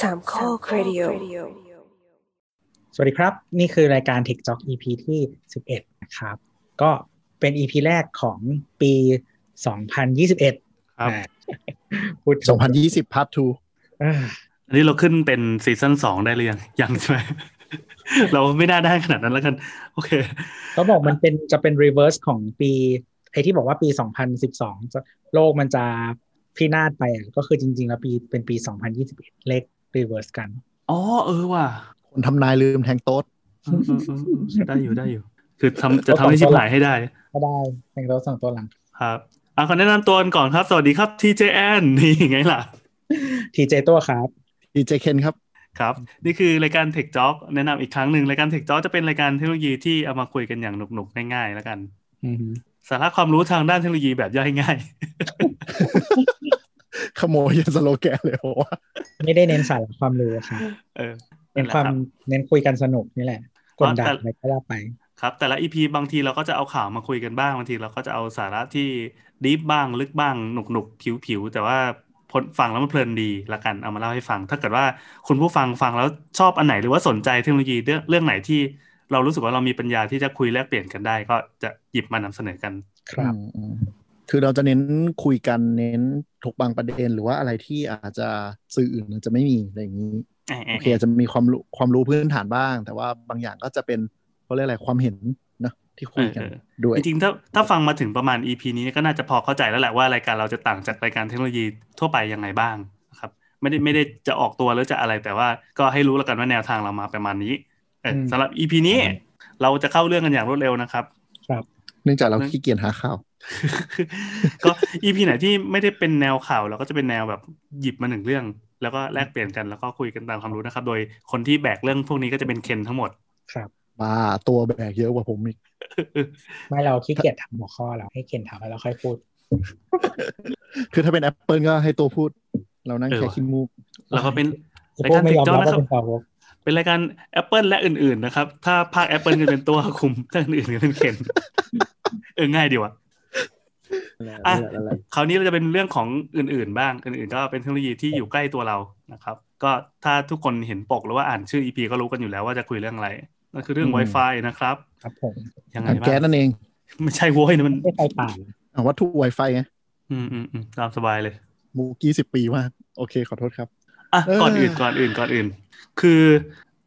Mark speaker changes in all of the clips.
Speaker 1: สามข้อครดิโอ
Speaker 2: สวัสดีครับ นี่คือรายการ Tech Talk EP ที่ 11 นะครับ ก็เป็น EP แรกของปี 2021
Speaker 3: ครับ
Speaker 2: อ่าพูดถึง
Speaker 4: 2020 part 2
Speaker 2: เออ
Speaker 3: อันนี้เราขึ้นเป็นซีซั่นสองได้หรือยัง ยังใช่ไหม เราไม่น่าได้ขนาดนั้นแล้วกัน โอเค
Speaker 2: เขาบอกมันเป็นจะเป็น reverse ของปีไอที่บอกว่าปี 2012จะโลกมันจะพินาศไปอ่ะก็คือจริง ๆ แล้วปีเป็นปี 2021 เลข reverse กัน
Speaker 3: อ๋อเออว่ะ
Speaker 4: คนทำนายลืมแทงโต๊ด
Speaker 3: เออเออเออเออได้อยู่ได้อยู่ คือทำจะทำให้ชิบหายให้ได้
Speaker 2: ก็ได้แต่งตัวสองตัวหลัง
Speaker 3: ครับเอาขอแนะนำตัวกันก่อนครับ สวัสดีครับ TJN นี่ไงล่ะ
Speaker 2: TJ ตัวครับ
Speaker 4: DJ Ken ครับ
Speaker 3: ครับ นี่คือรายการ Tech Talk แนะนำอีกครั้งหนึ่งรายการ Tech Talk จะเป็นรายการเทคโนโลยีที่เอามาคุยกันอย่างหนุกๆง่ายๆแล้วกัน
Speaker 2: อือหือ
Speaker 3: สาระความรู้ทางด้านเทคโนโลยีแบบย่อยง่าย
Speaker 4: ขโมยยันสโลแกนเลยผมว่า
Speaker 2: ไม่ได้เน้นสาระความรู้ครับ
Speaker 3: เออ
Speaker 2: เน้น
Speaker 3: แหละ
Speaker 2: ค
Speaker 3: รั
Speaker 2: วา
Speaker 3: บ
Speaker 2: มเน้นคุยกันสนุกนี่แหละกดดัน
Speaker 3: แต่
Speaker 2: อะไรก็ว่าไป
Speaker 3: ครับแต่ละ EP บางทีเราก็จะเอาข่าวมาคุยกันบ้างบางทีเราก็จะเอาสาระที่ดีฟบ้างลึกบ้างหนุกหนุกผิวผิวๆ แต่ว่าพอฟังแล้วมันเพลินดีละกันเอามาเล่าให้ฟัง ถ้าเกิดว่าคุณผู้ฟังฟังแล้วชอบอันไหนหรือว่าสนใจเทคโนโลยีเรื่องเรื่องไหนที่เรารู้สึกว่าเรามีปัญญาที่จะคุยแลกเปลี่ยนกันได้ ก็จะหยิบมานำเสนอกัน
Speaker 2: ครับ
Speaker 4: อืมอืมคือเราจะเน้นคุยกันเน้นถกบางประเด็นหรือว่าอะไรที่อาจจะสื่ออื่นอาจจะไม่มีอะไรอย่างนี้
Speaker 3: เอะ
Speaker 4: โอ
Speaker 3: เอ๊ะ
Speaker 4: เคอาจจะมีความรู้ความรู้พื้นฐานบ้าง แต่ว่าบางอย่างก็จะเป็นเขาเรียกอะไรความเห็นเนอะที่คุยกัน
Speaker 3: เออ
Speaker 4: ด้วย
Speaker 3: จริงๆถ้าถ้าฟังมาถึงประมาณ EP นี้ก็น่าจะพอเข้าใจแล้วแหละว่ารายการเราจะต่างจากรายการเทคโนโลยีทั่วไปยังไงบ้างนะครับไม่ได้ไม่ได้จะออกตัวหรือจะอะไรแต่ว่าก็ให้รู้แล้วกันว่าแนวทางเรามาประมาณนี้เออ
Speaker 2: อืม
Speaker 3: สำหรับ EP นี้เราจะเข้าเรื่องกันอย่างรวดเร็วนะครับ
Speaker 4: เนื่องจากเราขี้เกียจหาข่าว
Speaker 3: ก็ EP ไหนที่ไม่ได้เป็นแนวข่าวเราก็จะเป็นแนวแบบหยิบมาหนึ่งเรื่อง แล้วก็แลกเปลี่ยนกันแล้วก็คุยกันตามความรู้นะครับ โดยคนที่แบกเรื่องพวกนี้ก็จะเป็นเคนทั้งหมด
Speaker 2: ครับ
Speaker 4: บ้าตัวแบกเยอะกว่าผมอีก
Speaker 2: ไม่เราขี้เกียจทำหัวข้อเราให้เขียนถามแล้วเราค่อยพูด
Speaker 4: คือถ้าเป็น Apple ก็ให้ตัวพูด เรานั่ง
Speaker 3: เออ
Speaker 4: แค่ขี้มูก
Speaker 3: แล้วก็เป็น
Speaker 2: ไอ้พวกไม่ยอมรับว่า
Speaker 3: นะครับ
Speaker 2: เป็นสาวก
Speaker 3: เป็นรายการ Apple และอื่นๆนะครับ ถ้าภาค Apple จะเป็นตัวคุม ถ้าอื่นๆก็เป็นเคน เออง่ายดีว่ะ อ่ะ คราวนี้เราจะเป็นเรื่องของอื่นๆบ้าง อื่นๆ ก็เป็นเทคโนโลยีที่อยู่ใกล้ตัวเรานะครับ ก็ถ้าทุกคนเห็นปกหรือว่าอ่านชื่อ EP ก็รู้กันอยู่แล้วว่าจะคุยเรื่องอะไรนั่นคือเรื่อง
Speaker 4: อืม
Speaker 3: Wi-Fi นะครับ
Speaker 2: ครับผม
Speaker 3: ยังไง
Speaker 4: ถัง
Speaker 3: บ้า
Speaker 4: แก๊ส
Speaker 3: ง
Speaker 4: นั่นเอง
Speaker 3: ไม่ใช่โว้ยนะมัน
Speaker 2: ไม่ไปป่า
Speaker 4: อ่ะวัตถุ Wi-Fi ไง
Speaker 3: อืมอืมอืมตามสบายเลย
Speaker 4: มูกี้สิบปีมาก โอเคขอโทษครับ
Speaker 3: อ่ะ
Speaker 4: เออ
Speaker 3: ก่อนอื่นก่อนอื่นก่อนอื่น คือ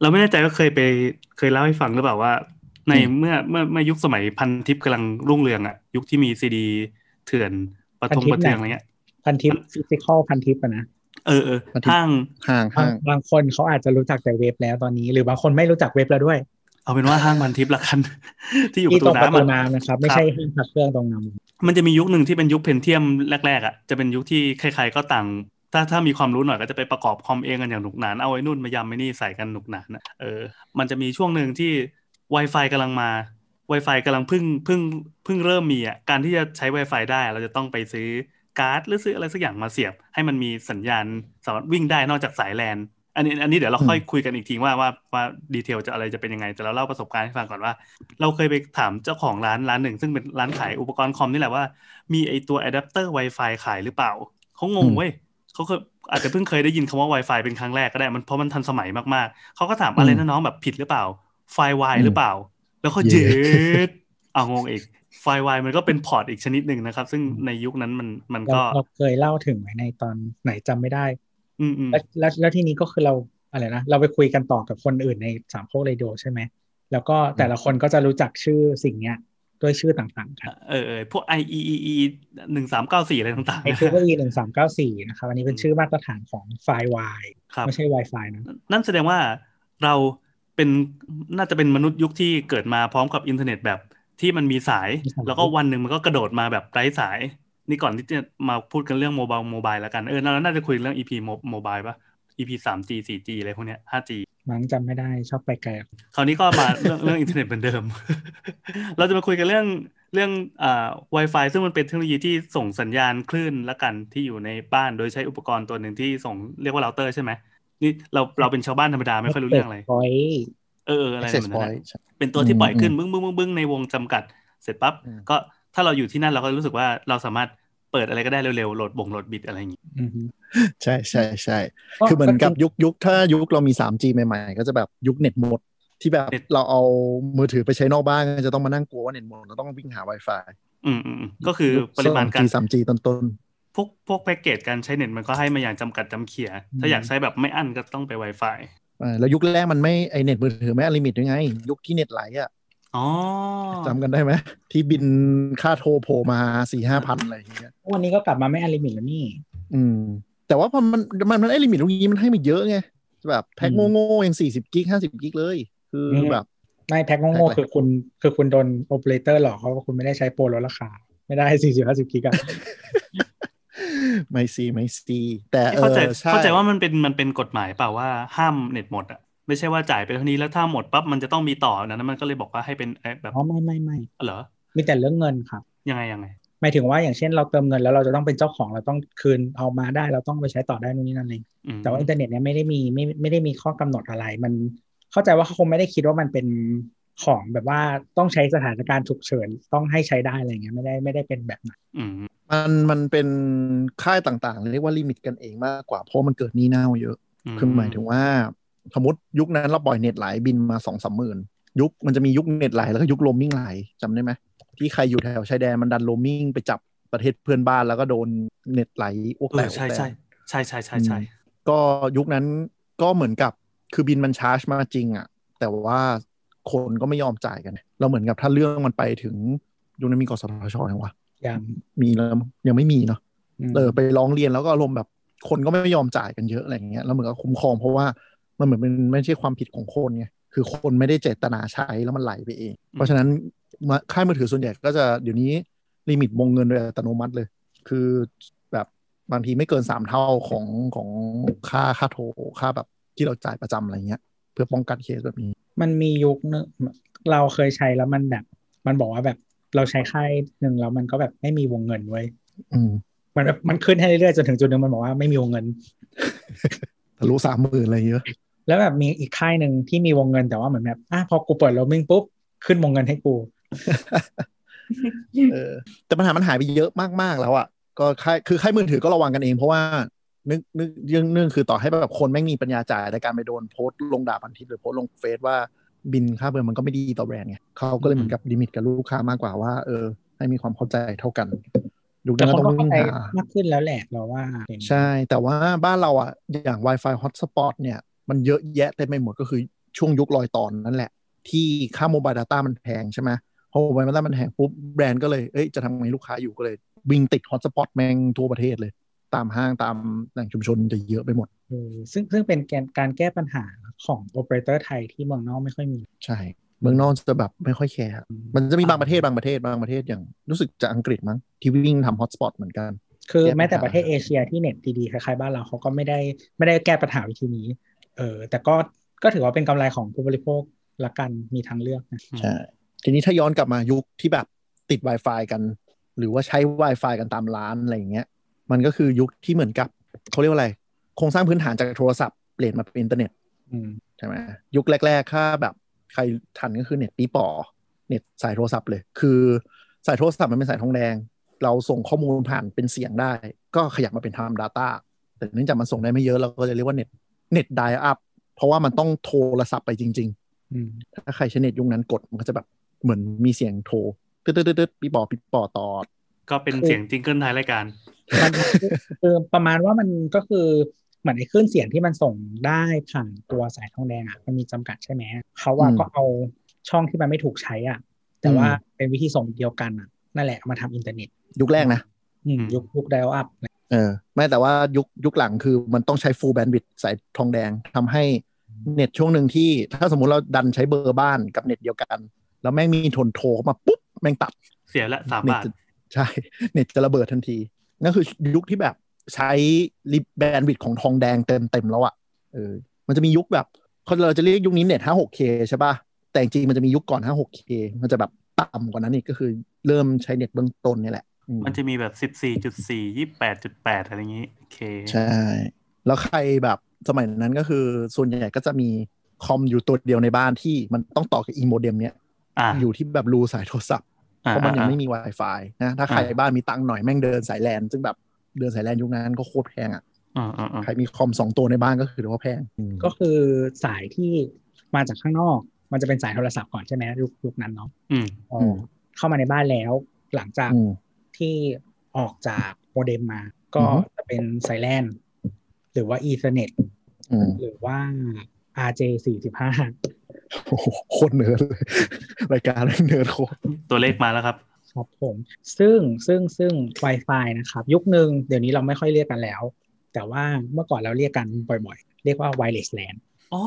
Speaker 3: เราไม่แน่ใจว่าเคยไปเคยเล่าให้ฟังหรือเปล่าว่า ในเมื่อเมื่อเมื่อยุคสมัยพันทิปกำลังรุ่งเรืองอะยุคที่มีซีดีเถื่อนประทงประเทืองอะไรเงี้ย
Speaker 2: พันทิปฟิสิกอลพันทิปอะนะ
Speaker 3: เออเออ
Speaker 4: พันทิป
Speaker 3: ห้าง
Speaker 4: ห่าง
Speaker 2: บาง
Speaker 4: ห่าง
Speaker 2: บางคนเขาอาจจะรู้จักแต่เว็บแล้วตอนนี้ หรือบางคนไม่รู้จักเว็บแล้วด้วย
Speaker 3: เอาเป็นว่าห้างพันทิปละกัน ที่อยู่ป
Speaker 2: ที่
Speaker 3: ระตู
Speaker 2: ตรงประตู
Speaker 3: น้ำอะ
Speaker 2: น้ำนะครับ ไม่ใช่
Speaker 3: ครับ
Speaker 2: ห้างพักเครื่องตรงน้ำ
Speaker 3: มันจะมียุคหนึ่งที่เป็นยุคเพนเทียมแรกๆอ่ะจะเป็นยุคที่ใครๆก็ต่าง ถ้าถ้ามีความรู้หน่อยก็จะไปประกอบคอมเองกันอย่างหนุกหนานเอาไอ้นู่นมายำไอ้นี่ใส่กันหนุกหนานอะเออมันจะมีช่วงหนึ่งที่ Wi-Fi กำลังมา Wi-Fi กำลังเพึ่งเพึ่งเพึ่งเริ่มมีอ่ะการที่จะใช้ Wi-Fi ได้เราจะต้องไปซื้อการ์ดหรือซื้ออะไรสักอย่างมาเสียบ ให้มันมีสัญญาณสามารถวิ่งได้นอกจากสายแลนอันนี้อันนี้เดี๋ยวเราค่อยคุยกันอีกทีว่าว่าว่าดีเทลจะอะไรจะเป็นยังไงแต่เราเล่าประสบการณ์ให้ฟังก่อนว่า เราเคยไปถามเจ้าของร้านร้านหนึ่ง ซึ่งเป็นร้านขายอุปกรณ์คอมนี่แหละว่า มีไอตัวอะแดปเตอร์ Wi-Fi ขายหรือเปล่า เขางงเว้ยเขาเคยอาจจะเพิ่งเคยได้ยินคำว่า Wi-Fi เป็นครั้งแรกก็ได้มันเพราะมันทันสมัยมากๆ เขาก็ถามอะไรนะน้องแบบผิดหรือเปล่า ไฟล์ Wi หรือเปล่า แล้วเขาเจ็ดเอางงอีก ไฟล์ Wi มันก็เป็นพอร์ตอีกชนิดหนึ่งนะครับ ซึ่งในยุคนั้นมันมัน
Speaker 2: เรา
Speaker 3: ก็
Speaker 2: เราเคยเล่าถึงไว้ในตอนไหนจำไม่ได้
Speaker 3: อืมอืม
Speaker 2: แล้วแล้วแล้วทีนี้ก็คือเราอะไรนะเราไปคุยกันต่อกับคนอื่นในสามโคกเรดิโอใช่ไหมแล้วก็แต่ละคนก็จะรู้จักชื่อสิ่งเนี้ยด้วยชื่อต่างๆกัน
Speaker 3: เออเออพวก IEEE หนึ่งสามเก้าสี่อะไรต่างๆ
Speaker 2: ไอคือว่า e หนึ่งสามเก้าสี่นะครับอันนี้เป็นชื่อมาตรฐานของไฟล์ Y
Speaker 3: ครับ
Speaker 2: ไม่ใช่ Wi-Fi นะ
Speaker 3: นั่นแสดงว่าเราเป็นน่าจะเป็นมนุษย์ยุคที่เกิดมาพร้อมกับอินเทอร์เน็ตแบบที่มันมีสาย
Speaker 2: มีสาย
Speaker 3: แล้วก็วันหนึ่งมันก็กระโดดมาแบบไร้สาย นี่ก่อนที่จะมาพูดกันเรื่องโมบายโมบายแล้วกันเออเราน่าจะคุยเรื่อง EP โมบายปะ EP 3G 4G อะไรพวกเนี้ย 5G
Speaker 2: มั้งจำไม่ได้ชอบไปไกลอะ
Speaker 3: คราวนี้ก็มา เรื่องเรื่องอินเทอร์เน็ตเหมือนเดิม เราจะมาคุยกันเรื่องเรื่องอ่า Wi-Fi ซึ่งมันเป็นเทคโนโลยีที่ส่งสัญญาณคลื่นละกันที่อยู่ในบ้านโดยใช้อุปกรณ์ตัวหนึ่งที่ส่งเรียกว่าเราเตอร์ใช่ไหมนี่เราเราเป็นชาวบ้านธรรมดาไม่ค่อยรู้เรื่องอะไร
Speaker 2: โอ้ย
Speaker 3: เออเอออะไรแบบ
Speaker 4: access
Speaker 3: นั้นนะ
Speaker 4: point ใช่
Speaker 3: เป็นตัวที่ปล่อยขึ้น
Speaker 4: อืม
Speaker 3: บึ้งบึ้งบึ้งบึ้งในวงจำกัด เสร็จปั๊บ
Speaker 4: อืม
Speaker 3: ก็ถ้าเราอยู่ที่นั่นเราก็รู้สึกว่าเราสามารถ เปิดอะไรก็ได้เร็วๆโหลดบ่งโหลดบิดอะไรอย่างงี้
Speaker 2: อือฮึ
Speaker 4: ใช่ใช่ใช่ คือเหมือนกับยุคยุคถ้ายุคเรามี 3G ใหม่ๆ ก็จะแบบยุคเน็ตหมด ที่แบบ
Speaker 3: เน็ต
Speaker 4: เราเอามือถือไปใช้นอกบ้านก็จะต้องมานั่งกลัวว่าเน็ตหมดเราต้องวิ่งหา Wi-Fi
Speaker 3: อืมอืมอืมก็คือปริมาณการ
Speaker 4: 3G 3G ต้น
Speaker 3: พวกพวกแพ็กเกจการใช้เน็ตมันก็ให้มาอย่างจำกัดจำเขีย
Speaker 4: อืม
Speaker 3: ถ้าอยากใช้แบบไม่อั้นก็ต้องไป Wi-Fi
Speaker 4: ๆเออแล้วยุคแรกมันไม่ไอเน็ตมือถือไม่อลิมิตด้วยไง ยุคที่เน็ตไหลอ่ะ
Speaker 3: อ๋อ
Speaker 4: จำกันได้ไหมที่บินค่าโทรโผล่มาสี่ห้าพันอะไรอย่างเงี้ย
Speaker 2: วันนี้ก็กลับมาไม่อลิมิตแล้วนี่
Speaker 4: อืม แต่ว่าพอมันมันมันไอลิมิตตรงนี้มันให้มาเยอะไงแบบแพ็ค
Speaker 2: อืม
Speaker 4: โง่ๆเองสี่สิบกิกห้าสิบกิกเลย คือ
Speaker 2: ม
Speaker 4: แบบ
Speaker 2: ไม่แพ็ค
Speaker 4: แพ็
Speaker 2: โง่
Speaker 4: คไป
Speaker 2: ๆคือคุณคือคุณโดนโอเปอเรเตอร์หลอกเขาว่าคุณไม่ได้ใช้โปรลดราคา ไม่ได้สี่สิบห้าสิบกิกะ
Speaker 4: ไม่ซีไม่ซีแต่เอ
Speaker 3: เข้าใจ
Speaker 4: อช่
Speaker 3: เข้าใจว่ามันเป็นมันเป็นกฎหมายเปล่าว่าห้ามเน็ตหมดอ่ะไม่ใช่ว่าจ่ายไปเท่านี้แล้วถ้าหมดปั๊บมันจะต้องมีต่อนั้นมันก็เลยบอกว่าให้เป็นเอ่อแบบ
Speaker 2: อ๋อไม่ไม่ไม่
Speaker 3: เหรอ
Speaker 2: มีแต่เรื่องเงินครับ
Speaker 3: ยังไงยังไง
Speaker 2: หมายถึงว่าอย่างเช่นเราเติมเงินแล้วเราจะต้องเป็นเจ้าของเราต้องคืนเอามาได้เราต้องไปใช้ต่อได้นู่นนี่นั่นเอง
Speaker 3: อืม
Speaker 2: แต่ว่าอินเทอร์เน็ตเนี่ยไม่ได้มีไม่ไม่ได้มีข้อกำหนดอะไร มันเข้าใจว่าเขาคงไม่ได้คิดว่ามันเป็นของแบบว่าต้องใช้สถานการณ์ฉุกเฉินต้องให้ใช้ได้อะไรเงี้ยไม่ได้ไม่ได้เป็นแบบนั้น
Speaker 3: อืม
Speaker 4: มันมันเป็นค่ายต่างๆ เรียกว่าลิมิตกันเองมากกว่าเพราะมันเกิดหนี้เน่าเยอะ คือหมายถึงว่า สมมติยุคนั้นเราปล่อยเน็ตไหลบินมาสองสามหมื่นยุคมันจะมียุคเน็ตไหลแล้วก็ยุคโรมมิ่งไหลจำได้ไหมที่ใครอยู่แถวชายแดนมันดันโรมมิ่งไปจับประเทศเพื่อนบ้านแล้วก็โดนเน็ตไหลอ้วก
Speaker 3: เอ
Speaker 4: แต
Speaker 3: อก ใช่
Speaker 4: อ้วกแตก
Speaker 3: ใช่ใช่ใช่ใช่ใช่
Speaker 4: ก็ยุคนั้นก็เหมือนกับคือบินมันชาร์จมาจริงอะแต่ว่าคนก็ไม่ยอมจ่ายกัน เราเหมือนกับถ้าเรื่องมันไปถึงยุคนั้นมีกสทชยังวะ
Speaker 2: ยัง
Speaker 4: มีแล้วมั้งยังไม่มีเนาะ
Speaker 2: ม
Speaker 4: เออไปร้องเรียนแล้วก็อารมณ์แบบคนก็ไม่ยอมจ่ายกันเยอะอะไรอย่างเงี้ยแล้วเหมือนกับคุ้มครองเพราะว่ามันเหมือนเป็นไม่ใช่ความผิดของคนไงคือคนไม่ได้เจตนาใช้แล้วมันไหลไปเอง เพราะฉะนั้นมาค่ายมือถือส่วนใหญ่ก็จะเดี๋ยวนี้ลิมิตวงเงินโดยอัตโนมัติเลย คือแบบบางทีไม่เกินสามเท่าของของค่าค่าโทรค่าแบบที่เราจ่ายประจำอะไรเงี้ย เพื่อป้องกันเคสแบบนี้
Speaker 2: มันมียุคนึงเราเคยใช้แล้วมันแบบ มันบอกว่าแบบเราใช้ค่ายหนึ่งแล้วมันก็แบบไม่มีวงเงินไว้ย
Speaker 4: อืม
Speaker 2: มันแบบมันขึ้นให้เรื่อยๆจนถึงจุดหนึ่งมันบอกว่าไม่มีวงเงิน
Speaker 4: ทะลุสามหมื่นอะไรเยอะ
Speaker 2: แล้วแบบมีอีกค่ายหนึ่งที่มีวงเงินแต่ว่าเหมือนแบบอ่ะพอกูเปิดโรมมิ่งปุ๊บขึ้นวงเงินให้กู
Speaker 4: เออแต่ปัญหามันหายไปเยอะมากๆแล้วอ่ะก็ค่ายคือค่ายมือถือก็ระวังกันเองเพราะว่านึกนึกเรื่องเรื่องคือต่อให้แบบคนแม่งมีปัญญาจ่ายแต่การไปโดนโพสต์ลงด่าพันทิปหรือโพสต์ลงเฟซว่าบินค่าเบอร์มันก็ไม่ดีต่อแบรนด์ไงเขาก็เลยเหมือนกับลิมิตกับลูกค้ามากกว่าว่า เออ ให้มีความเข้าใจเท่ากันดู
Speaker 2: แต่
Speaker 4: นั้น
Speaker 2: ค
Speaker 4: ก็
Speaker 2: น
Speaker 4: ต้อ
Speaker 2: ก็
Speaker 4: ง
Speaker 2: เข้า
Speaker 4: วิ่ง
Speaker 2: ใจ
Speaker 4: หาม
Speaker 2: ากขึ้นแล้วแหละเราว่าเป็น
Speaker 4: ใช่ แต่ว่าบ้านเราอ่ะอย่าง Wi-Fi Hotspot เนี่ย มันเยอะแยะเต็มไปหมดก็คือช่วงยุคลอยตอนนั่นแหละ ที่ค่าโมบายด a ต้ามันแพงใช่ไหมพอโมบายด a ต้ามันแพงปุ๊บ แบรนด์ก็เลย เอ้ย จะทำไงลูกค้าอยู่ก็เลย วิ่งติดฮอตสปอตแม่งทั่วประเทศเลย ตามห้างตามแหล่งชุมชนจะเยอะไปหมด
Speaker 2: เออซึ่งซึ่งเป็นแกนการแก้ปัญหาของโอเปอเรเตอร์ไทยที่เมืองนอกไม่ค่อยมี
Speaker 4: ใช่ เมืองนอกจะแบบไม่ค่อยแคร์อะมันจะมีบางประเทศบางประเทศบางประเทศอย่างรู้สึกจะอังกฤษมั้งที่วิ่งทำฮอตสปอตเหมือนกัน
Speaker 2: คือ
Speaker 4: แก้ปัญหา
Speaker 2: แม้แต่ประเทศเอเชียที่เน็ตดีๆคล้ายๆบ้านเราเขาก็ไม่ได้ไม่ได้แก้ปัญหาวิธีนี้ เออแต่ก็ก็ถือว่าเป็นกำไรของผู้บริโภคละกันมีทางเลือกนะ
Speaker 4: ใช่ ทีนี้ถ้าย้อนกลับมายุคที่แบบติด Wi-Fi กัน หรือว่าใช้ Wi-Fi กันตามร้านอะไรอย่างเงี้ย มันก็คือยุคที่เหมือนกับเขาเรียกว่าอะไร โครงสร้างพื้นฐานจากโทรศัพท์เปลี่ยนมาเป็นอินเทอร์เน็ต
Speaker 2: อืม
Speaker 4: ใช่ไหมยุคแรก ๆ ค่าแบบใครทันก็คือเน็ตปีปอเน็ตสายโทรศัพท์เลย คือสายโทรศัพท์มันเป็นสายทองแดง เราส่งข้อมูลผ่านเป็นเสียงได้ ก็ขยับมาเป็นไทม์ Data แต่เนื่องจากมันส่งได้ไม่เยอะเราก็จะเรียกว่าเน็ตเน็ตไดอัพเพราะว่ามันต้องโทรศัพท์ไปจริง
Speaker 2: อืม
Speaker 4: ๆ ถ้าใครใช้เน็ตยุคนั้นกดมันก็จะแบบเหมือนมีเสียงโทรตึ๊ดตึ๊ดตึ๊ดตึ๊ดปีปอปีปอตอด
Speaker 3: ก็เป็นเสียงจิงเกิลท้ายรายการ
Speaker 2: มันคือประมาณว่ามันก็คือเหมือนไอ้คลื่นเสียงที่มันส่งได้ผ่านตัวสายทองแดงอ่ะมันมีจำกัดใช่ไหมเขาว่า
Speaker 4: อืม
Speaker 2: ก็เอาช่องที่มันไม่ถูกใช้อ่ะ แต่ว่า
Speaker 4: อืม
Speaker 2: เป็นวิธีส่งเดียวกันอ่ะนั่นแหละเอามาทำอินเทอร์เน็ต
Speaker 4: ยุคแรกนะ
Speaker 2: อืม
Speaker 3: อืม
Speaker 2: ยุคยุคไดอัพ
Speaker 4: เออไม่แต่ว่ายุคยุคหลังคือมันต้องใช้ full bandwidth สายทองแดงทำให้ เน็ตช่วงหนึ่งที่ถ้าสมมุติเราดันใช้เบอร์บ้านกับเน็ตเดียวกัน แล้วแม่งมีทนโทรเข้ามาปุ๊บ แม่งตัด
Speaker 3: เสียละสาม
Speaker 4: เน็ต
Speaker 3: บาท
Speaker 4: จะใช่ เน็ตจะระเบิดทันที นั่นคือยุคที่แบบใช้ริบแบนด์วิดของทองแดงเต็มเต็มๆแล้วอะ่ะเออมันจะมียุคแบบเขาเราจะเรียกยุคนี้เน็ต 56K ใช่ป่ะ แต่จริงๆมันจะมียุคก่อน 56K มันจะแบบต่ำกว่านั้นอีกก็คือเริ่มใช้เน็ตเบื้องต้นเนี่ยแหละอืม
Speaker 3: มันจะมีแบบสิบสี่จุดสี่ยี่แปดจุดแปดอะไรอย่างงี้โอเค
Speaker 4: ใช่ แล้วใครแบบสมัยนั้นก็คือส่วนใหญ่ก็จะมีคอมอยู่ตัวเดียวในบ้านที่มันต้องต่อกับอีโมเด็มเนี้ย
Speaker 3: อ่ะ
Speaker 4: อยู่ที่แบบรูสายโทรศัพท์
Speaker 3: อ่า
Speaker 4: เพราะมันยัง
Speaker 3: อ่า
Speaker 4: ไม่มี Wi-Fi นะถ้าใครบ้านมีตังค์หน่อยแม่งเดินสายแลนซึ่งแบบเดินสายแลนยุคนั้นก็โคตรแพงอ่ะ
Speaker 3: อ่าอ่าอ่า
Speaker 4: ใครมีคอมสองตัวในบ้านก็คือถือว่าแพงอืม
Speaker 2: ก็คือสายที่มาจากข้างนอก มันจะเป็นสายโทรศัพท์ก่อนใช่ไหมยุคยุคนั้นเนาะ
Speaker 3: อืม
Speaker 2: อ๋ออเข้ามาในบ้านแล้ว หลังจาก
Speaker 4: อืม
Speaker 2: ที่ออกจากโมเด็มมา ก็
Speaker 4: อือฮึ
Speaker 2: จะเป็นไซแลนหรือว่าอีเ h อร์เน็ต
Speaker 4: อืม
Speaker 2: หรือว่า RJ45
Speaker 4: โอ้โหโคตรเนิร์ดเลย รายการแม่งเนิร์ดโคตร
Speaker 3: ตัวเลขมาแล้วครับ
Speaker 2: ครับผม ซึ่งซึ่งซึ่ง Wi-Fi นะครับ ยุคหนึ่งเดี๋ยวนี้เราไม่ค่อยเรียกกันแล้ว แต่ว่าเมื่อก่อนเราเรียกกันบ่อยๆ เรียกว่า wireless LAN
Speaker 3: อ๋อ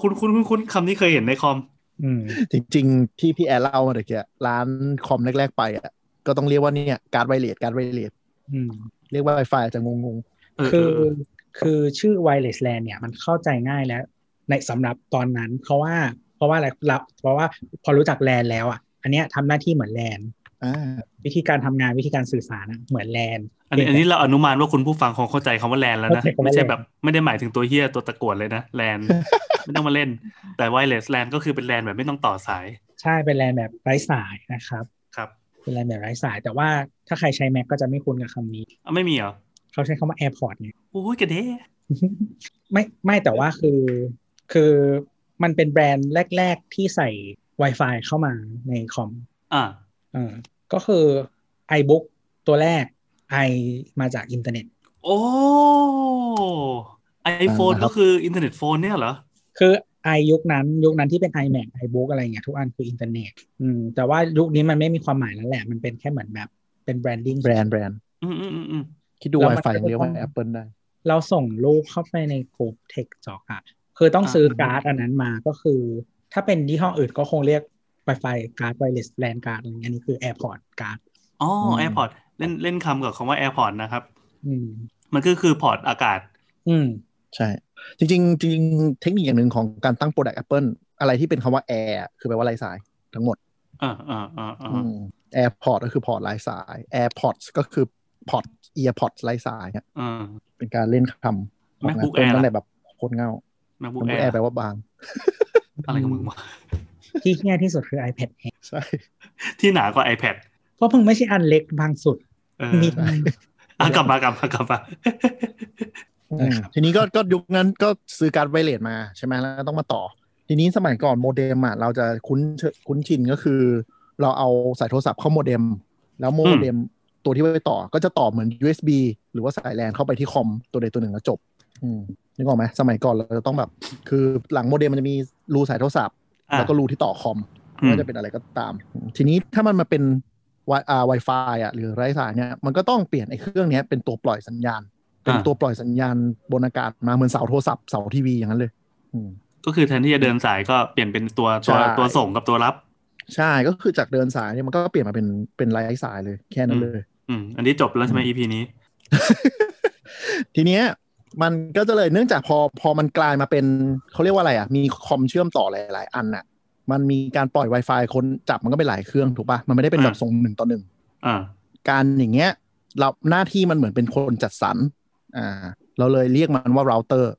Speaker 3: คุณคุณคุณคุณคำนี้เคยเห็นในคอม
Speaker 2: อืม
Speaker 4: จริง ๆ ที่พี่แอนเล่ามาเมื่อกี้อะร้านคอมแรก ๆ ไปอ่ะก็ต้องเรียกว่าเนี่ยการ์ดไวเลสการ์ดไวเลส
Speaker 2: อืม
Speaker 4: เรียกว่า Wi-Fi อาจจะงง
Speaker 3: เออ
Speaker 2: คือ
Speaker 3: เออ
Speaker 2: คือชื่อ wireless LAN เนี่ยมันเข้าใจง่ายแล้วในสำหรับตอนนั้น เพราะว่าเพราะว่าอะไรเราเพราะว่าพอรู้จัก LAN แล้วอ่ะ อันเนี้ยทำหน้าที่เหมือน LAN
Speaker 4: ๆอ่า
Speaker 2: วิธีการทำงานวิธีการสื่อสารอะเหมือน LAN
Speaker 3: อันนี้อันนี้เราอนุมานว่าคุณผู้ฟังคงเข้าใจคำว่าแลนแล้วนะ
Speaker 2: เข้าใจคำว่า
Speaker 3: ไม่ใช่
Speaker 2: แลน
Speaker 3: แบบไม่ได้หมายถึงตัวเฮียตัวตะกรวดเลยนะแลน ไม่ต้องมาเล่น แต่ไวเลสแลนก็คือเป็นแลนแบบไม่ต้องต่อสาย
Speaker 2: ใช่เป็น LAN แบบไร้สายนะครับ
Speaker 3: ครับ
Speaker 2: เป็น LAN แบบไร้สาย แต่ว่าถ้าใครใช้ Mac ก็จะไม่คุ้นกับคำนี้
Speaker 3: เอาไม่มีเหรอ
Speaker 2: เขาใช้คำว่า AirPort เนี่ย
Speaker 3: โอ้ยกระเด้
Speaker 2: ไม่ไม่แต่ว่าคือคือมันเป็นแบรนด์แรก ๆ ที่ใส่ Wi-Fi เข้ามาในคอม
Speaker 3: อ่า
Speaker 2: เออก็คือ iBook ตัวแรก i มาจากอินเทอร์เน็ต
Speaker 3: โอ้ไอโฟน
Speaker 4: อ่าครับ
Speaker 3: ก็คืออินเทอร์เน็ตโฟนเนี่ยเหรอ
Speaker 2: คือ i ยุคนั้น ยุคนั้นที่เป็น iMac iBook อะไรเงี้ยทุกอันคืออินเทอร์เน็ตอืมแต่ว่ายุคนี้มันไม่มีความหมายแล้วแหละ มันเป็นแค่เหมือนแบบเป็นแบรนดิ้ง
Speaker 4: แบรนด์แบรนด์
Speaker 3: อืมอืมอืมอืม
Speaker 4: คิดดู
Speaker 2: แล้วมัน
Speaker 4: Wi-Fi เรียกว่า Apple ได้
Speaker 2: เราส่งรูปเข้าไปในกลุ่มเทคจอกอะคือต้องซื้อการ์ดอันนั้นมาก็คือ ถ้าเป็นยี่ห้ออื่นก็คงเรียก Wi-Fi การ์ด Wireless LAN การ์ดอะไรเงี้ยอันนี้คือ AirPort การ์ด
Speaker 3: อ๋อ
Speaker 4: ม
Speaker 3: แอร์พอร์ตเล่นเล่นคำกับคำว่าแอร์พอร์ตนะครับ
Speaker 2: อืม
Speaker 3: มันก็คือพอร์ตอากาศ
Speaker 2: อืม
Speaker 4: ใช่ จริงๆจริงๆเทคนิคอย่างหนึ่งของการตั้งโปรดักต์ Apple อะไรที่เป็นคำว่า Air คือแปลว่าไร้สายทั้งหมด
Speaker 3: อ่าอ่าอ่าอ่า
Speaker 4: แอร์พอร์ตก็คือพอร์ตไร้สาย AirPods ก็คือพอร์ต EarPods ไร้สายอะ
Speaker 3: อ่า
Speaker 4: เป็นการเล่นคำของ
Speaker 3: MacBook
Speaker 4: Apple
Speaker 3: Air
Speaker 4: ตั้งแต่แบบโคตรเง่า
Speaker 3: MacBook
Speaker 4: MacBook
Speaker 3: Air
Speaker 4: Air แปลว่าบาง
Speaker 3: อะไรของมึงวะ
Speaker 2: ที่แย่ที่สุดคือ iPad Air
Speaker 4: ใช่
Speaker 3: ที่หนากว่า iPad
Speaker 2: เพราะเพิ่งไม่ใช่อันเล็กบางสุด
Speaker 3: เออ
Speaker 2: มี
Speaker 3: อ่ะกลับมากลับมากลับมา
Speaker 2: นะครับ
Speaker 4: ทีนี้ก็ก็ยุคนั้นก็ซื้อการ์ดไวเลสมาใช่ไหมแล้วก็ต้องมาต่อ ทีนี้สมัยก่อนโมเด็มอ่ะเราจะคุ้นเชคุ้นชินก็คือ เราเอาสายโทรศัพท์เข้าโมเด็มแล้วโมเด็มตัวที่ไปต่อก็จะต่อเหมือน USB หรือว่าสายแลนเข้าไปที่คอมตัวใดตัวหนึ่งแล้วจบอืมนึกออกไหมสมัยก่อนเราจะต้องแบบ คือหลังโมเด็มมันจะมีรูสายโทรศัพท์
Speaker 3: อ่ะ
Speaker 4: แล้วก็รูที่ต่อคอม
Speaker 3: อืม
Speaker 4: ไม่ว่าจะเป็นอะไรก็ตาม ทีนี้ถ้ามันมาเป็น Wi- อ่า Wi-Fi อ่ะหรือไร้สายเนี่ยมันก็ต้องเปลี่ยนไอ้เครื่องเนี้ยเป็นตัวปล่อยสัญญาณ เป็น
Speaker 3: อ่ะ
Speaker 4: ตัวปล่อยสัญญาณบนอากาศมาเหมือนเสาโทรศัพท์เสาทีวีอย่างนั้นเลย อืม
Speaker 3: ก็คือแทนที่จะเดินสายก็เปลี่ยนเป็นตัวตัว
Speaker 4: ใช่
Speaker 3: ตัวส่งกับตัวรับ
Speaker 4: ใช่ก็คือจากเดินสายเนี่ยมันก็เปลี่ยนมาเป็นเป็นไร้สายเลยแค่นั้นเลย
Speaker 3: อืม อันนี้จบแล้วใช่ไหม EP นี้
Speaker 4: ทีเนี้ยมันก็จะเลยเนื่องจากพอพอมันกลายมาเป็นเขาเรียกว่าอะไรอ่ะมีคอมเชื่อมต่อหลาย ๆ อันอ่ะ มันมีการปล่อย Wi-Fi คนจับมันก็เป็นหลายเครื่องถูกปะมันไม่ได้เป็นแบบ
Speaker 3: อ่ะ
Speaker 4: ส่งหนึ่งต่อหนึ่ง
Speaker 3: อ่า
Speaker 4: การอย่างเงี้ยเราหน้าที่มันเหมือนเป็นคนจัดสรรอ่า เราเลยเรียกมันว่าเราเตอร์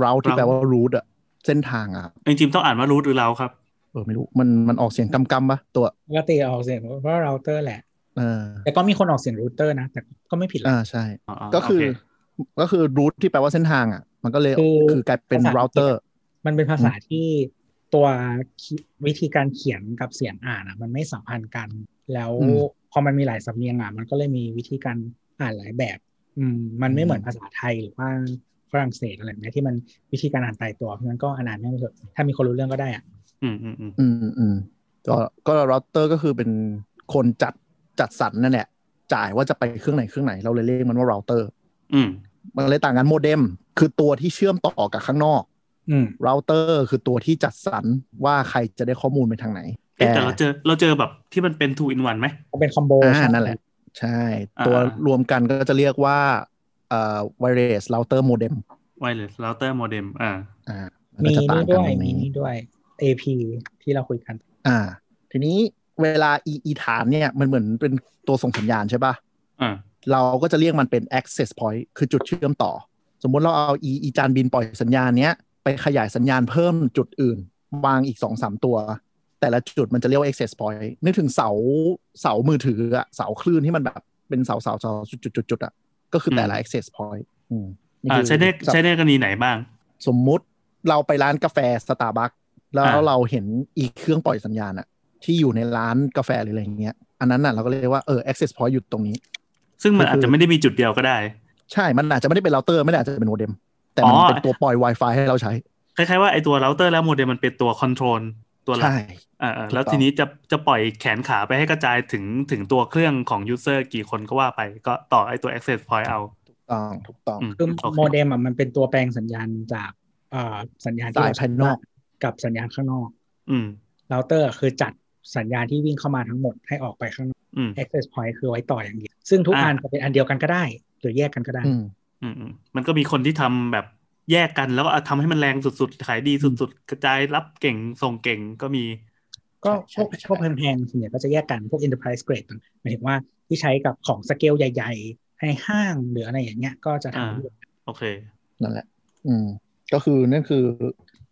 Speaker 4: เราที่แปลว่ารูทอะเส้นทางอะครับ
Speaker 3: จริงๆต้องอ่านว่ารูทหรือเราครับ
Speaker 4: เออไม่รู้มันมันออกเสียงกำกำปะตัว
Speaker 2: ปกติออกเสียงว่าเราเตอร์แหละ
Speaker 4: เออ
Speaker 2: แต่ก็มีคนออกเสียงรูเตอร์นะ แต่ก็ไม่ผิดหรอก
Speaker 4: อ่าใช่
Speaker 3: อ๋อ
Speaker 4: ก็คือ
Speaker 3: โเ
Speaker 4: ก็คือรูทที่แปลว่าเส้นทางอ่ะ มันก็เลย
Speaker 2: คือ
Speaker 4: คือกลายเป็นเราเตอร์
Speaker 2: มันเป็นภาษาที่ตัวคิดวิธีการเขียนกับเสียงอ่านอ่ะ มันไม่สัมพันธ์กัน แล้ว
Speaker 4: อืม
Speaker 2: พอมันมีหลายสำเนียงอ่ะมันก็เลยมีวิธีการอ่านหลายแบบ อืมมันไม่เหมือนภาษาไทยหรือว่าฝรั่งเศสอะไรแบบเนี้ยที่มันวิธีการอ่านตายตัวเพราะฉะนั้นก็อ่านอ่านไม่เถอะถ้ามีคนรู้เรื่องก็ได้อ่ะ
Speaker 3: อืมอืมอืม
Speaker 4: อืมอืมก็ก็เราเตอร์ก็คือเป็นคนจัดจัดสรรนั่นแหละจ่ายว่าจะไปเครื่องไหนเครื่องไหน เราเลยเรียกมันว่าเราเตอร์
Speaker 3: อืม
Speaker 4: มันเลยต่างกันโมเด็มคือตัวที่เชื่อมต่อกับข้างนอก
Speaker 2: อืม
Speaker 4: เราเตอร์คือตัวที่จัดสรรว่าใครจะได้ข้อมูลไปทางไหน
Speaker 3: เอ๊ะแต่เราเจอเราเจอแบบที่มันเป็น two in one ไหม
Speaker 2: มันเป็นคอมโบ
Speaker 4: อ่า
Speaker 2: ใช่
Speaker 4: นั่นแหละ ใช่ ตัว
Speaker 3: อ่าร
Speaker 4: รวมกันก็จะเรียกว่าเอ่อไวเรสเราเตอร์โมเด็ม
Speaker 3: ไวเลสเราเตอร์โมเด็มอ่า
Speaker 4: อ่า
Speaker 2: มี
Speaker 4: ก็จะต่า
Speaker 2: นี่
Speaker 4: งกั
Speaker 2: ด้วย
Speaker 4: ตรง
Speaker 2: มีนี่ด้วย AP ที่เราคุยกัน
Speaker 4: อ่า ทีนี้เวลาอีอีฐานเนี่ยมันเหมือนเป็นตัวส่งสัญญาณใช่ป่ะ
Speaker 3: อ่า
Speaker 4: เราก็จะเรียกมันเป็น access point คือจุดเชื่อมต่อ สมมุติเราเอาอีอีจานบินปล่อยสัญญาณเนี้ยไปขยายสัญญาณเพิ่มจุดอื่น วางอีกสองสามตัว แต่ละจุดมันจะเรียกว่า access point นึกถึงเสาเสามือถืออะเสาคลื่นที่มันแบบเป็นเสาเสาเสาจุดจุดจุดจุดอะก็คือแต่ละ access point อืมนี่
Speaker 3: อ่า
Speaker 4: คือ
Speaker 3: ใช้ได้ใช้ได้กรณีไหนบ้าง
Speaker 4: สมมุติเราไปร้านกาแฟสตาร์บัคแล้ว
Speaker 3: อ่า
Speaker 4: เราเห็นอีกเครื่องปล่อยสัญญาณอะที่อยู่ในร้านกาแฟหรืออะไรอย่างเงี้ยอันนั้นน่ะเราก็เรียกว่าเออ access point อยู่ตรงนี้
Speaker 3: ซึ่งมันอาจจะไม่ได้มีจุดเดียวก็ได้
Speaker 4: ใช่ มันอาจจะไม่ได้เป็นเราเตอร์ ไม่ได้อาจจะเป็นโมเด็ม แต่มัน
Speaker 3: อ๋อ
Speaker 4: เป็นตัวปล่อย Wi-Fi ให้เราใช้
Speaker 3: คล้ายๆว่าไอตัวเราเตอร์แล้วโมเดมมันเป็นตัวคอนโทรลตัวหลัก
Speaker 4: ใช่
Speaker 3: อ่าอ่า
Speaker 4: ถูกต้อง
Speaker 3: แล้วทีนี้จะจะปล่อยแขนขาไปให้กระจายถึงถึงตัวเครื่องของยูเซอร์กี่คนก็ว่าไป ก็ต่อไอตัว access point เอา
Speaker 4: ถูกต้องถูกต้อง
Speaker 3: อืม
Speaker 2: คือ
Speaker 3: โอเค
Speaker 2: โมเด็มอะมันเป็นตัวแปลงสัญญาณจากเอ่อสัญญาณที่
Speaker 4: สายภายนอก
Speaker 2: กับสัญญาณข้างนอก
Speaker 3: อืม
Speaker 2: เราเตอร์อะคือจัดสัญญาณที่วิ่งเข้ามาทั้งหมดให้ออกไปข้างนอก
Speaker 3: อืม
Speaker 2: access point คือไว้ต่ออย่างเดียว ซึ่งทุก
Speaker 3: อ่า
Speaker 2: อันจะเป็นอันเดียวกันก็ได้ หรือแยกกันก็ได้
Speaker 4: อืม
Speaker 3: อืมอืมมันก็มีคนที่ทำแบบแยกกันแล้วก็อ่ะทำให้มันแรงสุดๆ ขายดีสุดๆ กระจายรับเก่งส่งเก่งก็มี
Speaker 2: ก็
Speaker 4: ใช่
Speaker 2: พวก
Speaker 4: ใช่
Speaker 2: พวกแพงๆส่วนใหญ่ก็จะแยกกันพวก enterprise grade ต่างหมายถึงว่าที่ใช้กับของสเกลใหญ่ๆ ให้ห้างหรืออะไรอย่างเงี้ยก็จะ
Speaker 3: อ่า
Speaker 2: ทำด้วย
Speaker 3: โอเค
Speaker 4: นั่นแหละ อืม ก็คือนั่นคือ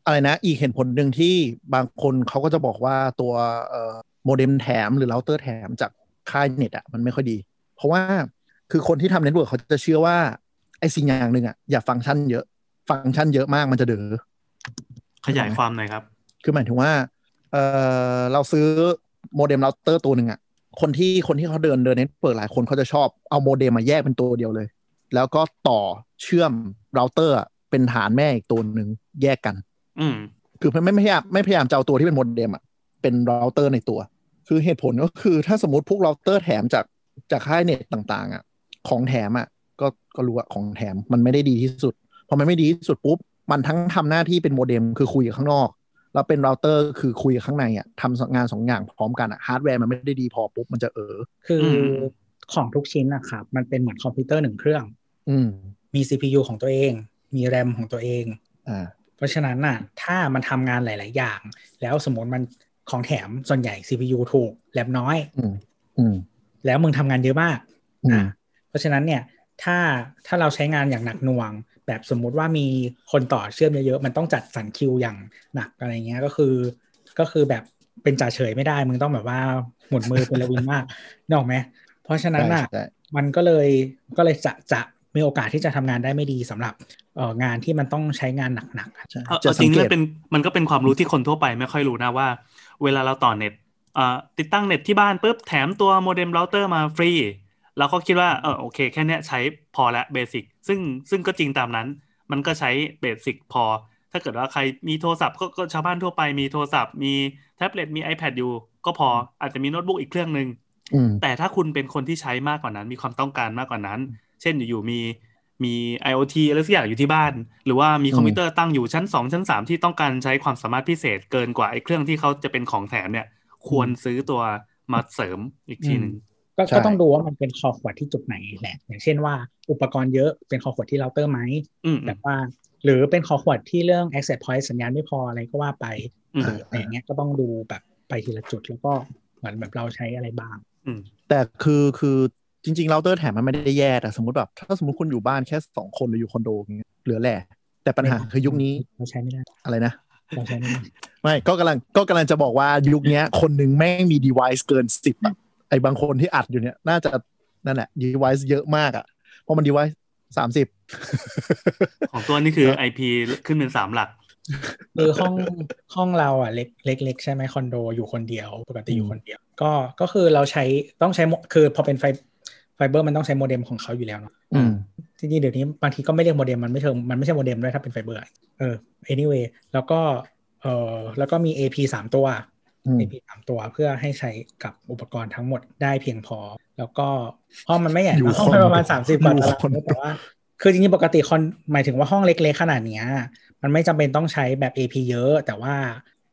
Speaker 4: อะไรนะ อีกเหตุผลหนึ่งที่บางคนเขาก็จะบอกว่าตัวเอ่อโมเด็มแถมหรือเราเตอร์แถมจากค่ายเน็ตอ่ะมันไม่ค่อยดี เพราะว่าคือคนที่ทำเน็ตเวิร์กเขาจะเชื่อว่า ไอ้สิ่งอย่างหนึ่งอ่ะอย่าฟังก์ชันเยอะ ฟังก์ชันเยอะมากมันจะเดือ
Speaker 3: ขยายความหน่อยครับ
Speaker 4: คือหมายถึงว่า เออเราซื้อโมเด็มเราเตอร์ตัวหนึ่งอะคนที่คนที่เขาเดินเดินเน็ตเปิดหลายคนเขาจะชอบเอาโมเด็มมาแยกเป็นตัวเดียวเลย แล้วก็ต่อเชื่อมเราเตอร์อะเป็นฐานแม่อีกตัวหนึ่งแยกกัน
Speaker 3: อืม
Speaker 4: คือไม่ไม่ไม่พยายามไม่พยายามจะเอาตัวที่เป็นโมเด็มอะเป็นเราเตอร์ในตัว คือเหตุผลก็คือถ้าสมมติพวกเราเตอร์แถมจากจากค่ายเน็ตต่างๆอะของแถมอะก็ก็รู้อะของแถมมันไม่ได้ดีที่สุดพอมันไม่ดีที่สุดปุ๊บมันทั้งทำหน้าที่เป็นโมเด็มคือคุยกับข้างนอก แล้วเป็นเราเตอร์คือคุยกับข้างในอะทำงานสองอย่างพร้อมกันอะฮาร์ดแวร์มันไม่ได้ดีพอปุ๊บมันจะเออ
Speaker 2: คืออ
Speaker 3: ม
Speaker 2: ของทุกชิ้นนะครับมันเป็นเหมือนคอมพิวเตอร์หนึ่งเครื่อง
Speaker 4: อืม
Speaker 2: มี CPU ของตัวเอง มี RAM ของตัวเอง
Speaker 4: อ่า
Speaker 2: เพราะฉะนั้นน่ะ ถ้ามันทำงานหลาย ๆ อย่าง แล้วสมมติมันของแถมส่วนใหญ่ CPU ถูก RAM น้อย
Speaker 4: อืมอืม
Speaker 2: แล้วมึงทำงานเยอะมาก
Speaker 4: อืม
Speaker 2: อ่ะเพราะฉะนั้นเนี่ยถ้าถ้าเราใช้งานอย่างหนักหน่วง แบบสมมุติว่ามีคนต่อเชื่อมเยอะๆ มันต้องจัดสรรคิวอย่างหนักอะไรเงี้ยก็คือ ก็คือแบบเป็นจ่าเฉยไม่ได้ มึงต้องแบบว่าหมุนมือเป็นระวินมากนกออกไหมเพราะฉะนั้นอ่ะ
Speaker 4: ใช่ใช่
Speaker 2: มันก็เลยก็เลยจะจะมีโอกาสที่จะทำงานได้ไม่ดีสำหรับเอ่องานที่มันต้องใช้งานหนักๆอะ
Speaker 4: ใช่
Speaker 3: เอา
Speaker 4: จะ
Speaker 3: เอาจ
Speaker 4: สั
Speaker 3: ริ
Speaker 4: ง
Speaker 3: งๆมั
Speaker 4: เก
Speaker 3: น
Speaker 4: ต
Speaker 3: เป็นมันก็เป็นความรู้ที่คนทั่วไปไม่ค่อยรู้นะว่า เวลาเราต่อเน็ตอ่าติดตั้งเน็ตที่บ้านปุ๊บแถมตัวโมเด็มเราเตอร์มาฟรีเราก็คิดว่าเออโอเค แค่เนี้ยใช้พอละเบสิกซึ่งซึ่งก็จริงตามนั้น มันก็ใช้เบสิกพอ ถ้าเกิดว่าใครมีโทรศัพท์ก็ก็ชาวบ้านทั่วไปมีโทรศัพท์มีแท็บเล็ตมี iPad อยู่ ก็พออาจจะมีโน้ตบุ๊กอีกเครื่องหนึ่ง
Speaker 4: อืม
Speaker 3: แต่ถ้าคุณเป็นคนที่ใช้มากกว่านั้น มีความต้องการมากกว่านั้น เช่นอยู่ๆมีมี IoT อะไรสักอย่างอยู่ที่บ้าน หรือว่ามี
Speaker 4: อืม
Speaker 3: คอมพิวเตอร์ตั้งอยู่ชั้น 2 ชั้น 3 ที่ต้องการใช้ความสามารถพิเศษเกินกว่าไอ้เครื่องที่เขาจะเป็นของแถมเนี่ย ควรซื้อตัวมาเสริมอีกทีหนึ่ง
Speaker 2: ก็
Speaker 4: ใช่
Speaker 2: ก็ต้องดูว่ามันเป็นคอขวดที่จุดไหนแหละอย่างเช่นว่าอุปกรณ์เยอะเป็นคอขวดที่เราเตอร์ไหม
Speaker 3: อืม
Speaker 2: แบบว่า หรือเป็นคอขวดที่เรื่อง access point สัญญาณไม่พออะไรก็ว่าไป
Speaker 3: อืม
Speaker 2: หรืออะไรอย่างเงี้ยก็ต้องดูแบบไปทีละจุดแล้วก็เหมือนแบบเราใช้อะไรบ้าง
Speaker 4: แต่คือคือจริงๆเราเตอร์แถมมันไม่ได้แย่แต่สมมติแบบ ถ้าสมมติคุณอยู่บ้านแค่สองคนหรืออยู่คอนโดอย่างเงี้ยเหลือแหละ แต่ปัญหาคือยุคนี้
Speaker 2: เราใช้ไม่ได้
Speaker 4: อะไรนะ
Speaker 2: เราใช้ไม่ได้
Speaker 4: ไม่ก็กำลังก็กำลังจะบอกว่ายุคเนี้ย คนหนึ่งแม่งมีดีไว c ์เกินสิบอะไอบางคนที่อัดอยู่เนี่ยน่าจะนั่นแหละดีไว c ์เยอะมากอะเพราะมันดีไว c ์สามสิบ
Speaker 3: ของตัวนี้คือ IP ขึ้นเป็นสามหลัก
Speaker 2: คือห้องห้องเราอ่ะเล็กเล็กเล็กใช่ไหมคอนโดอยู่คนเดียวปกติอยู่
Speaker 4: อืม
Speaker 2: คนเดียว ก็ก็คือเราใช้ต้องใช้โมคือพอเป็นไฟไฟเบอร์มันต้องใช้โมเด็มของเขาอยู่แล้วเนาะ
Speaker 4: อืม
Speaker 2: จริงๆเดี๋ยวนี้บางทีก็ไม่เรียกโมเด็มมันไม่เชิงมันไม่ใช่โมเด็มด้วยถ้าเป็นไฟเบอร์อะเออ anyway แล้วก็เออแล้วก็มี AP สามตัว
Speaker 4: อืม
Speaker 2: AP สามตัวเพื่อให้ใช้กับอุปกรณ์ทั้งหมดได้เพียงพอ แล้วก็ห้องมันไม่ใหญ่
Speaker 4: อยู่
Speaker 2: นะห้อง
Speaker 4: ค
Speaker 2: มัป
Speaker 4: อน นโด
Speaker 2: ระมาณสามสิบกว่า
Speaker 4: อยู่
Speaker 2: ตาราง
Speaker 4: คอน
Speaker 2: เมตร
Speaker 4: โด
Speaker 2: แต่ว่าคือจริงๆปกติคอนหมายถึงว่าห้องเล็กๆขนาดเนี้ยมันไม่จำเป็นต้องใช้แบบ AP เยอะ แต่ว่า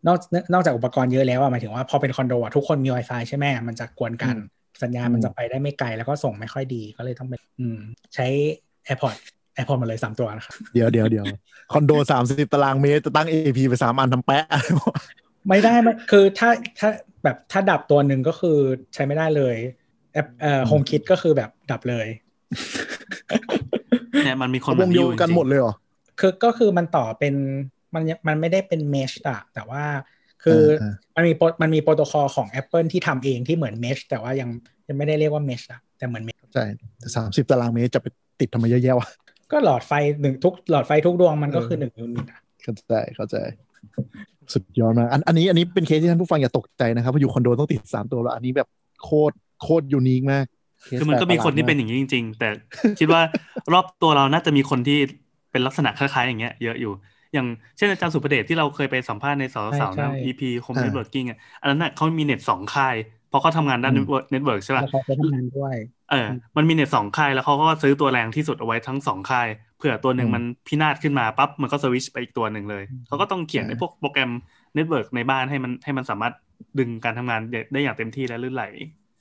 Speaker 2: นอกนอกจากอุปกรณ์เยอะแล้วอะหมายถึงว่าพอเป็นคอนโดอะทุกคนมี Wi-Fi ใช่ไหมมันจะกวนกัน สัญญาณมันจะไปได้ไม่ไกลแล้วก็ส่งไม่ค่อยดีก็เลยต้องเป็นอืมใช้ AirPod AirPod หมดเลยสามตัวนะครับ
Speaker 4: เดี๋ยวเดี๋ยวเดี๋ยวคอนโดสามสิบตารางเมตรจะตั้ง AP ไปสามอันทำแปะ
Speaker 2: ไม่ได้มันคือถ้าถ้าแบบถ้าดับตัวหนึ่งก็คือใช้ไม่ได้เลยแอปเอ่อโฮมคิดก็คือแบบดับเลย
Speaker 3: เนี่ยมันมีคน
Speaker 4: วงเดียวกัน
Speaker 3: จริๆ
Speaker 4: หมดเลยเหรอ
Speaker 2: คือก็คือมันต่อเป็นมันยังมันไม่ได้เป็นเมชอะแต่ว่า คืออา มันมีโปรมันมีโปรโตคอลของ Apple ที่ทำเองที่เหมือน Mesh แต่ว่ายังยังไม่ได้เรียกว่า Mesh อะแต่เหมือน Mesh
Speaker 4: ใช่แต่สามสิบตารางเมตรจะไปติดทำไมเยอะแยะวะ
Speaker 2: ก็หลอดไฟหนึ่งทุกหลอดไฟทุกดวงมันก็คือหนึ่งยูนิตอะ
Speaker 4: เข้าใจเข้าใจ สุดยอดมากอันอันนี้อันนี้เป็นเคสที่ท่านผู้ฟังอย่าตกใจนะครับเพราะอยู่คอนโดต้องติดสามตัวแล้ว อันนี้แบบโคตรโคตรยูนิคมากเส
Speaker 3: คือมันก็มีคนที่เป็นอย่างนี้จริง ๆ แต่ คิดว่ารอบตัวเราน่าจะมีคนที่เป็นลักษณะคล้ายๆอย่างเงี้ยเยอะอยู่ อย่างเช่นอาจารย์สุประเดชที่เราเคยไปสัมภาษณ์ในสาวสาวนะ EP คอมเมนต์เวิร์กิ้งอ่ะอันนั้นน่ะเขามีเน็ตสองค่ายเพราะเขาทำงานด้านเน็ตเวิร์กใช่ปะ
Speaker 2: แล้วเขาก็ทำงานด้วย
Speaker 3: เออ มันมีเน็ตสองค่ายแล้วเขาก็ซื้อตัวแรงที่สุดเอาไว้ทั้งสองค่าย เผื่อตัวหนึ่งมันพินาศขึ้นมาปั๊บมันก็สวิตชไปอีกตัวหนึ่งเลย เขาก็ต้องเขียนในพวกโปรแกรมเน็ตเวิร์กในบ้านให้มันให้มันสามารถดึงการทำงานได้อย่างเต็มที่และลื่นไหล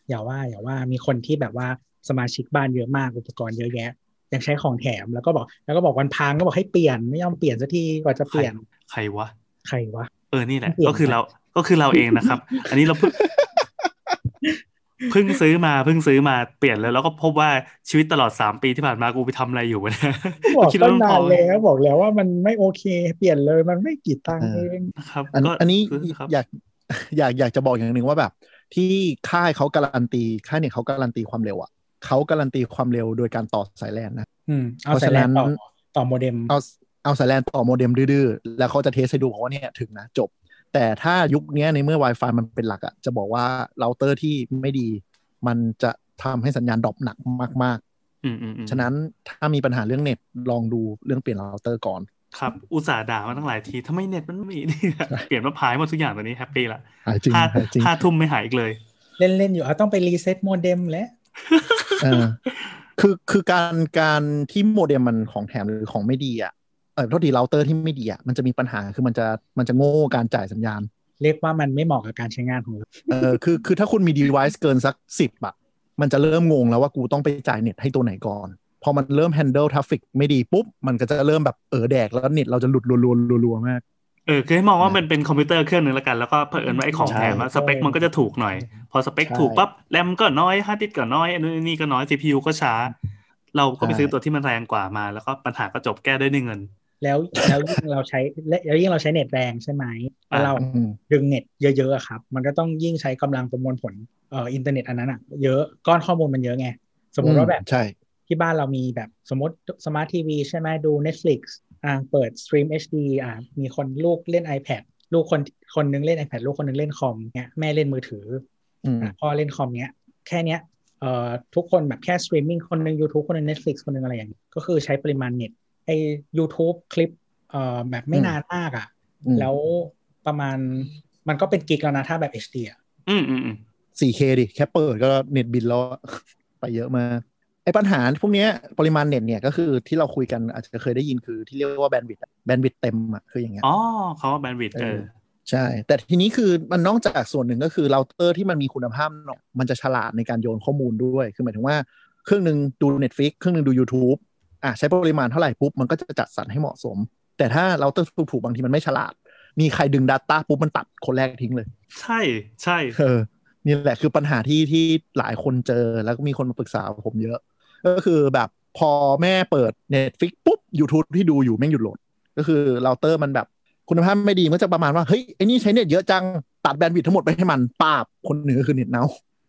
Speaker 2: อย่าว่าอย่าว่ามีคนที่แบบว่าสมาชิกบ้านเยอะมากอุปกรณ์เยอะแยะยังใช้ของแถมแล้วก็บอกแล้วก็บอกวันพังก็บอกให้เปลี่ยนไม่ยอมเปลี่ยนสักทีกว่าจะเปลี่ยน
Speaker 3: ใครวะ
Speaker 2: ใครวะ
Speaker 3: เออ นี่แหละ
Speaker 2: เปลี่ยน
Speaker 3: ก็คือเรา ก็คือเราเองนะครับ อันนี้เราเพิ่งเพิ่งซื้อมาเพิ่งซื้อมาเปลี่ยนแล้วแล้วก็พบว่าชีวิตตลอดสามปีที่ผ่านมากูไปทำอะไรอยู่วะเนี่ย
Speaker 2: บอก
Speaker 3: คิด
Speaker 2: ตั้
Speaker 3: ว่าง มัน
Speaker 2: นา
Speaker 3: พอน
Speaker 2: แล้วบอกแล้วว่ามันไม่โอเคเปลี่ยนเลยมันไม่กี่ตังค์เอง
Speaker 3: นะครับ
Speaker 4: อัน
Speaker 3: ก็
Speaker 4: อันนี้
Speaker 3: ซื้ครับ
Speaker 4: อยากอยากอยากจะบอกอย่างหนึ่งว่าแบบ ที่ค่ายเขาการันตีค่ายเนี่ยเขาการันตีความเร็วอ่ะเขาการันตีความเร็วโดยการต่อสายแลนนะ
Speaker 2: อืมเอา
Speaker 4: เพราะ
Speaker 2: สาย
Speaker 4: ฉะ
Speaker 2: แล
Speaker 4: นั้น น
Speaker 2: ต่อต่อโมเด็ม
Speaker 4: เอาเอาสายแลนต่อโมเด็มดื้อๆ แล้วเขาจะเทสให้ดูบอกว่าเนี่ยถึงนะจบ แต่ถ้ายุคเนี้ยในเมื่อ Wi-Fi มันเป็นหลักอะ่ะจะบอกว่าเราเตอร์ที่ไม่ดี มันจะทำให้สัญญาณดรอปหนักมาก
Speaker 3: อืมอืมอืม
Speaker 4: ๆ ฉะนั้นถ้ามีปัญหาเรื่องเน็ตลองดูเรื่องเปลี่ยนเราเตอร์ก่อน
Speaker 3: ครับ อุตส่าห์ด่ามาตั้งหลายทีทำไมเน็ตมันไม่มีเนี่ย เปลี่ยนมาพายหมดทุกอย่างตอนนี้แฮปปี้ละ
Speaker 4: หายจริง
Speaker 3: ห้า
Speaker 4: หายจริง
Speaker 3: ห้าทุ่มไม่หายอีกเลย
Speaker 2: เล่นเล่นๆอยู่เอาต้องไปรีเซ็ตโมเด็มแล้ว
Speaker 4: เออคือคือการการที่โมเด็มมันของแถมหรือของไม่ดีอะ่ะเออโทษทีเราเตอร์ที่ไม่ดีอะ่ะมันจะมีปัญหาคือมันจะมันจะโง่การจ่ายสัญญาณ
Speaker 2: เรียกว่ามันไม่เหมาะกับการใช้งานของเรา
Speaker 4: เออคือคือถ้าคุณมี device เกินสักสิบอะมันจะเริ่มงงแล้วว่ากูต้องไปจ่ายเน็ตให้ตัวไหนก่อน พอมันเริ่ม handle traffic ไม่ดีปุ๊บ มันก็จะเริ่มแบบเออแดกแล้วเน็ตเราจะหลุดรัวๆรัวๆมาก
Speaker 3: เออคือให้มองว่ามันเป็นคอมพิวเตอร์เครื่องหนึ่งแล้วกัน แล้วก็เผอิญว่าไอ้ของแถมอะสเปคมันก็จะถูกหน่อย พอสเปค
Speaker 4: ใช่
Speaker 3: ถูกปั๊บแรมก็น้อยฮาร์ดดิสก์ก็น้อยอันนู้นอันนี่ก็น้อย CPU ก็ช้า เราก็ไป
Speaker 4: ใช่
Speaker 3: ซื้อตัวที่มันแรงกว่ามา แล้วก็ปัญหาก็จบแก้ด้วยด้วยเงิน
Speaker 2: แล้วแล้วยิ่งเราใช้และแล้วยิ่งเราใช้เน็ตแรงใช่ไหมแล้วเรา
Speaker 4: อืม
Speaker 2: ดึงเน็ตเยอะๆอะครับ มันก็ต้องยิ่งใช้กำลังประมวลผลเอ่ออินเทอร์เน็ตอันนั้นอะเยอะ ก้อนข้อมูลมันเยอะไง สมมติว่าแบบ
Speaker 4: ใช่
Speaker 2: ที่บ้านเรามีแบบสมมติสมาร์ททีวีใช่ไหมดู Netflix อ่าเปิดสตรีม HD อ่ามีคนลูกเล่น iPad ลูกคนคนนึงเล่น iPad ลูกคนนึงเล่นคอมเนี้ยแม่เล่นมือถือ
Speaker 4: อืม
Speaker 2: อ่ะพ่อเล่นคอมเนี้ยแค่เนี้ยเอ่อทุกคนแบบแค่สตรีมมิ่งคนนึง YouTube คนนึง Netflix คนนึงอะไรอย่างนี้ก็คือใช้ปริมาณเน็ตไอ้ YouTube คลิปเอ่อแบบไม่นานมากอ่ะ
Speaker 4: อืม
Speaker 2: แล้วประมาณมันก็เป็นกิกแล้วนะถ้าแบบ HD อ่ะ
Speaker 3: อืมอืมอืม
Speaker 4: 4K ดิ แค่เปิดก็เน็ตบินแล้ว อะ ไปเยอะมากไอ้ปัญหาพวกเนี้ยปริมาณเน็ตเนี่ยก็คือที่เราคุยกันอาจจะเคยได้ยินคือที่เรียกว่าแบนด์วิดแบนด์วิดเต็มอะคืออย่างเงี้ย
Speaker 3: อ๋อเขาแบนด์วิดเออ
Speaker 4: ใช่ แต่ทีนี้คือมันนอกจากส่วนหนึ่งก็คือเราเตอร์ที่มันมีคุณภาพหน่อยมันจะฉลาดในการโยนข้อมูลด้วย คือหมายถึงว่าเครื่องหนึ่งดู Netflix เครื่องหนึ่งดู YouTube อ่ะใช้ปริมาณเท่าไหร่ปุ๊บ มันก็จะจัดสรรให้เหมาะสม แต่ถ้าเราเตอร์ถูกๆบางทีมันไม่ฉลาด มีใครดึง Data ปุ๊บ มันตัดคนแรกทิ้งเลย
Speaker 3: ใช่ใช่
Speaker 4: เออนี่แหละคือปัญหาที่ที่หลายคนเจอแล้วก็มีคนมาปรึกษาผมเยอะ ก็คือแบบพอแม่เปิด Netflix ปุ๊บ YouTube ที่ดูอยู่แม่งหยุดโหลด ก็คือเราเตอร์มันแบบคุณภาพไม่ดีมันก็จะประมาณว่า เฮ้ย ไอ้นี่ใช้เน็ตเยอะจัง ตัดแบนด์วิดท์ทั้งหมดไปให้มันปาบ คนเหนือคือเน็ตเนา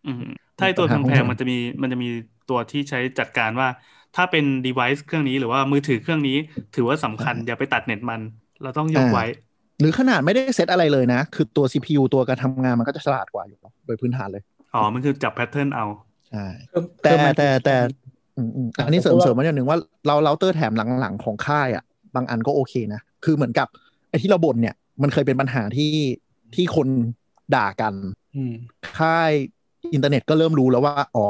Speaker 3: อืมถ้าไอ้ตัวแพงๆมันจะมีมันจะมีตัวที่ใช้จัดการว่า ถ้าเป็น device เครื่องนี้หรือว่ามือถือเครื่องนี้ ถือว่าสำคัญอย่าไปตัดเน็ตมัน เราต้องยกไว้
Speaker 4: หรือขนาดไม่ได้เซตอะไรเลยนะ คือตัว CPU ตัวการทำงานมันก็จะฉลาดกว่าอยู่แล้วโดยพื้นฐานเลย
Speaker 3: อ๋อ มันคือจับแพทเทิร์นเอา
Speaker 4: ใช่
Speaker 2: คือ
Speaker 4: แต่
Speaker 2: คือมัน
Speaker 4: แต่แต่ อืมอืมอันนี้เสริมเสริมมาอย่างหนึ่งว่าเราเราเตอร์แถมหลังๆของค่ายอ่ะบางอันก็โอเคนะ คือเหมือนกับไอ้ที่เราบ่นเนี่ยมันเคยเป็นปัญหาที่ที่คนด่ากัน
Speaker 2: อืม
Speaker 4: ค่ายอินเทอร์เน็ตก็เริ่มรู้แล้วว่า อ๋อ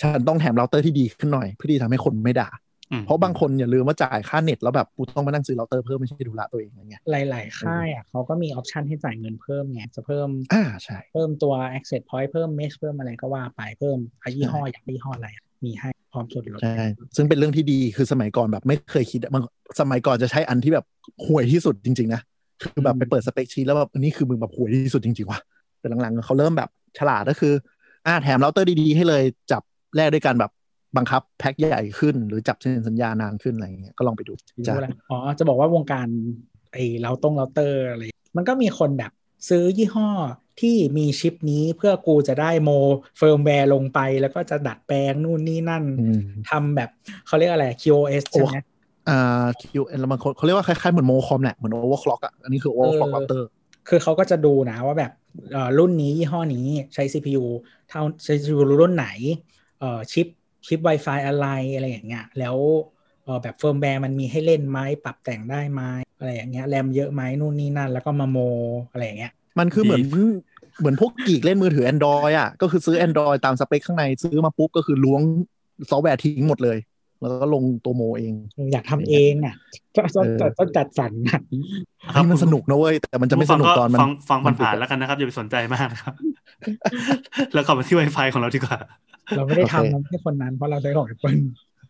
Speaker 4: ฉันต้องแถมเราเตอร์ที่ดีขึ้นหน่อยเพื่อที่จะทำให้คนไม่ด่า
Speaker 3: อืม
Speaker 4: เพราะบางคนอย่าลืมว่าจ่ายค่าเน็ตแล้วแบบกูต้องมานั่งซื้อเราเตอร์เพิ่มไม่ใช่ดูละตัวเองอะไรเงี้ย
Speaker 2: หลาย ๆ ค่ายอ่ะเขาก็มีออปชันให้จ่ายเงินเพิ่มไงจะเพิ่ม
Speaker 4: อ่าใช่
Speaker 2: เพิ่มตัว access point เพิ่ม mesh เพิ่มอะไรก็ว่าไปเพิ่มอ่ะยี่ห้ออยากยี่ห้ออะไรอ่ะมีให้พร้อมส่วนลด
Speaker 4: ใช่ ซึ่งเป็นเรื่องที่ดี คือสมัยก่อนแบบไม่เคยคิดอะมันสมัยก่อนจะใช้อันที่แบบห่วยที่สุดจริง ๆ นะ คือแบบไปเปิดสเปคชีตแล้วแบบอันนี้คือมึงแบบห่วยที่สุดจริง ๆ ว่ะ แต่หลังๆ เขาเริ่มแบบฉลาดก็คือ อ่าแถมเราเตอร์ดี ๆ ให้เลยจับแลกด้วยการแบบบังคับแพ็คใหญ่ขึ้น หรือจับเซ็นสัญญานานขึ้นอะไรอย่างเงี้ย ก็ลองไปดู
Speaker 2: ไม่
Speaker 4: จ้ะ
Speaker 2: รู้อะไรอ๋อจะบอกว่าวงการไอ้เราต้งเราเตอร์อะไรมันก็มีคนแบบ ซื้อยี่ห้อที่มีชิปนี้เพื่อกูจะได้โมเฟิร์มแวร์ลงไป แล้วก็จะดัดแปลงนู่นนี่นั่น
Speaker 4: อืม
Speaker 2: ทำแบบเขาเรียกอะไร QoS ใช่ไหม
Speaker 4: อ่า QN แล้วมันเขาเขาเรียกว่าคล้ายๆเหมือนโมคอมแหละเหมือนโอเวอร์คล็อกอ่ะอันนี้คือโอเวอร์คล็อก
Speaker 2: เออ
Speaker 4: บัเตอร์
Speaker 2: คือเขาก็จะดูนะว่าแบบเอ่อรุ่นนี้ยี่ห้อนี้ใช้ CPU เท่าใช้ CPU รุ่นไหนเอ่อชิปชิป Wi-Fi อะไรอะไรอย่างเงี้ยแล้วเอ่อแบบเฟิร์มแวร์มันมีให้เล่นไหมปรับแต่งได้ไหมอะไรอย่างเงี้ยแรมเยอะไหมนู่นนี่นั่น แล้วก็มาโมอะไรอย่างเงี้ย
Speaker 4: มันคือเหมือน
Speaker 3: ดี
Speaker 4: เหมือนพวกกีกเล่นมือถือ Android อ่ะก็คือซื้อ Android ตามสเปคข้างในซื้อมาปุ๊บก็คือล้วงซอฟต์แวร์ทิ้งหมดเลย แล้วก็ลงตัวโมเอง
Speaker 2: อยากทำเองอ่ะ ต้องต้อง
Speaker 4: เออ
Speaker 2: ต้องจัดสรรอ่ะ
Speaker 3: ครับ
Speaker 4: นี่มันสนุกนะเว้ยแต่มันจะไม่
Speaker 3: ผู้ฟัง
Speaker 4: สนุกตอนมัน
Speaker 3: ฟังฟัง
Speaker 4: มัน
Speaker 3: ผ่านๆแล้วกันนะครับ อย่าไปสนใจมากนะครับ แล้วกลับมาที่ Wi-Fi ของเราดีกว่า
Speaker 2: เราไม่ได้
Speaker 4: โอเค
Speaker 2: ทำให้คนนั้นเพราะเราใช้ของ Apple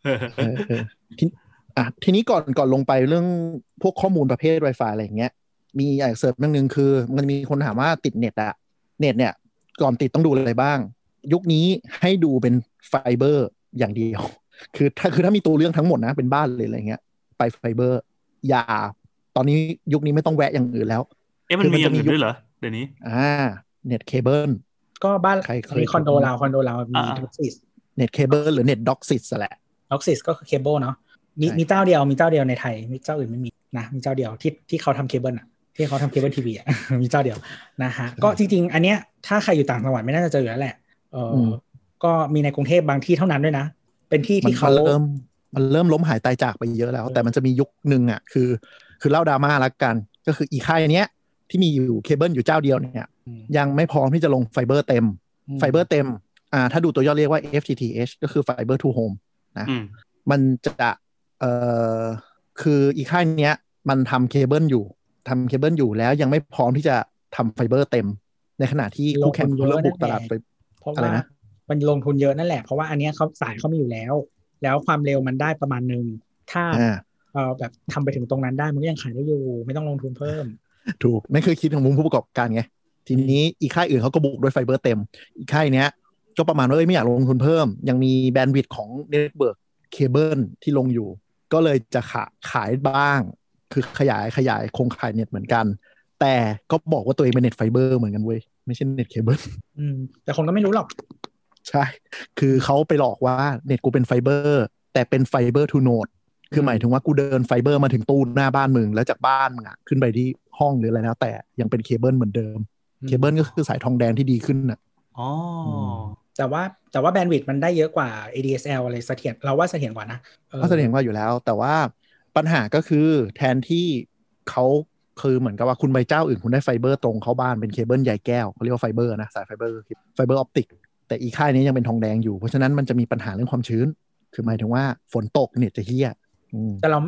Speaker 4: เออเออทีอ่ะทีนี้ก่อนก่อนลงไปเรื่องพวกข้อมูลประเภท Wi-Fi อะไรอย่างเงี้ย มีอีกเสริมอย่างหนึ่งคือ มันมีคนถามว่าติดเน็ตอะเน็ตเนี่ย ก่อนติดต้องดูอะไรบ้าง ยุคนี้ให้ดูเป็นไฟเบอร์อย่างเดียว คือถ้าคือถ้ามีตัวเรื่องทั้งหมดนะ เป็นบ้านเลยอะไรเงี้ย ไปไฟเบอร์ อย่า ตอนนี้ยุคนี้ไม่ต้องแวะอย่างอื่นแล้ว
Speaker 3: เอ๊ะมันมีอย่างอื่นด้วยเหรอเดี๋ยวนี้
Speaker 4: อ่า เน็ตเคเบิล
Speaker 2: ก็บ้าน
Speaker 4: ใครเคย
Speaker 2: มีคอนโดเราคอนโดเรามี
Speaker 3: อ่า
Speaker 2: ท็อกซิส
Speaker 4: เน็ตเคเบิลหรือเน็ตด็อกซิสแหละ
Speaker 2: ท็อกซิสก็คือเคเบิลเนาะมี
Speaker 4: ใช่
Speaker 2: มีเจ้าเดียวมีเจ้าเดียวในไทยมีเจ้าอื่นไม่มีนะมีเจ้าเดียวที่ที่เขาทำเคเบิลอ่ะที่เขาทำเคเบิลทีวีอ่ะ มีเจ้าเดียวนะฮะก็จริง ๆ อันเนี้ยถ้าใครอยู่ต่างจังหวัดไม่น่าจะเจออยู่แล้วแหละเอออ
Speaker 4: ม
Speaker 2: ก็มีในกรุงเทพบางที่เท่านั้นด้วยนะ เป็นที่
Speaker 4: มัน
Speaker 2: ที่เขา
Speaker 4: มันเริ่มมันเริ่มล้มหายตายจากไปเยอะแล้ว แต่มันจะมียุคหนึ่งอ่ะคือ คือเล่าดราม่าละกัน ก็คืออีค่ายเนี้ยที่มีอยู่เคเบิลอยู่เจ้าเดียวเนี่ย
Speaker 2: อืม
Speaker 4: ยังไม่พร้อมที่จะลงไฟเบอร์เต็ม
Speaker 2: ม
Speaker 4: ไฟเบอร์เต็มอ่าถ้าดูตัวย่อเรียกว่า FTTH ก็คือ Fiber to Home
Speaker 3: อืม
Speaker 4: มันจะเอ่อคืออีค่ายเนี้ยมันทำเคเบิลอยู่ทำเคเบิลอยู่แล้วยังไม่พร้อมที่จะทำไฟเบอร์เต็ม ในขณะที่คู่แข่งเริ่มบุกตลาดไป
Speaker 2: เพราะ
Speaker 4: อะไร
Speaker 2: ว่า
Speaker 4: นะ
Speaker 2: มันลงทุนเยอะนั่นแหละเพราะว่าอันเนี้ยเขาสายเขามีอยู่แล้ว แล้วความเร็วมันได้ประมาณหนึ่งถ้า
Speaker 4: อ่า
Speaker 2: เออแบบทำไปถึงตรงนั้นได้มันก็ยังขายได้อยู่ ไม่ต้องลงทุนเพิ่ม
Speaker 4: ถูกนั่นคือคิดของมุมผู้ประกอบการไง ทีนี้อีกค่ายอื่นเขาก็บุกด้วยไฟเบอร์เต็ม อีกค่ายเนี้ย ก็ประมาณว่าเอ้ยไม่อยากลงทุนเพิ่ม ยังมีแบนด์วิดต์ของเน็ตเบิร์กเคเบิลที่ลงอยู่ ก็เลยจะขาขายบ้าง คือขยายขยายโครงข่ายเน็ตเหมือนกัน แต่ก็บอกว่าตัวเองเป็นเน็ตไฟเบอร์เหมือนกันเว้ย ไม่ใช่เน็ตเคเบิล
Speaker 2: อืม แต่คนก็ไม่รู้หรอก
Speaker 4: ใช่ คือเขาไปหลอกว่าเน็ตกูเป็นไฟเบอร์ แต่เป็นไฟเบอร์ทูโนด คือหมายถึงว่ากูเดินไฟเบอร์มาถึงตู้หน้าบ้านมึง แล้วจากบ้านมึงอะขึ้นไปที่ห้องหรืออะไรแล้วแต่ยังเป็นเคเบิลเหมือนเดิม
Speaker 2: อืม
Speaker 4: เคเบิลก็คือสายทองแดงที่ดีขึ้นน่ะ
Speaker 3: อ๋อ
Speaker 2: แต่ว่าแต่ว่าแบนด์วิดต์มันได้เยอะกว่า ADSL อะไรเสถียรเราว่าเสถียรกว่านะออ
Speaker 4: ก็แสดงว่าอยู่แล้ว แต่ว่าปัญหาก็คือแทนที่เขาคือเหมือนกับว่าคุณไปเจ้าอื่นคุณได้ไฟเบอร์ตรงเข้าบ้านเป็นเคเบิลใหญ่แก้วเขาเรียกว่าไฟเบอร์นะสายไฟเบอร์ไฟเบอร์ออปติกแต่อีกค่ายนี้ยังเป็นทองแดงอยู่เพราะฉะนั้นมันจะมีปัญหาเรื่องความชื้น คือหมายถึงว่าฝนตกเน็ตจะเฮี้ยอืม
Speaker 2: แต่เรา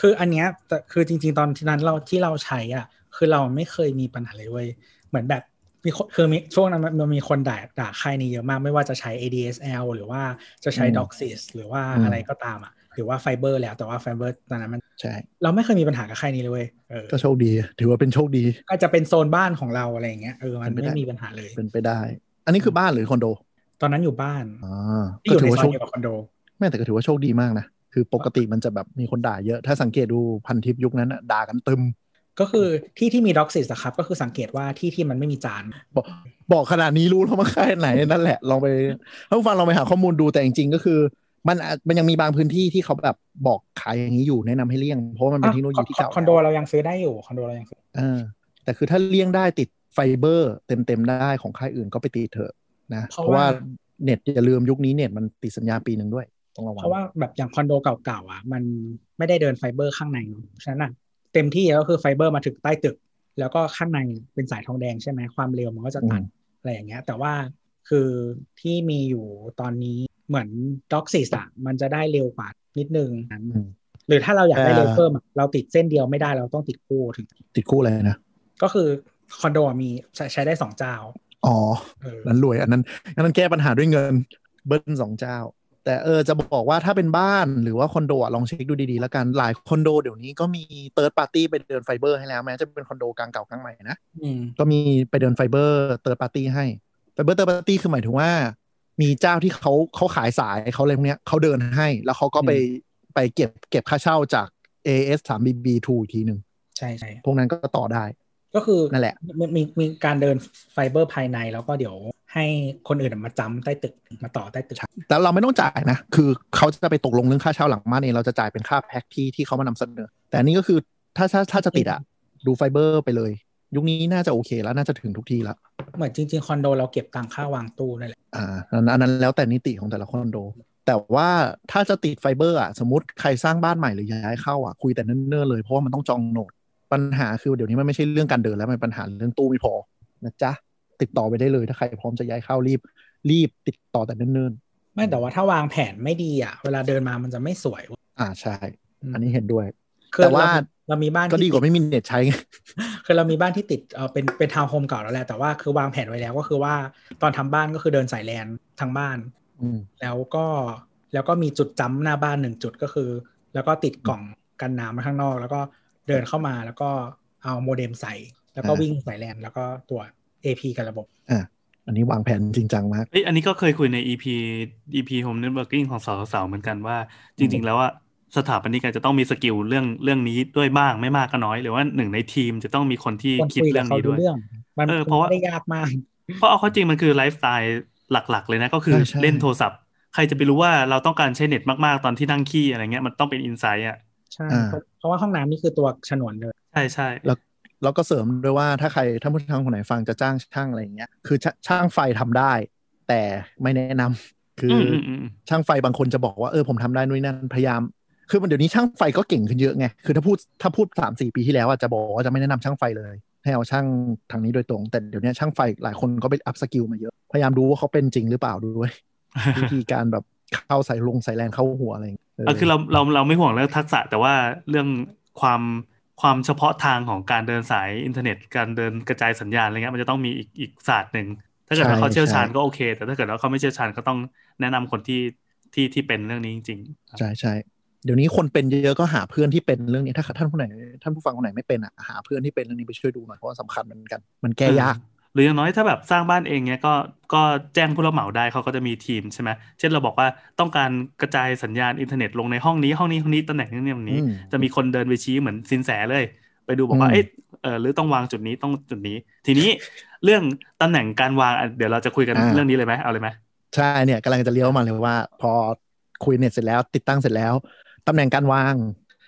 Speaker 2: คืออันเนี้ยแต่คือจริง ๆ ตอนที่นั้นเราที่เราใช้อ่ะ คือเราไม่เคยมีปัญหาเลยเว้ยเหมือนแบบมีคนคือมีช่วงนั้นมันมันมีคนด่าด่าค่ายนี้เยอะมากไม่ว่าจะใช้ ADSL หรือว่าจะใช้
Speaker 4: อืม
Speaker 2: DOCSIS หรือว่าอะไรก็ตามอ่ะหรือว่าไฟเบอร์แล้วแต่ว่าไฟเบอร์ตอนนั้นมัน
Speaker 4: ใช่
Speaker 2: เราไม่เคยมีปัญหากับค่ายนี้เลยเว้ยเออ
Speaker 4: ก็โชคดี ถือว่าเป็นโชคดี
Speaker 2: ก็จะเป็นโซนบ้านของเราอะไรอย่างเงี้ยเออมัน
Speaker 4: เป็นไปได้
Speaker 2: ไม่มีปัญหาเลย
Speaker 4: เป็นไปได้ อันนี้คือบ้านหรือคอนโด
Speaker 2: ตอนนั้นอยู่บ้าน
Speaker 4: อ่า
Speaker 2: ที่อ
Speaker 4: ก็
Speaker 2: ยู่
Speaker 4: ถื
Speaker 2: ในซอย
Speaker 4: อว่าโชค
Speaker 2: เดียวกับคอนโด
Speaker 4: ไม่แต่ก็ถือว่าโชคดีมากนะ คือปกติมันจะแบบมีคนด่าเยอะ ถ้าสังเกตดูพันทิปยุคนั้นอะด่ากันตึม
Speaker 2: ก็คือที่ที่มีด็อกซิสครับ ก็คือสังเกตว่าที่ที่มันไม่มีจาน
Speaker 4: บอกขนาดนี้รู้แล้วมาค่ายไหนนั่นแหละ ลองไปถ้าผู้ฟังลองไปหาข้อมูลดูแต่จริงๆก็คือ มันอาจมันยังมีบางพื้นที่ที่เขาแบบบอกขายอย่างนี้อยู่แนะนำให้เลี่ยง เพราะว่ามันเป็นเทคโนโลยีที่เก่า
Speaker 2: คอนโดเรายังซื้อได้อยู่คอนโดเรายังซื้อ
Speaker 4: เออแต่คือถ้าเลี่ยงได้ติดไฟเบอร์ เต็มๆได้ของค่ายอื่นก็ไปติดเถอะนะเพราะว่าเน็ตอย่าลืมยุคนี้เน็ตมันติดสัญญาปีหนึ่งด้วยต้องระวัง
Speaker 2: เพราะว่าแบบอย่างคอนโดเก่าๆอ่ะมันไม่ได้เดินไฟเบอร์ข้างในเนอะฉะนั้นอะเต็มที่ก็คือไฟเบอร์มาถึงใต้ตึก แล้วก็ข้างในเป็นสายทองแดงใช่ไหมความเร็วมันก็จะตัน
Speaker 4: อืม
Speaker 2: อะไรอย่างเงี้ย แต่ว่าคือที่มีอยู่ตอนนี้เหมือนด็อกซิสอ่ะมันจะได้เร็วกว่านิดนึงนั้น
Speaker 4: อืม
Speaker 2: หรือถ้าเราอยากได้
Speaker 4: เอ่อ
Speaker 2: เร็วเพิ่มอะเราติดเส้นเดียวไม่ได้เราต้องติดคู่ถึง
Speaker 4: ติดคู่อะไรนะ
Speaker 2: ก็คือคอนโดอะมีใช้ใช้ได้สองเจ้า
Speaker 4: อ๋อ
Speaker 2: เออ
Speaker 4: นั้นรวยอันนั้นอันนั้นแก้ปัญหาด้วยเงินเบิ้ลสองเจ้า แต่เออจะบอกว่าถ้าเป็นบ้านหรือว่าคอนโดอะลองเช็คดูดีๆ แล้วกันหลายคอนโดเดี๋ยวนี้ก็มีเติร์ดปาร์ตี้ไปเดินไฟเบอร์ให้แล้วแม้จะเป็นคอนโดกลางเก่ากลางใหม่นะ
Speaker 2: อืม
Speaker 4: ก็มีไปเดินไฟเบอร์เติร์ดปาร์ตี้ให้ไฟเบอร์เติร์ดปาร์ตี้คือหมายถึงว่า มีเจ้าที่เขาเขาขายสายเขาอะไรพวกเนี้ยเขาเดินให้ แล้วเขาก็ไปไปเก็บเก็บค่าเช่าจาก AS 3 BB 2อีกทีหนึ่ง
Speaker 2: ใช่ใช่
Speaker 4: พวกนั้นก็ต่อได้
Speaker 2: ก็คือ
Speaker 4: นั่นแหละ
Speaker 2: มันมีมีการเดินไฟเบอร์ภายในแล้วก็เดี๋ยวให้คนอื่นมาจำใต้ตึกมาต่อใต้ตึก
Speaker 4: แต่เราไม่ต้องจ่ายนะ คือเขาจะไปตกลงเรื่องค่าเช่าหลังม่านเองเราจะจ่ายเป็นค่าแพ็คที่ที่เขามานำเสนอ แต่อันนี้ก็คือถ้าถ้าถ้าจะติดอะดูไฟเบอร์ไปเลย ยุคนี้น่าจะโอเคแล้วน่าจะถึงทุกที่แล้ว
Speaker 2: เหมือนจริง ๆ คอนโดเราเก็บตังค่าวางตู้นั่นแหละ
Speaker 4: อ่าอันอันนั้นแล้วแต่นิติของแต่ละคอนโด แต่ว่าถ้าจะติดไฟเบอร์อ่ะสมมติใครสร้างบ้านใหม่หรือย้ายเข้าอ่ะคุยแต่เนิ่นๆเลยเพราะว่ามันต้องจองโหนด ปัญหาคือเดี๋ยวนี้มันไม่ใช่เรื่องการเดินแล้วมันเป็นปัญหาเรื่องตู้ไม่พอนะจ๊ะติดต่อไปได้เลยถ้าใครพร้อมจะย้ายเข้ารีบ รีบติดต่อแต่เนิ่น
Speaker 2: ไม่แต่ว่าถ้าวางแผนไม่ดีอ่ะ เวลาเดินมามันจะไม่สวยเว้ย
Speaker 4: ๆอ่าใช่ อันนี้เห็นด้วย
Speaker 2: คือ
Speaker 4: แต่ว่า
Speaker 2: เรเรามีบ้าน
Speaker 4: ก็
Speaker 2: ที่
Speaker 4: ดีกว่าไม่มีเน็ตใช้ไง
Speaker 2: คือเรามีบ้านที่ติดเออเป็นเป็นทาวน์โฮมเก่าแล้วแหละแต่ว่าคือวางแผนไว้แล้วก็คือว่าตอนทำบ้านก็คือเดินสายแลนทางบ้าน
Speaker 4: อืม
Speaker 2: แล้วก็แล้วก็มีจุดจำหน้าบ้านหนึ่งจุดก็คือ แล้วก็ติดกล่องกันน้ำไว้ข้างนอก แล้วก็เดินเข้ามาแล้วก็เอาโมเด็มใส่ แล้วก็
Speaker 4: อ่า
Speaker 2: วิ่งสายแลนแล้วก็ตัว AP กับระบบ
Speaker 4: อันนี้วางแผนจริงจังมาก
Speaker 3: เอ้ยอันนี้ก็เคยคุยใน EP EP Home Networking ของสาวๆเหมือนกันว่า จริง ๆ แล้วว่าสถาปนิกอาจจะต้องมีสกิลเรื่องเรื่องนี้ด้วยบ้างไม่มากก็น้อย หรือว่าหนึ่งในทีมจะต้องมีคนที่
Speaker 2: คน
Speaker 3: คิด
Speaker 2: คุยกั
Speaker 3: เรื่
Speaker 2: บ
Speaker 3: อง
Speaker 2: เขา
Speaker 3: นี้
Speaker 2: ดู
Speaker 3: ด้วย
Speaker 2: เรื่อง มัน
Speaker 3: เออเพราะว่า
Speaker 2: ไม่ได้ยากมาก
Speaker 3: เพราะเอาเข้อจริงมันคือไลฟ์สไตล์หลักๆ เลยนะก็คือ
Speaker 4: ใช่ใช่
Speaker 3: เล่นโทรศัพท์ ใครจะไปรู้ว่าเราต้องการใช้เน็ตมากๆ ตอนที่นั่งขี้อะไรเงี้ยมันต้องเป็นอินไซต์อ่ะ
Speaker 2: ใช่
Speaker 4: อ่า
Speaker 2: เพราะว่าห้องน้ำนี่คือตัวฉนวนเลย
Speaker 3: ใช่ใช่ๆ
Speaker 4: แล้วก็เสริมด้วยว่าถ้าใครถ้าผู้ทางคนไหนฟังจะจ้างช่างอะไรอย่างเงี้ยคือชช่างไฟทำได้ แต่ไม่แนะนำคืออ
Speaker 3: มอืมอืม
Speaker 4: ช่างไฟบางคนจะบอกว่าเออผมทำได้นู่นนนั่นพยายาม คือมันเดี๋ยวนี้ช่างไฟก็เก่งขึ้นเยอะไงคือถ้าพูดถ้าพูดสามสี่ปีที่แล้วอ่ะจะบอกว่าจะไม่แนะนำช่างไฟเลย ให้เอาช่างทางนี้โดยตรง แต่เดี๋ยวนี้ช่างไฟหลายคนก็ไปอัพสกิลมาเยอะพยายามดูว่าเขาเป็นจริงหรือเปล่าดูด้วย วิธีการแบบเข้าใส่ลงใส่แรงเข้าหัวอะไรอย่างเงี้ย
Speaker 3: เออคือเราเราเราไม่ห่วงเรื่องทักษะแต่ว่าเรื่องความความเฉพาะทางของการเดินสายอินเทอร์เน็ต การเดินกระจายสัญญาณอะไรเงี้ยมันจะต้องมีอีกอีกศาสตร์หนึ่งถ้าเกิดว่าเขาเชี่ยวชาญก็โอเค แต่ถ้าเกิดว่าเขาไม่เชี่ยวชาญก็ต้องแนะนำคนที่ที่ที่เป็นเรื่องนี้จริงๆครับ
Speaker 4: ใช่ใช่เดี๋ยวนี้คนเป็นเยอะก็หาเพื่อนที่เป็นเรื่องนี้ถ้าท่านผู้ไหนท่านผู้ฟังคนไหนไม่เป็นอ่ะหาเพื่อนที่เป็นเรื่องนี้ไปช่วยดูหน่อยเพราะว่าสำคัญเหมือนกัน มันแก้ยาก
Speaker 3: หรืออย่างน้อยถ้าแบบสร้างบ้านเองเนี้ยก็ก็แจ้งผู้รับเหมาได้เขาก็จะมีทีมใช่ไหมเช่นเราบอกว่าต้องการกระจายสัญญาณอินเทอร์เน็ตลงในห้องนี้ห้องนี้ห้องนี้ตำแหน่งนี้ตำแหน่งนี้
Speaker 4: อืม
Speaker 3: จะมีคนเดินไปชี้เหมือนสินแสเลย ไปดูบอกว่า
Speaker 4: อืม
Speaker 3: เอ๊ะเออหรือต้องวางจุดนี้ต้องจุดนี้ ทีนี้เรื่องตำแหน่งการวางอ่ะเดี๋ยวเราจะคุยกันเรื่องนี้เลยไหมเอาเลยไหม
Speaker 4: ใช่เนี่ยกำลังจะเลี้ยวมาเลยว่า พอคุยเน็ตเสร็จแล้วติดตั้งเสร็จแล้วตำแหน่งการวาง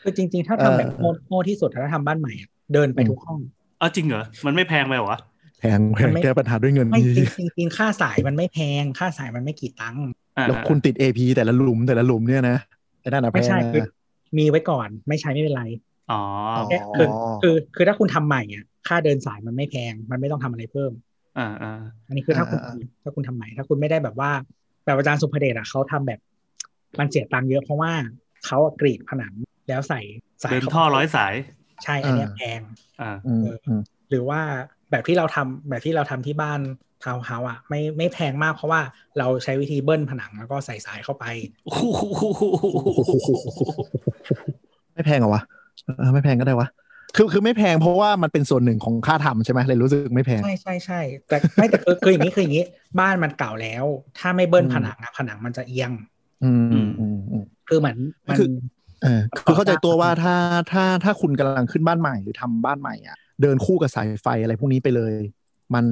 Speaker 2: คือจริง ๆ ถ้า
Speaker 4: เออ
Speaker 2: ทำแบบโง่โง่ที่สุดถ้าทำบ้านใหม่อะเดินไป
Speaker 4: อืม
Speaker 2: ทุกห้อง
Speaker 3: เออจริงเหรอมันไม่แพงไปเหรอวะ
Speaker 4: แพงแพงแก้ปัญหาด้วยเงิน
Speaker 2: ไม่
Speaker 4: นี้
Speaker 2: จริงจริงจริงค่าสายมันไม่แพง ค่าสายมันไม่กี่ตังค์
Speaker 3: อ่า
Speaker 4: แล้วคุณติด AP แต่ละหลุมแต่ละหลุมเนี่ยนะไอ้นั่นนะแพ
Speaker 2: ไม่
Speaker 4: ง
Speaker 2: ใช่คือ
Speaker 4: นะ
Speaker 2: มีไว้ก่อนไม่ใช้ไม่เป็นไร
Speaker 3: อ๋อ
Speaker 2: แค่
Speaker 4: อ๋อ
Speaker 2: คือคือคือถ้าคุณทำใหม่อ่ะค่าเดินสายมันไม่แพง มันไม่ต้องทำอะไรเพิ่ม
Speaker 3: อ่าอ่า
Speaker 2: อันนี้คือถ้าคุณ
Speaker 4: อ่า
Speaker 2: ถ้าคุณทำใหม่ ถ้าคุณไม่ได้แบบว่าแบบอาจารย์สุภเดชอ่ะเขาทำแบบมันเสียตังค์เยอะเพราะว่าเขาอะกรีดผนังแล้วใส่สาย
Speaker 3: เดิน
Speaker 2: ข้าไป
Speaker 3: ท่อร้อยสาย
Speaker 2: ใช่อันเนี้ยแพง
Speaker 3: อ่า
Speaker 4: อืมอืม
Speaker 2: หรือว่าแบบที่เราทำแบบที่เราทำที่บ้านทาวน์เฮาส์อ่ะไม่ไม่แพงมากเพราะว่าเราใช้วิธีเบิ้ลผนังแล้วก็ใส่สายเข้าไป
Speaker 3: โอ้โห
Speaker 4: ไม่แพงเหรอวะเออไม่แพงก็ได้วะ คือคือไม่แพงเพราะว่ามันเป็นส่วนหนึ่งของค่าทำใช่ไหมเลยรู้สึกไม่แพง
Speaker 2: ใช่ใช่ใช่แต่ไม่แต่คือคืออย่างนี้คืออย่างนี้บ้านมันเก่าแล้ว ถ้าไม่เบิ้ล
Speaker 4: อืม
Speaker 2: ผนังอะผนังมันจะเอียง
Speaker 4: อืมอืมอืมอืม
Speaker 2: คือเหมือนมัน
Speaker 4: คือ เออคือเข้าใจตัวว่าถ้าถ้าถ้าคุณกำลังขึ้นบ้านใหม่หรือทำบ้านใหม่อ่ะ เดินคู่กับสายไฟอะไรพวกนี้ไปเลย มัน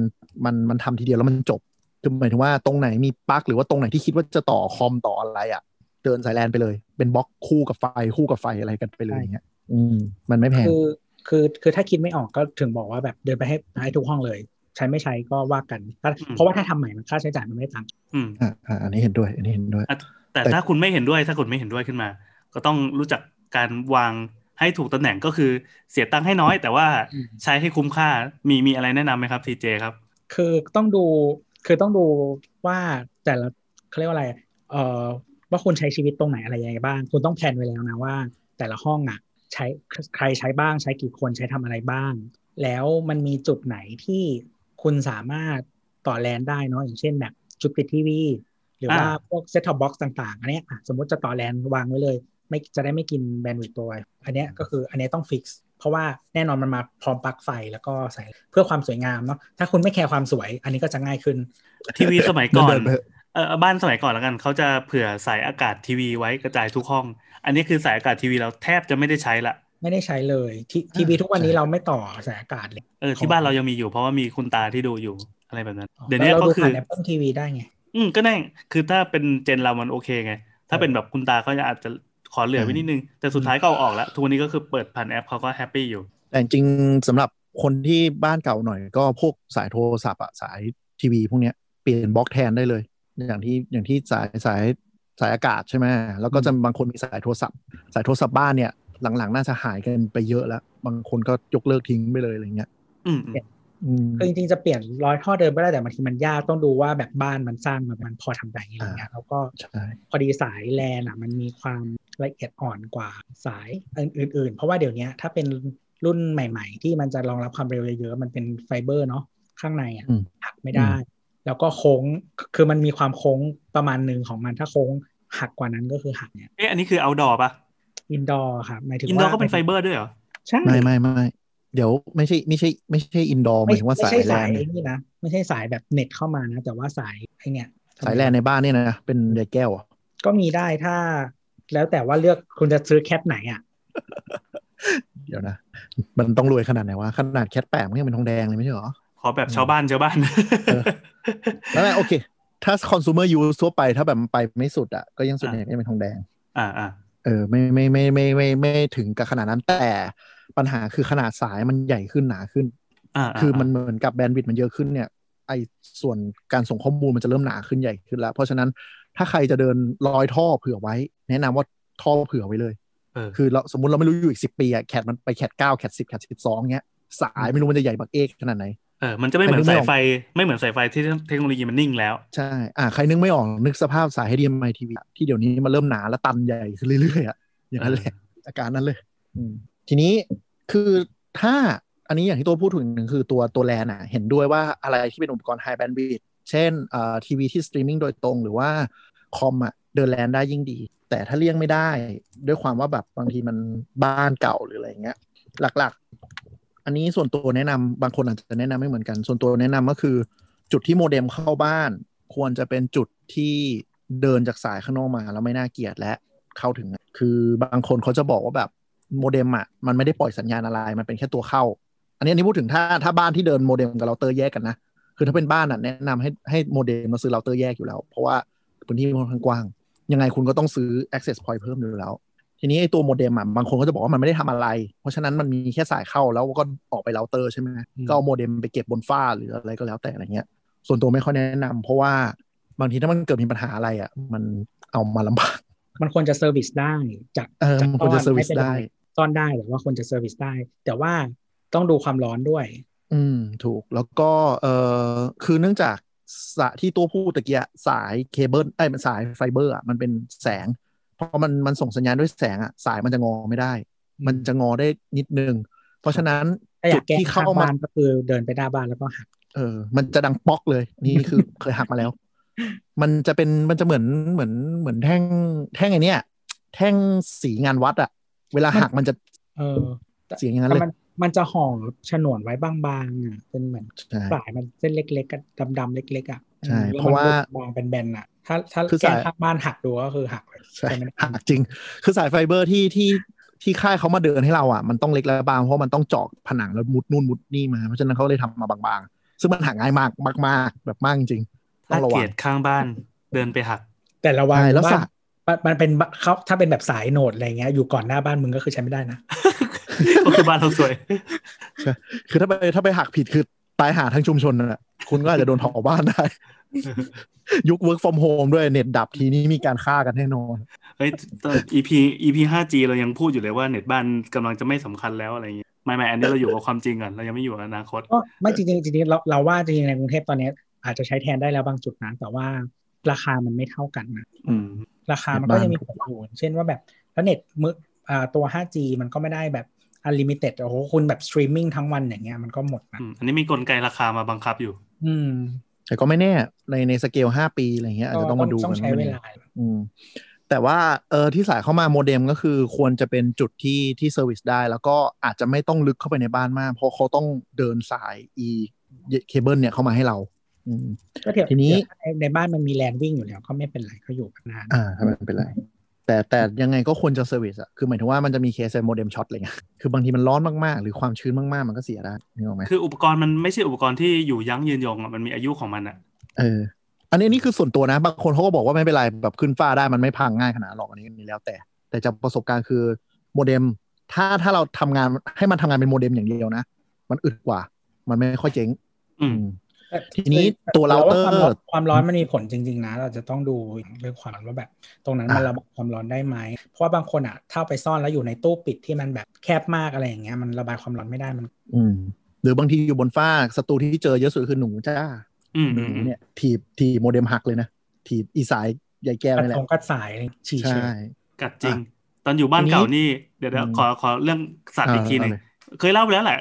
Speaker 4: มันมันทำทีเดียวแล้วมันจบคือหมายถึงว่าตรงไหนมีปลั๊กหรือว่าตรงไหนที่คิดว่าจะต่อคอมต่ออะไรอ่ะ เดินสายแลนไปเลย เป็นบล็อกคู่กับไฟคู่กับไฟอะไรกันไปเลยอย่างเงี้ย อืม มันไม่แพง
Speaker 2: คือคือคือถ้าคิดไม่ออกก็ถึงบอกว่าแบบเดินไปให้ให้ทุกห้องเลย ใช้ไม่ใช้ก็ว่ากันถ้าเพราะว่าถ้าทำใหม่มันค่าใช้จ่ายมันไม่ต่างกัน
Speaker 3: อืม
Speaker 4: อ่าอ่าอันนี้เห็นด้วยอันนี้เห็นด้วย
Speaker 3: แต่
Speaker 4: แต่
Speaker 3: ถ้าคุณไม่เห็นด้วยถ้าคุณไม่เห็นด้วยขึ้นมา ก็ต้องรู้จักการวางให้ถูกตำแหน่งก็คือเสียตังค์ให้น้อย แต่ว่าใช้ให้คุ้มค่ามีมีอะไรแนะนำไหมครับทีเจครับ
Speaker 2: คือต้องดูคือต้องดูว่าแต่ละเขาเรียกว่าอะไรเอ่อว่าคุณใช้ชีวิตตรงไหนอะไรยังไงบ้าง คุณต้องแพลนไว้แล้วนะว่า แต่ละห้องอ่ะใช้ใครใช้บ้างใช้กี่คนใช้ทำอะไรบ้าง แล้วมันมีจุดไหนที่คุณสามารถต่อแลนได้เนาะอย่างเช่นแบบจุดติดทีวี หรือว่า
Speaker 3: อ่า
Speaker 2: พวกเซตท็อปบ็อกซ์ต่างๆ อันเนี้ยอ่ะสมมติจะต่อแลนวางไว้เลย ไม่จะได้ไม่กินแบนด์วิดต์ตัวไว้อันเนี้ยก็คืออันเนี้ยต้องฟิกซ์เพราะว่าแน่นอนมันมาพร้อมปลั๊กไฟแล้วก็ใส่เพื่อความสวยงามเนาะถ้าคุณไม่แคร์ความสวย อันนี้ก็จะง่ายขึ้น
Speaker 3: ทีวีสมัยก่อน
Speaker 4: เดินไปเถอะ
Speaker 3: เออบ้านสมัยก่อนแล้วกันเขาจะเผื่อสายอากาศทีวีไว้กระจายทุกห้อง อันนี้คือสายอากาศทีวีเราแทบจะไม่ได้ใช้ละ
Speaker 2: ไม่ได้ใช้เลยที่ทีวีทุกวันนี้เราไม่ต่อสายอากาศเลย
Speaker 3: เออ
Speaker 2: ของ
Speaker 3: ที่บ้านเรายังมีอยู่เพราะว่ามีคุณตาที่ดูอยู่อะไรแบบนั้น เดี๋ยวนี้
Speaker 2: เรา
Speaker 3: ก็
Speaker 2: ดู
Speaker 3: คื
Speaker 2: ผ่า
Speaker 3: อ
Speaker 2: น Apple TV ได้ไง
Speaker 3: อืมก็แน่คือถ้าเป็นเจนเรามันโอเคไง ถ้าเป็นแบบคุณตาเขาจะอาจจะขอเหลือไว้นิดนึง แต่สุดท้ายก็เอาออกแล้วทุกวันนี้ก็คือเปิดผ่านแอปเขาก็แฮปปี้อยู่
Speaker 4: แต่จริงๆสำหรับคนที่บ้านเก่าหน่อยก็พวกสายโทรศัพท์อะสายทีวีพวกเนี้ยเปลี่ยนบล็อกแทนได้เลย อย่างที่อย่างที่สายสายสายอากาศใช่ไหมแล้วก็จะบางคนมีสายโทรศัพท์ สายโทรศัพท์บ้านเนี่ยหลังๆ น่าจะหายกันไปเยอะแล้ว บางคนก็ยกเลิกทิ้งไปเลยอะไรเงี้ย
Speaker 3: อืมอืม
Speaker 4: อืม
Speaker 2: คือจริงๆจะเปลี่ยนร้อยท่อเดิมก็ได้แต่บางทีมันยากต้องดูว่าแบบบ้านมันสร้างแบบมันพอทำได้ยังไงเงี้ยแล้วก็
Speaker 4: ใช่
Speaker 2: พอดีสายแลนอ่ะมันมีความละเอียดอ่อนกว่าสายอื่นๆ เพราะว่าเดี๋ยวเนี้ยถ้าเป็นรุ่นใหม่ ๆ ที่มันจะรองรับความเร็วเยอะๆมันเป็นไฟเบอร์เนาะข้างในอ่ะ
Speaker 4: อืม
Speaker 2: หักไม่ได้ แล้วก็โค้งคือมันมีความโค้งประมาณหนึ่งของมันถ้าโค้งหักกว่านั้นก็คือหักเนี่ย
Speaker 3: เอ๊ะอันนี้คือเอาดอปะ
Speaker 2: อินดอร์ครับหมายถึง
Speaker 3: อิน
Speaker 2: ว่า
Speaker 3: ดอก็เป็นไฟเบอร์ด้วยเหรอ
Speaker 2: ใช่
Speaker 4: ไม่ไม่ไม่เดี๋ยวไม่ใช่ไม่ใช่ไม่ใช่อินดอร์หมายถึงว่าสาย
Speaker 2: ไม่ใช่
Speaker 4: แล
Speaker 2: สาย
Speaker 4: น
Speaker 2: ไอ้นี่นะไม่ใช่สายแบบเน็ตเข้ามานะแต่ว่าสายไอเนี่ย
Speaker 4: สายแลนในบ้านเนี่ยนะเป็นเดแก้วอะ
Speaker 2: ก็มีได้ถ้า แล้วแต่ว่าเลือกคุณจะซื้อแคปไหนอ่ะ
Speaker 4: เดี๋ยวนะ มันต้องรวยขนาดไหนวะ ขนาดแคทแปะมันยังเป็นทองแดงเลยไม่ใช่เหรอ
Speaker 3: ขอแบบชาวบ้านชาวบ้าน
Speaker 4: เออ แล้วแหละโอเค ถ้าคอน sumer use ทั่วไป ถ้าแบบมันไปไม่สุดอ่ะ ก็ยังส่วนใหญ่ก็ยังเป็นทองแดง
Speaker 3: อ่าอ่า
Speaker 4: เออ ไม่ไม่ไม่ไม่ไม่ไม่ไม่ถึงกับขนาดนั้น แต่ปัญหาคือขนาดสายมันใหญ่ขึ้นหนาขึ้น
Speaker 3: อ่า
Speaker 4: คือมันเหมือนกับแบนด์วิดต์มันเยอะขึ้นเนี่ย ไอส่วนการส่งข้อมูลมันจะเริ่มหนาขึ้นใหญ่ขึ้นแล้ว เพราะฉะนั้นถ้าใครจะเดินร้อยท่อเผื่อไว้ แนะนำว่าท่อเผื่อไว้เลย
Speaker 3: เออ
Speaker 4: คือเราสมมติเราไม่รู้อยู่อีกสิปีอะแคทมันไปแคทเก้าแคทสิบแคทสิบสองเงี้ยสายไม่รู้มันจะใหญ่บักเอกขนาดไหน
Speaker 3: เออ มันจะไม่เหมือน
Speaker 4: แต่
Speaker 3: สา
Speaker 4: นึ
Speaker 3: ย
Speaker 4: ก
Speaker 3: ไฟ
Speaker 4: ไม่ออก
Speaker 3: ไม่เหมือนสายไฟที่เทคโนโลยีมันนิ่งแล้ว
Speaker 4: ใช่ อ่าใครนึกไม่ออก นึกสภาพสาย HDMI ทีวีที่เดี๋ยวนี้มันเริ่มหนาและตันใหญ่ขึ้นเรื่อยๆอ่ะอย่างนั้นแหละอาการนั้นเลยอืมทีนี้คือถ้าอันนี้อย่างที่ตัวพูดถึงหนึ่งคือตัวตัวแลนอ่ะ เห็นด้วยว่าอะไรที่เป็นอุปกรณ์ High Bandwidth เช่นเอ่อทีวีที่สตรีมมิ่งโดยตรงหรือว่าคอมอ่ะเดินแลนได้ยิ่งดี แต่ถ้าเลี่ยงไม่ได้ ด้วยความว่าแบบบางทีมันบ้านเก่าหรืออะไรอย่างเงี้ย หลักๆ อันนี้ส่วนตัวแนะนำบางคนอาจจะแนะนำไม่เหมือนกัน ส่วนตัวแนะนำก็คือ จุดที่โมเด็มเข้าบ้าน ควรจะเป็นจุดที่เดินจากสายข้างนอกมาแล้วไม่น่าเกลียดและเข้าถึงอะคือบางคนเขาจะบอกว่าแบบโมเด็มอ่ะมันไม่ได้ปล่อยสัญญาณอะไร มันเป็นแค่ตัวเข้า อันนี้อันนี้พูดถึงถ้าถ้าบ้านที่เดินโมเด็มกับเราเตอร์แยกกันนะ คือถ้าเป็นบ้านอ่ะแนะนำให้ให้โมเด็มมาซื้อเราเตอร์แยกอยู่แล้ว เพราะว่าพื้นที่มันค่อนข้างกว้าง ยังไงคุณก็ต้องซื้อ access point เพิ่มอยู่แล้ว ทีนี้ไอ้ตัวโมเด็มอ่ะบางคนก็จะบอกว่ามันไม่ได้ทำอะไร เพราะฉะนั้นมันมีแค่สายเข้าแล้วก็ออกไปเราเตอร์ใช่ไหม
Speaker 2: อืม
Speaker 4: ก็เอาโมเด็มไปเก็บบนฝ้าหรืออะไรก็แล้วแต่อะไรเงี้ย ส่วนตัวไม่ค่อยแนะนำเพราะว่าบางทีถ้ามันเกิดมีปัญหาอะไรอ่ะ มันเอามาลำบาก
Speaker 2: มันควรจะเซอร์วิสได้จาก
Speaker 4: เออ
Speaker 2: จา
Speaker 4: มันควรจะ
Speaker 2: ซ่อ
Speaker 4: service
Speaker 2: ม่ป็น
Speaker 4: ได้
Speaker 2: ซ่อนได้แต่ว่าควรจะเซอร์วิสได้ แต่ว่าต้องดูความร้อนด้วย
Speaker 4: อืม ถูกแล้วก็เออคือเนื่องจากสะที่ตัวพูดตะเกียสายเคเบิลไอ้ยมันสายไฟเบอร์อ่ะมันเป็นแสงพอมันมันส่งสัญญาณด้วยแสงอ่ะสายมันจะงอไม่ได้ มันจะงอได้นิดนึง เพราะฉะนั้น
Speaker 2: ถ้าอ
Speaker 4: จุ
Speaker 2: ยา
Speaker 4: ด
Speaker 2: กแก้
Speaker 4: ที่
Speaker 2: ข้าง
Speaker 4: เข้ามา
Speaker 2: บ้านก็คือเดินไปหน้าบ้านแล้วก็หัก
Speaker 4: เออ มันจะดังป๊อกเลย นี่คือ เคยหัก มาแล้ว มันจะเป็น มันจะเหมือน เหมือน เหมือนแท่ง แท่งไอเนี้ย แท่งสีงานวัดอะ เวลาหักมันจะ
Speaker 2: เออ
Speaker 4: เสียงอย่างนั้น
Speaker 2: แต่
Speaker 4: เลย
Speaker 2: มันมันจะห่อฉนวนไว้บางๆอ่ะเป็นเหมือน
Speaker 4: ใช่
Speaker 2: สายมันเส้นเล็กๆอะดำๆเล็กๆอ่ะ
Speaker 4: ใช่
Speaker 2: อืม
Speaker 4: เพราะว่า
Speaker 2: แล้มันบางเป็นแบนๆอ่ะ ถ้าถ้า
Speaker 4: คือ
Speaker 2: แก้
Speaker 4: สาย
Speaker 2: ข้างบ้านหักดูก็คือหักเลย
Speaker 4: ใช่
Speaker 2: ไหม
Speaker 4: หักจริง คือสายไฟเบอร์ที่ที่ที่ค่ายเขามาเดินให้เราอะมันต้องเล็กและบาง เพราะมันต้องเจาะผนังแล้วมุดนู่นมุดนี่มา เพราะฉะนั้นเขาเลยทำมาบางๆ ซึ่งมันหักง่ายมากมากๆแบบมากจริงๆต้
Speaker 3: ถ้า
Speaker 4: องระ
Speaker 3: เก
Speaker 4: วั
Speaker 3: ลีย
Speaker 4: ง
Speaker 3: ดข้างบ้านเดินไปหัก
Speaker 2: แต่ระวัง
Speaker 4: ใช่แล้วสาย
Speaker 2: ว่ามันเป็นบะเขาถ้าเป็นแบบสายโหนดอะไรเงี้ยอยู่ก่อนหน้าบ้านมึงก็คือใช้ไม่ได้นะ
Speaker 3: ก็คือบ้านเราสวย
Speaker 4: คือถ้าไปถ้าไปหักผิดคือตายหาทั้งชุมชนน่ะ คุณก็อาจจะโดนเผาบ้านได้ ยุค work from home ด้วยเน็ตดับทีนี้มีการฆ่ากันแน่นอน
Speaker 3: เฮ้ยตอน EP EP 5G เรายังพูดอยู่เลยว่าเน็ตบ้านกำลังจะไม่สำคัญแล้วอะไรเงี้ยไม่ไม่อันนี้เราอยู่กับความจริงก่อนเรายังไม่อยู่กับอนาคต
Speaker 2: ก็ไม่จริงๆจริงๆเราเราว่าจริงๆในกรุงเทพตอนนี้อาจจะใช้แทนได้แล้วบางจุดนะแต่ว่าราคามันไม่เท่ากันนะ
Speaker 3: อืม
Speaker 2: ราคามันก็
Speaker 4: เน็ตบ้าน
Speaker 2: ยังมีผลอยู่เช่นว่าแบบแล้วเน็ตมืออ่าตัว 5G มันก็ไม่ได้แบบอันลิมิเต็ดโอ้โหคุณแบบสตรีมมิ่งทั้งวันอย่างเงี้ยมันก็หมดนะ
Speaker 3: อืมอันนี้มีกลไกราคามาบังคับอยู่
Speaker 2: อืม
Speaker 4: แต่ก็ไม่แน่ ในในสเกล 5 ปีอะไรเงี้ยอาจจะต้องมาดู
Speaker 2: ต้อง
Speaker 4: กัน
Speaker 2: ใช้เวลา
Speaker 4: อืมแต่ว่าเออที่สายเข้ามาโมเด็มก็คือควรจะเป็นจุดที่ที่เซอร์วิสได้ แล้วก็อาจจะไม่ต้องลึกเข้าไปในบ้านมาก เพราะเขาต้องเดินสายอีเคเบิลเนี่ยเข้ามาให้เรา อืม
Speaker 2: ก็เทียบ
Speaker 4: ทีนี้
Speaker 2: ในบ้านมันมีแลนวิ่งอยู่แล้วก็ไม่เป็นไรก็อยู่กันนาน
Speaker 4: อ่าทำไมไม่เป็นไร แต่แต่ยังไงก็ควรจะเซอร์วิสอะคือหมายถึงว่ามันจะมีเคสโมเด็มช็อตอะไรเงี้ยคือบางทีมันร้อนมากๆ หรือความชื้นมากๆ มันก็เสียได้นึกออกไหม
Speaker 3: คืออุปกรณ์มันไม่ใช่อุปกรณ์ที่อยู่ยั้งยืนยงอะมันมีอายุของมันอะ
Speaker 4: เอออันนี้อันนี่คือส่วนตัวนะ บางคนเขาก็บอกว่าไม่เป็นไรแบบขึ้นฟ้าได้มันไม่พังง่ายขนาดหรอกอันนี้อันนี้แล้วแต่ แต่จากประสบการณ์คือโมเด็มถ้าถ้าเราทำงานให้มันทำงานเป็นโมเด็มอย่างเดียวนะ มันอึดกว่า มันไม่ค่อยเจ๋ง
Speaker 3: อืม
Speaker 4: ทีนี้ตัวเราเตอร์
Speaker 2: ความร้อนความร้อนมันมีผลจริง ๆ นะ เราจะต้องดูเรื่องความร้อนว่าแบบ ตรงนั้นมันระบายความร้อนได้ไหมเพราะว่าบางคนอ่ะถ้าเอาไปซ่อนแล้วอยู่ในตู้ปิดที่มันแบบแคบมากอะไรอย่างเงี้ยมันระบายความร้อนไม่ได้มัน
Speaker 4: อืมหรือบางทีอยู่บนฟ้าศัตรูที่เจอเยอะสุดคือหนูจ้า
Speaker 3: อืม
Speaker 4: ห
Speaker 3: อืม
Speaker 4: นู
Speaker 3: อืม
Speaker 4: เนี่ยถีบถีบโมเด็มหักเลยนะถีบอีสายใยายแก้ว
Speaker 2: กระ
Speaker 4: นี่แหละ
Speaker 2: ทงกระสายฉี่เชื้อ
Speaker 4: ใช่
Speaker 3: กัดจริง ตอนอยู่บ้านเก่านี่เดี๋ยว
Speaker 4: อื
Speaker 3: เดี๋ยว
Speaker 4: ม
Speaker 3: ขอขอเรื่องสัตว์
Speaker 4: อ่า
Speaker 3: อีกทีหนึ่ง
Speaker 4: เอาเลย
Speaker 3: เคยเล่าไปแล้วแหละ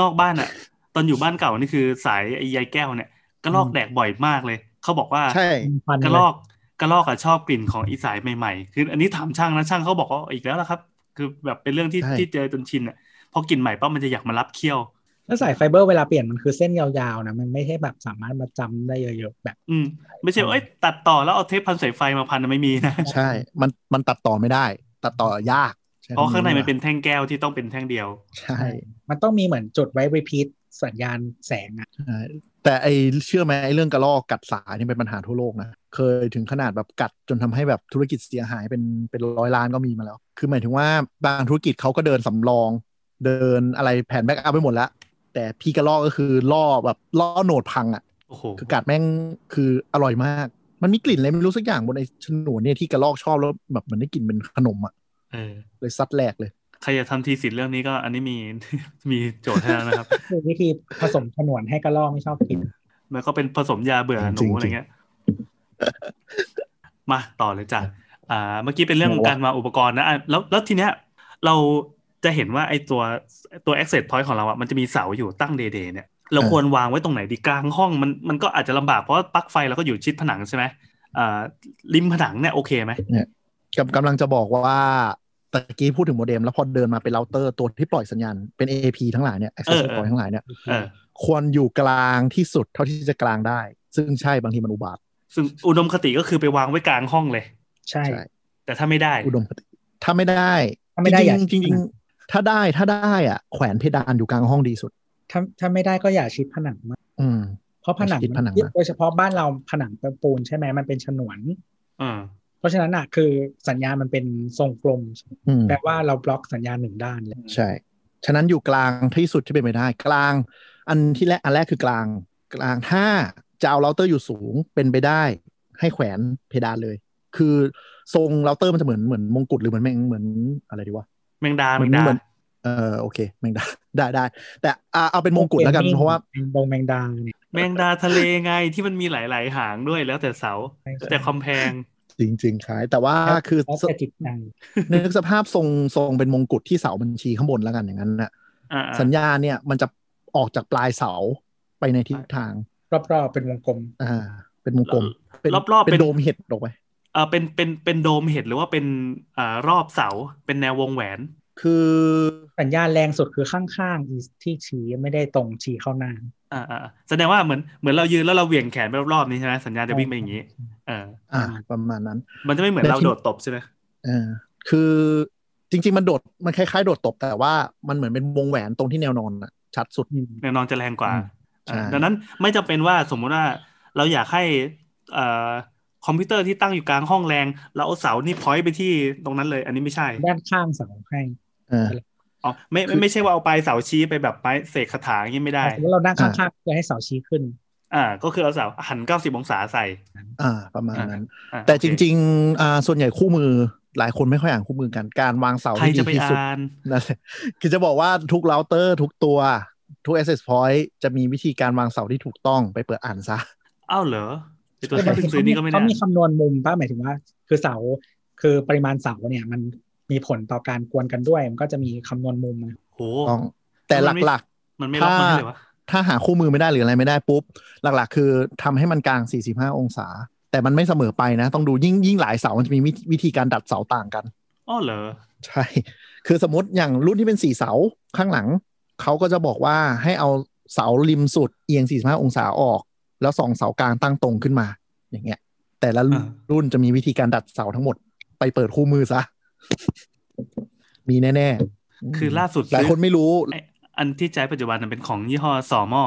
Speaker 3: นอกบ้านอะตอนอยู่บ้านเก่านี่คือสายไอ้ยายแก้วเนี่ยกระลอกแดกบ่อยมากเลยเขาบอกว่า
Speaker 4: ใช่
Speaker 2: ฟัน
Speaker 3: กระ
Speaker 2: เย
Speaker 3: ลอกกระลอกอะชอบกลิ่นของอีสายใหม่ๆ คืออันนี้ถามช่างนะช่างเขาบอกว่าอีกแล้วละครับ คือแบบเป็นเรื่องที่
Speaker 4: ใช่
Speaker 3: ที่เจอจนชินอะพอกลิ่นใหม่ปั๊บมันจะอยากมารับเคี้ยว
Speaker 2: แล้วสายไฟเบอร์เวลาเปลี่ยนมันคือเส้นยาวๆนะมันไม่ใช่แบบสามารถมาจำได้เยอะๆแบบ
Speaker 3: อืม ไม่ใช่ว่าเอ้ยตัดต่อแล้วเอาเทปพันสายไฟมาพันไม่มีนะ
Speaker 4: ใช่ มันมันตัดต่อไม่ได้ ตัดต่อยากช่
Speaker 3: เพราะข้างในมันเป็นแท่งแก้วที่ต้องเป็นแท่งเดียว
Speaker 4: ใช่
Speaker 2: มันต้องมีเหมือนจดไว้ repeat สัญญาณแสงอะ
Speaker 4: ใช่แต่ไอเชื่อไหมไอเรื่องกระลอกกัดสายนี่เป็นปัญหาทั่วโลกนะเคยถึงขนาดแบบกัดจนทำให้แบบธุรกิจเสียหายเป็นเป็นร้อยล้านก็มีมาแล้ว คือหมายถึงว่าบางธุรกิจเขาก็เดินสำรอง เดินอะไรแผนแบ็กอัพไปหมดแล้ว แต่พี่กระลอกก็คือล่อแบบล่อโหนดพังอ่ะ
Speaker 3: โอ้โห
Speaker 4: คือกัดแม่งคืออร่อยมาก มันมีกลิ่นอะไรไม่รู้สักอย่างบนไอ้ฉนวนเนี่ยที่กระลอกชอบแล้วแบบเหมือนได้กลิ่นเป็นขนมอ่ะ
Speaker 3: เออ
Speaker 4: เลยซัดแหลกเลย
Speaker 3: ใครอยากทำทีสิทธิ์เรื่องนี้ก็อันนี้มี มีโจทย์ให้แล้วนะครับ
Speaker 2: คือวิธีผสมฉนวนให้กระรอกไม่ชอบกิน
Speaker 3: มันก็เป็นผสมยาเบื่อห
Speaker 4: จ
Speaker 3: นู
Speaker 4: ริงๆ
Speaker 3: อะไรเงี้ย มาต่อเลยจ้ะ อ่า เมื่อกี้เป็นเรื่อง
Speaker 4: ไหนวะ
Speaker 3: การมางอุปกรณ์นะอ่ะแล้วแล้วทีเนี้ย เราจะเห็นว่าไอ้ตัวตัว access point ของเราอ่ะมันจะมีเสาอยู่ตั้งเดเดเนี่ย เราควรวางไว้ตรงไหนดีกลางห้องมันมันก็อาจจะลำบากเพราะว่าปลั๊กไฟเราก็อยู่ชิดผนังใช่ไหมอ่าริมผนังเนี่ยโอเคไหม
Speaker 4: กำกำลังจะบอกว่าตะกี้พูดถึงโมเด็มแล้วพอเดินมาเป็นเราเตอร์ตัวที่ปล่อยสัญญาณเป็น AP ทั้งหลายเนี่ย access point ทั้งหลายเนี่ย
Speaker 3: เออ
Speaker 4: ควรอยู่กลางที่สุดเท่าที่จะกลางได้ ซึ่งใช่บางทีมันอุบาท
Speaker 3: ซึ่งอุดมคติก็คือไปวางไว้กลางห้องเลย
Speaker 2: ใช่
Speaker 4: ใช่
Speaker 3: แต่ถ้าไม่ได้
Speaker 4: อุดมคติถ้าไม่ได้
Speaker 2: ถ้าไม่ได้อย่า
Speaker 4: จริงๆจริงๆถ้าได้ถ้าได้อ่ะแขวนเพดานอยู่กลางห้องดีสุด
Speaker 2: ถ้าถ้าไม่ได้ก็อย่าชิดผนังมาก
Speaker 4: อืม
Speaker 2: เพราะผนัง
Speaker 4: อย่าชิดผนังนะ
Speaker 2: โดยเฉพาะบ้านเราผนังเป็นปูนใช่ไหมมันเป็นฉนวน
Speaker 3: อ่า
Speaker 2: เพราะฉะนั้นอะคือสัญญาณมันเป็นทรงกลม
Speaker 4: อืม
Speaker 2: แปลว่าเราบล็อกสัญญาณหนึ่งด้านเลย
Speaker 4: ใช่ ฉะนั้นอยู่กลางที่สุดที่เป็นไปได้ กลาง อันที่แรกอันแรกคือกลาง กลางถ้าจะเอาเราเตอร์อยู่สูงเป็นไปได้ ให้แขวนเพดานเลย คือทรงเราเตอร์มันจะเหมือนเหมือนมงกุฎหรือเหมือนแมงเหมือนอะไรดีวะ
Speaker 3: แมงดา
Speaker 4: เหมื
Speaker 3: แม
Speaker 4: อ
Speaker 3: ง
Speaker 4: น
Speaker 3: ดา
Speaker 4: เหมือน เออโอเคแมงดา ได้ ได้แต่อ่าเอาเป็นมงกุฎแล้วกันเพราะว่า
Speaker 2: แมงดงแมงดาเนี่ย
Speaker 3: แมงดาทะเลไงที่มันมีหลาย ๆ หางด้วยแล้วแต่เสา แต่คอมแพง
Speaker 4: จริงๆคล้าย แต่ว่าคือ
Speaker 2: แล้วแต่จิตใจ
Speaker 4: นึกสภาพทรงทรงเป็นมงกุฎที่เสาบัญชีข้างบนแล้วกันอย่างนั้นนะ
Speaker 3: อ่าๆ
Speaker 4: สัญญาณเนี่ยมันจะออกจากปลายเสาไปในทิศทาง
Speaker 2: รอบๆเป็นวงกลม
Speaker 4: อ่า เป็นวงกลม เป็น
Speaker 3: รอบๆ
Speaker 4: เป็นโดมเห็ดออกไป
Speaker 3: เออเป็นเป็นเป็นโดมเห็ดหรือว่าเป็นอ่ารอบเสาเป็นแนววงแหวน
Speaker 4: คือ
Speaker 2: สัญญาณแรงสุดคือข้างๆอีที่ชี้ไม่ได้ตรงชี้เข้าหน้า
Speaker 3: อ่าอ่าแสดงว่าเหมือนเหมือนเรายืนแล้วเราเหวี่ยงแขนไปรอบๆนี้ใช่ไหมสัญญาณจะวิ่งไปอย่างนี้เออ
Speaker 4: อ่าประมาณนั้น
Speaker 3: มันจะไม่เหมือนเราโดดตบใช่ไหม
Speaker 4: เออคือจริง ๆ มันโดด มันคล้าย ๆ โดดตบ แต่ว่ามันเหมือนเป็นวงแหวนตรงที่แนวนอนน่ะชัดสุด
Speaker 3: แนวนอนจะแรงกว่า
Speaker 4: อืมใช่
Speaker 3: อ่าดังนั้นไม่จำเป็นว่าสมมุติว่าเราอยากให้เอ่อคอมพิวเตอร์ที่ตั้งอยู่กลางห้องแรงเราเอาเสานี่พอยไปที่ตรงนั้นเลย อันนี้ไม่ใช่
Speaker 2: ด้านข้างเสาให้
Speaker 4: เออ
Speaker 3: อ๋อไม่ไม่ไม่ใช่ว่าเอาปลายเสาชี้ไปแบบไม้เสกคาถาอย่างนี้ไม่ได้
Speaker 2: สมมติเรานั่ง
Speaker 4: อ่า
Speaker 2: ข้างๆเพื่อให้เสาชี้ขึ้น
Speaker 3: อ่าก็คือเอาเสาหัน 90 องศาใส่
Speaker 4: อ่า ประมาณนั้น
Speaker 3: อ่ะ
Speaker 4: แต่
Speaker 3: โอเค
Speaker 4: จริงๆอ่าส่วนใหญ่คู่มือหลายคนไม่ค่อยอ่านคู่มือกัน การวางเสา
Speaker 3: ใคร
Speaker 4: ที่
Speaker 3: จะ
Speaker 4: ดี
Speaker 3: ไป
Speaker 4: ที่สุด
Speaker 3: อ่าน
Speaker 4: นั่นแหละคือจะบอกว่าทุกเราเตอร์ ทุกตัว ทุก access point จะมีวิธีการวางเสาที่ถูกต้องไปเปิดอ่านซะ
Speaker 3: อ้าวเหรอไอ้ตัว
Speaker 2: แต่
Speaker 3: ที่เพิ่งซื้อนี่ก็ไม่ได้
Speaker 2: เขามีคำนวณมุมป้าหมายถึงว่า คือเสาคือปริมาณเสาเนี่ยมันมีผลต่อการกวนกันด้วย มันก็จะมีคำนวณมุมนะ
Speaker 3: โห
Speaker 4: ต้อง แต่
Speaker 3: มันไม่
Speaker 4: หลักๆ
Speaker 3: มันไม่ล็อกมาให้เลยวะ
Speaker 4: ถ้าหาคู่มือไม่ได้หรืออะไรไม่ได้ปุ๊บ หลักๆ คือทำให้มันกลาง 45 องศา แต่มันไม่เสมอไปนะ ต้องดูยิ่งยิ่งหลายเสา มันจะมีวิธีวิธีการดัดเสาต่างกัน
Speaker 3: อ้าวเหรอ
Speaker 4: ใช่ คือสมมติอย่างรุ่นที่เป็นสี่เสาข้างหลัง เขาก็จะบอกว่าให้เอาเสาริมสุดเอียง 45 องศาออก แล้วสองเสากลางตั้งตรงขึ้นมา อย่างเงี้ย แต่ละ
Speaker 3: อ่า
Speaker 4: รุ่นจะมีวิธีการดัดเสาทั้งหมด ไปเปิดคู่มือซะ มีแน่ๆ
Speaker 3: คือล่าสุด
Speaker 4: หลายคนไม่รู้
Speaker 3: ไอ้อันที่ใช้ปัจจุบันน่ะเป็นของยี่ห้อสอมอ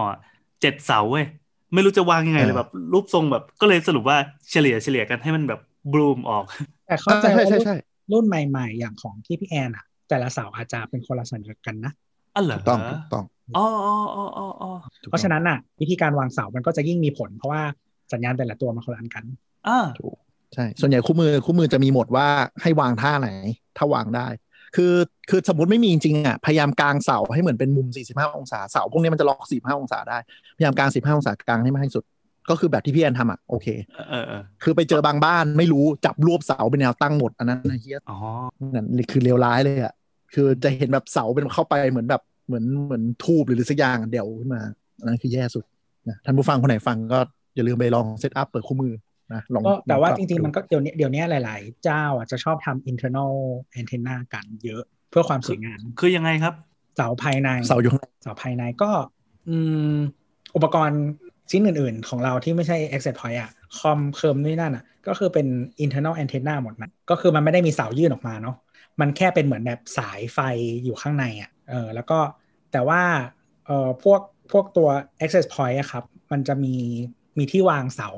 Speaker 3: เจ็ดเสาเว้ย ไม่รู้จะวางยังไงเลย
Speaker 4: เออ
Speaker 3: แบบ รูปทรงแบบ ก็เลยสรุปว่าเฉลี่ยเฉลี่ยกันให้มันแบบบลูมออก
Speaker 2: แต่เข้าใจ
Speaker 4: ใช่
Speaker 2: ว่ารุ่น
Speaker 4: ใช่ใช่
Speaker 2: รุ่นใหม่ ๆ อย่างของที่พี่แอนอะแต่ละเสาอาจจะเป็นคนละสัญลักษณ์กันนะ
Speaker 3: อ๋อเหรอ
Speaker 4: ถูกต้องถูกต้อง
Speaker 3: อ๋ออ๋ออ๋ออ๋ออ๋อ
Speaker 2: เพราะฉะนั้นอ่ะวิธีการวางเสามันก็จะยิ่งมีผล เพราะว่าสัญญาณแต่ละตัวมันคนละอันกัน
Speaker 3: อ่า
Speaker 4: ใช่ ส่วนใหญ่คู่มือคู่มือจะมีหมดว่าให้วางท่าไหน ถ้าวางได้ คือคือสมมติไม่มีจริงๆอ่ะพยายามกางเสาให้เหมือนเป็นมุม 45 องศาเสาพวกนี้มันจะล็อก 45 องศาได้ พยายามกาง 15 องศากางให้มากที่สุด ก็คือแบบที่พี่แอนทำอ่ะโอเค
Speaker 3: เออเออ
Speaker 4: คือไปเจอบางบ้านไม่รู้จับรวบเสาเป็นแนวตั้งหมดอันนั้นน่ะเฮีย
Speaker 3: อ๋อ
Speaker 4: นั่นคือเลวร้ายเลยอ่ะคือจะเห็นแบบเสาเป็นเข้าไปเหมือนแบบเหมือนเหมือนทูบหรืออะไรสักอย่างเดี่ยวขึ้นมาอันนั้นคือแย่สุดนะท่านผู้ฟังคนไหนฟังก็อย่าลืมไปลองเซตอัพเปิดคู่มือนะลอง
Speaker 2: ก็แต่ว่า
Speaker 4: ลอปรับ
Speaker 2: จริง
Speaker 4: ดู
Speaker 2: ๆ มันก็เดี๋ยวนี้เดี๋ยวนี้หลาย ๆ เจ้าอ่ะจะชอบทำ internal antenna กันเยอะเพื่อความสวยงาม
Speaker 3: คือยังไงครับ
Speaker 2: เสาภายใน
Speaker 4: เสาอยู่ข้างใน
Speaker 2: เสาภายในก็ อืม อุปกรณ์ชิ้นอื่น ๆ ของเราที่ไม่ใช่ access point อ่ะคอมเคิร์มนี่นั่นอ่ะ ก็คือเป็น internal antenna หมดนะก็คือมันไม่ได้มีเสายื่นออกมาเนาะมันแค่เป็นเหมือนแบบสายไฟอยู่ข้างในอ่ะเออแล้วก็แต่ว่า เอ่อพวกพวกตัว access point อะครับ มันจะมีมีที่วางเสา